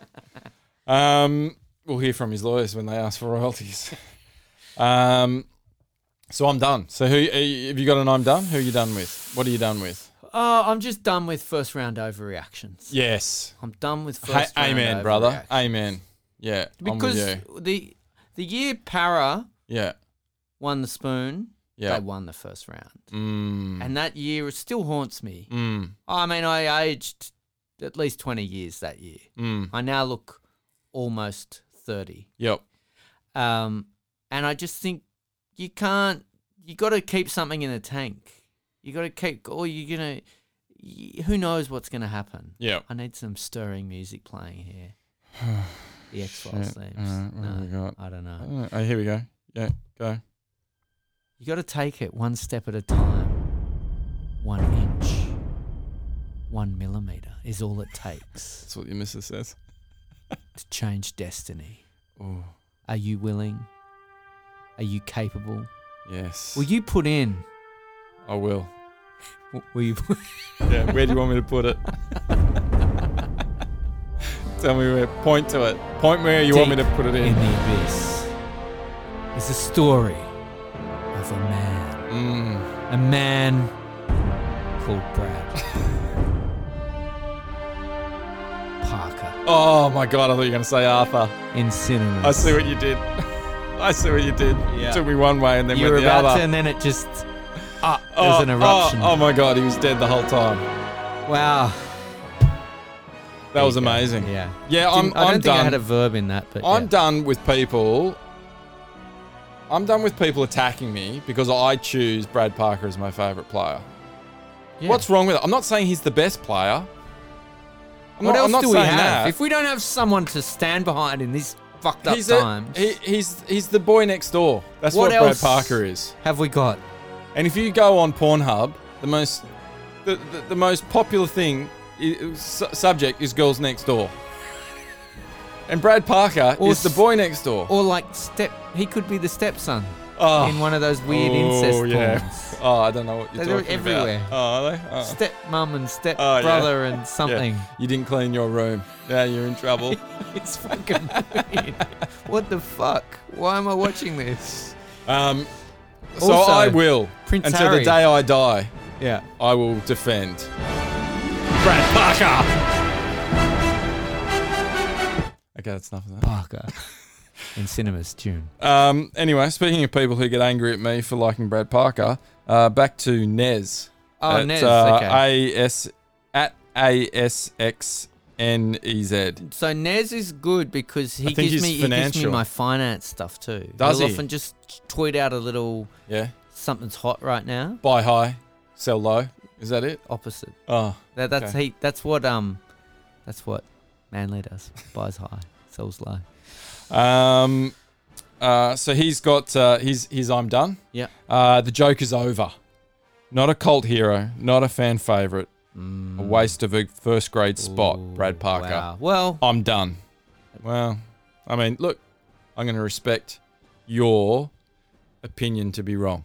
[SPEAKER 2] Um, we'll hear from his lawyers when they ask for royalties. Um, so I'm done. So who are you- have you got an I'm done? Who are you done with? What are you done with?
[SPEAKER 3] Oh, I'm just done with first round overreactions.
[SPEAKER 2] Yes.
[SPEAKER 3] I'm done with
[SPEAKER 2] Ha-
[SPEAKER 3] first. round
[SPEAKER 2] amen, brother.
[SPEAKER 3] overreactions.
[SPEAKER 2] Amen. Yeah. I'm
[SPEAKER 3] Because
[SPEAKER 2] with you.
[SPEAKER 3] the the year Para
[SPEAKER 2] Yeah.
[SPEAKER 3] won the spoon,
[SPEAKER 2] Yeah.
[SPEAKER 3] they won the first round,
[SPEAKER 2] Mm,
[SPEAKER 3] and that year it still haunts me.
[SPEAKER 2] mm,
[SPEAKER 3] I mean, I aged at least twenty years that year.
[SPEAKER 2] mm.
[SPEAKER 3] I now look almost thirty,
[SPEAKER 2] Yep.
[SPEAKER 3] um, and I just think you can't. You got to keep something in the tank. You got to keep, or you're gonna. y who knows what's gonna happen?
[SPEAKER 2] Yep.
[SPEAKER 3] I need some stirring music playing
[SPEAKER 2] (sighs)
[SPEAKER 3] here. the X Files
[SPEAKER 2] Shit.
[SPEAKER 3] themes.
[SPEAKER 2] Alright, what have we
[SPEAKER 3] No,
[SPEAKER 2] got?
[SPEAKER 3] I don't know.
[SPEAKER 2] Oh, oh, here we go. Yeah, go.
[SPEAKER 3] You got to take it one step at a time. One inch, one millimeter is all it takes
[SPEAKER 2] That's what your missus says.
[SPEAKER 3] to change destiny.
[SPEAKER 2] Oh,
[SPEAKER 3] Are you willing? Are you capable?
[SPEAKER 2] yes.
[SPEAKER 3] Will you put in?
[SPEAKER 2] I will.
[SPEAKER 3] w- Will you? put-
[SPEAKER 2] Yeah, where do you want me to put it? Tell me where. Point to it. Point where
[SPEAKER 3] (laughs)
[SPEAKER 2] you want me to
[SPEAKER 3] Deep
[SPEAKER 2] put it in.
[SPEAKER 3] In the abyss is the story of a man,
[SPEAKER 2] Mm.
[SPEAKER 3] a man called
[SPEAKER 2] (laughs)
[SPEAKER 3] Brad Parker
[SPEAKER 2] Oh my god, I thought you were going to say Arthur.
[SPEAKER 3] in cinemas.
[SPEAKER 2] I see what you did. I see what you did.
[SPEAKER 3] Yeah.
[SPEAKER 2] You took me one way and then
[SPEAKER 3] you
[SPEAKER 2] went
[SPEAKER 3] were
[SPEAKER 2] the
[SPEAKER 3] about
[SPEAKER 2] other.
[SPEAKER 3] to, and then it just uh,
[SPEAKER 2] Ah,
[SPEAKER 3] was an eruption.
[SPEAKER 2] Oh, oh my god, he was dead the whole time.
[SPEAKER 3] wow.
[SPEAKER 2] That was
[SPEAKER 3] you go.
[SPEAKER 2] amazing.
[SPEAKER 3] Yeah.
[SPEAKER 2] Yeah, I'm,
[SPEAKER 3] Didn't- I do not
[SPEAKER 2] I'm
[SPEAKER 3] think
[SPEAKER 2] done.
[SPEAKER 3] I had a verb in that, but
[SPEAKER 2] I'm
[SPEAKER 3] yeah.
[SPEAKER 2] done with people. I'm done with people attacking me because I choose Brad Parker as my favorite player.
[SPEAKER 3] Yeah.
[SPEAKER 2] What's wrong with it? I'm not saying he's the best player. I'm
[SPEAKER 3] what
[SPEAKER 2] not,
[SPEAKER 3] else
[SPEAKER 2] I'm not
[SPEAKER 3] do we
[SPEAKER 2] saying
[SPEAKER 3] have?
[SPEAKER 2] That.
[SPEAKER 3] If we don't have someone to stand behind in these fucked up
[SPEAKER 2] he's, a-
[SPEAKER 3] times,
[SPEAKER 2] he- he's he's the boy next door. That's what,
[SPEAKER 3] What
[SPEAKER 2] Brad
[SPEAKER 3] else?
[SPEAKER 2] Parker is.
[SPEAKER 3] have we got?
[SPEAKER 2] And if you go on Pornhub, the most the, the, the most popular thing i- su- subject is girls next door. And Brad Parker
[SPEAKER 3] Or
[SPEAKER 2] is the
[SPEAKER 3] s-
[SPEAKER 2] boy next door.
[SPEAKER 3] Or like step, he could be the stepson
[SPEAKER 2] Oh.
[SPEAKER 3] in one of those weird incest porns.
[SPEAKER 2] Oh, I don't know what you're
[SPEAKER 3] They're
[SPEAKER 2] talking
[SPEAKER 3] everywhere.
[SPEAKER 2] about. Oh, are they? Oh.
[SPEAKER 3] Step mum and step
[SPEAKER 2] Oh, yeah.
[SPEAKER 3] brother and
[SPEAKER 2] Yeah.
[SPEAKER 3] something. (laughs)
[SPEAKER 2] You didn't clean your room. Now you're in trouble.
[SPEAKER 3] It's fucking weird. (laughs) What the fuck? Why am I watching this?
[SPEAKER 2] um, so
[SPEAKER 3] Also,
[SPEAKER 2] I will
[SPEAKER 3] Prince
[SPEAKER 2] until
[SPEAKER 3] Harry.
[SPEAKER 2] the day I die.
[SPEAKER 3] Yeah.
[SPEAKER 2] I will defend Brad Parker. Okay, that's enough of that.
[SPEAKER 3] Parker in cinemas, June.
[SPEAKER 2] Um, anyway, speaking of people who get angry at me for liking Brad Parker, uh, back to Nez.
[SPEAKER 3] Oh,
[SPEAKER 2] At,
[SPEAKER 3] Nez.
[SPEAKER 2] uh,
[SPEAKER 3] okay.
[SPEAKER 2] AS at E ASXNEZ.
[SPEAKER 3] So Nez is good because he
[SPEAKER 2] think
[SPEAKER 3] gives
[SPEAKER 2] he's
[SPEAKER 3] me he gives me
[SPEAKER 2] financial.
[SPEAKER 3] my finance stuff too.
[SPEAKER 2] Does
[SPEAKER 3] He'll
[SPEAKER 2] he?
[SPEAKER 3] often just tweet out a little
[SPEAKER 2] Yeah.
[SPEAKER 3] something's hot right now.
[SPEAKER 2] Buy high, sell low. Is that it?
[SPEAKER 3] Opposite.
[SPEAKER 2] Oh,
[SPEAKER 3] That, that's
[SPEAKER 2] Okay.
[SPEAKER 3] he. That's what um, that's what Manly does. Buys high, sells low.
[SPEAKER 2] um, uh, so he's got uh, his his I'm done.
[SPEAKER 3] Yeah.
[SPEAKER 2] Uh, the joke is over. Not a cult hero. Not a fan favorite. A waste of a first grade spot. Brad Parker.
[SPEAKER 3] Mm. Wow. Well,
[SPEAKER 2] I'm done. Well, I mean, look, I'm going to respect your opinion to be wrong.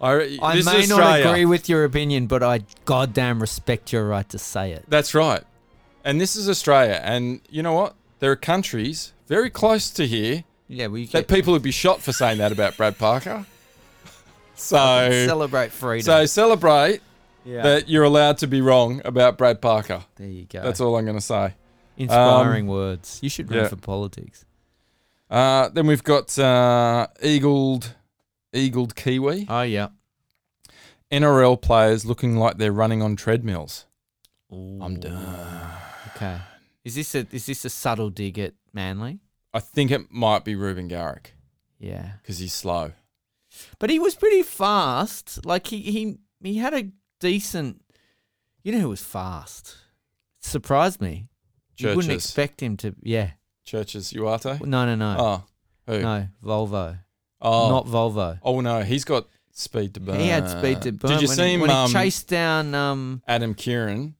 [SPEAKER 2] I,
[SPEAKER 3] I
[SPEAKER 2] this
[SPEAKER 3] may
[SPEAKER 2] is
[SPEAKER 3] not
[SPEAKER 2] Oh, Australia.
[SPEAKER 3] agree with your opinion, but I goddamn respect your right to say it.
[SPEAKER 2] That's right. And this is Australia. And you know what? There are countries very close to here
[SPEAKER 3] Yeah, well, you
[SPEAKER 2] that
[SPEAKER 3] get,
[SPEAKER 2] people would be shot for saying that about Brad
[SPEAKER 3] (laughs)
[SPEAKER 2] Parker. So,
[SPEAKER 3] celebrate freedom.
[SPEAKER 2] so celebrate
[SPEAKER 3] yeah.
[SPEAKER 2] that you're allowed to be wrong about Brad Parker.
[SPEAKER 3] there you go.
[SPEAKER 2] That's all I'm going to say.
[SPEAKER 3] Inspiring words. You should run
[SPEAKER 2] yeah.
[SPEAKER 3] for politics.
[SPEAKER 2] Uh, then we've got uh, eagled, eagled kiwi.
[SPEAKER 3] Oh yeah.
[SPEAKER 2] NRL players looking like they're running on treadmills.
[SPEAKER 3] I'm done. Okay. Is this a is this a subtle dig at Manly?
[SPEAKER 2] I think it might be Ruben Garrick
[SPEAKER 3] Yeah.
[SPEAKER 2] because he's slow.
[SPEAKER 3] But he was pretty fast. Like he he he had a decent. You know who was fast? Surprised me. You wouldn't
[SPEAKER 2] Churches.
[SPEAKER 3] expect him to. Yeah.
[SPEAKER 2] Churches Uate.
[SPEAKER 3] No, no, no.
[SPEAKER 2] Oh, who?
[SPEAKER 3] no, Volvo.
[SPEAKER 2] oh.
[SPEAKER 3] Not Volvo.
[SPEAKER 2] oh no, he's got speed to burn.
[SPEAKER 3] He had speed to burn.
[SPEAKER 2] Did you
[SPEAKER 3] when
[SPEAKER 2] see
[SPEAKER 3] he,
[SPEAKER 2] him?
[SPEAKER 3] when
[SPEAKER 2] um,
[SPEAKER 3] he chased down? Um.
[SPEAKER 2] Adam Kieran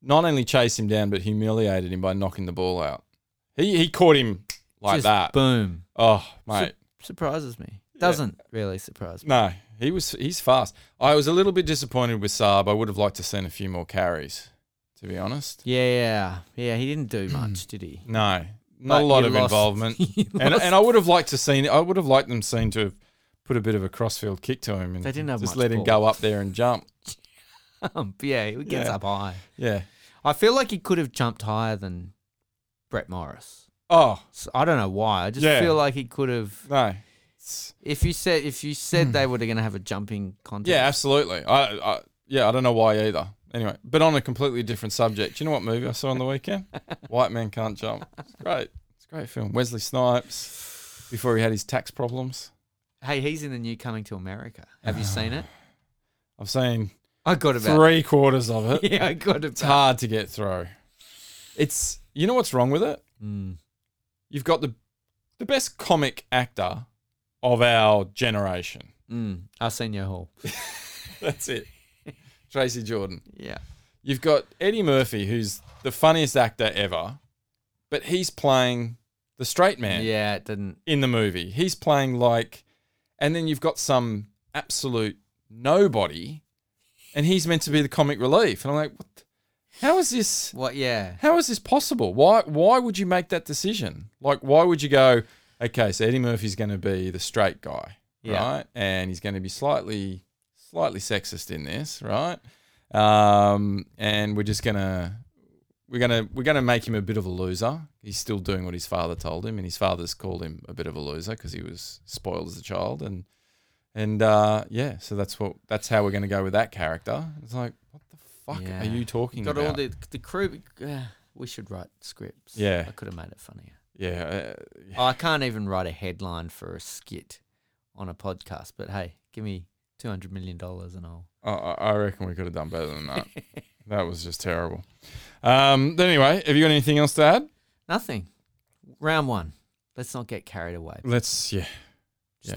[SPEAKER 2] not only chased him down but humiliated him by knocking the ball out. He he caught him like
[SPEAKER 3] just
[SPEAKER 2] that.
[SPEAKER 3] Boom.
[SPEAKER 2] Oh mate,
[SPEAKER 3] Surprises me. Doesn't really surprise me.
[SPEAKER 2] no, he was he's fast. I was a little bit disappointed with Saab. I would have liked to seen a few more carries, to be honest.
[SPEAKER 3] Yeah, yeah. He
[SPEAKER 2] (clears throat)
[SPEAKER 3] didn't do much, did he?
[SPEAKER 2] No,
[SPEAKER 3] But
[SPEAKER 2] not a lot
[SPEAKER 3] you
[SPEAKER 2] of
[SPEAKER 3] lost-
[SPEAKER 2] involvement.
[SPEAKER 3] (laughs) you
[SPEAKER 2] and,
[SPEAKER 3] lost-
[SPEAKER 2] and I would have liked to seen. I would have liked them seen to have put a bit of a crossfield kick to him and
[SPEAKER 3] They didn't have
[SPEAKER 2] just
[SPEAKER 3] much
[SPEAKER 2] let him
[SPEAKER 3] ball.
[SPEAKER 2] go up there and jump.
[SPEAKER 3] (laughs) Um, yeah, he gets
[SPEAKER 2] Yeah.
[SPEAKER 3] up high.
[SPEAKER 2] Yeah.
[SPEAKER 3] I feel like he could have jumped higher than Brett Morris.
[SPEAKER 2] Oh
[SPEAKER 3] S- I don't know why. I just
[SPEAKER 2] Yeah.
[SPEAKER 3] feel like he could have.
[SPEAKER 2] no.
[SPEAKER 3] If you said if you said they were going to have a jumping contest,
[SPEAKER 2] Yeah, absolutely. I, I yeah, I don't know why either. Anyway, but on a completely different subject. Do you know what movie I saw on the
[SPEAKER 3] (laughs)
[SPEAKER 2] weekend? White Man Can't Jump. It's great. It's a great film. Wesley Snipes before he had his tax problems.
[SPEAKER 3] Hey, he's in the new Coming to America. Have you
[SPEAKER 2] (sighs)
[SPEAKER 3] seen it?
[SPEAKER 2] I've seen
[SPEAKER 3] I got about.
[SPEAKER 2] three quarters of (laughs) it.
[SPEAKER 3] (laughs) Yeah, I got
[SPEAKER 2] It's
[SPEAKER 3] about.
[SPEAKER 2] hard to get through. It's you know what's wrong with it?
[SPEAKER 3] Mm.
[SPEAKER 2] You've got the the best comic actor of our generation. (laughs)
[SPEAKER 3] Mm. Arsenio Hall.
[SPEAKER 2] That's it. Tracy Jordan.
[SPEAKER 3] Yeah.
[SPEAKER 2] You've got Eddie Murphy, who's the funniest actor ever, but he's playing the straight man
[SPEAKER 3] Yeah, it didn't.
[SPEAKER 2] in the movie. He's playing like and then you've got some absolute nobody and he's meant to be the comic relief. And I'm like, what the- how is this
[SPEAKER 3] What? Yeah.
[SPEAKER 2] How is this possible? Why why would you make that decision? Like why would you go, okay, so Eddie Murphy's going to be the straight guy,
[SPEAKER 3] Yeah.
[SPEAKER 2] right? And he's going to be slightly slightly sexist in this, right? Um, and we're just going to we're going to we're going to make him a bit of a loser. He's still doing what his father told him and his father's called him a bit of a loser because he was spoiled as a child and and uh, yeah, so that's what that's how we're going to go with that character. It's like what the fuck
[SPEAKER 3] Yeah.
[SPEAKER 2] are you talking
[SPEAKER 3] Got
[SPEAKER 2] about?
[SPEAKER 3] all the the crew. Uh, we should write scripts.
[SPEAKER 2] Yeah.
[SPEAKER 3] I could have made it funnier.
[SPEAKER 2] yeah, uh,
[SPEAKER 3] Oh, I can't even write a headline for a skit on a podcast, but hey, give me two hundred million dollars and I'll.
[SPEAKER 2] I, I I reckon we could have done better than that. that was just terrible. Um, but anyway, have you got anything else to add?
[SPEAKER 3] (laughs) Nothing. Round one. Let's not get carried away.
[SPEAKER 2] Let's yeah.
[SPEAKER 3] Just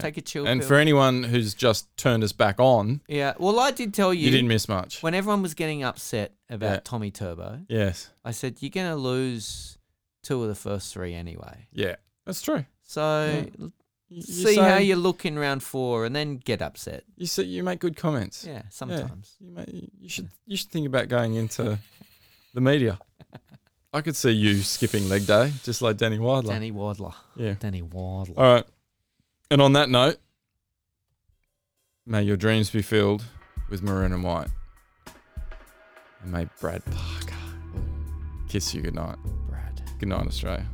[SPEAKER 2] Mm, yeah.
[SPEAKER 3] take a chill
[SPEAKER 2] And
[SPEAKER 3] pill.
[SPEAKER 2] for anyone who's just turned us back on,
[SPEAKER 3] yeah. Well, I did tell you,
[SPEAKER 2] you, didn't miss much.
[SPEAKER 3] when everyone was getting upset about
[SPEAKER 2] Yeah.
[SPEAKER 3] Tommy Turbo,
[SPEAKER 2] yes.
[SPEAKER 3] I said you're gonna lose two of the first three anyway.
[SPEAKER 2] Yeah. That's true.
[SPEAKER 3] So l-
[SPEAKER 2] You, you
[SPEAKER 3] see how
[SPEAKER 2] say-
[SPEAKER 3] you look in round four, and then get upset.
[SPEAKER 2] you say you make good comments.
[SPEAKER 3] Yeah, sometimes.
[SPEAKER 2] You, may, you should you should think about going into the media. I could see you skipping leg day, just like Danny Widler.
[SPEAKER 3] Danny Wadler.
[SPEAKER 2] Yeah.
[SPEAKER 3] Danny Wadler.
[SPEAKER 2] All right. And on that note, may your dreams be filled with maroon and white. And may Brad Parker kiss you goodnight.
[SPEAKER 3] Brad. Oh.
[SPEAKER 2] Good night, Australia.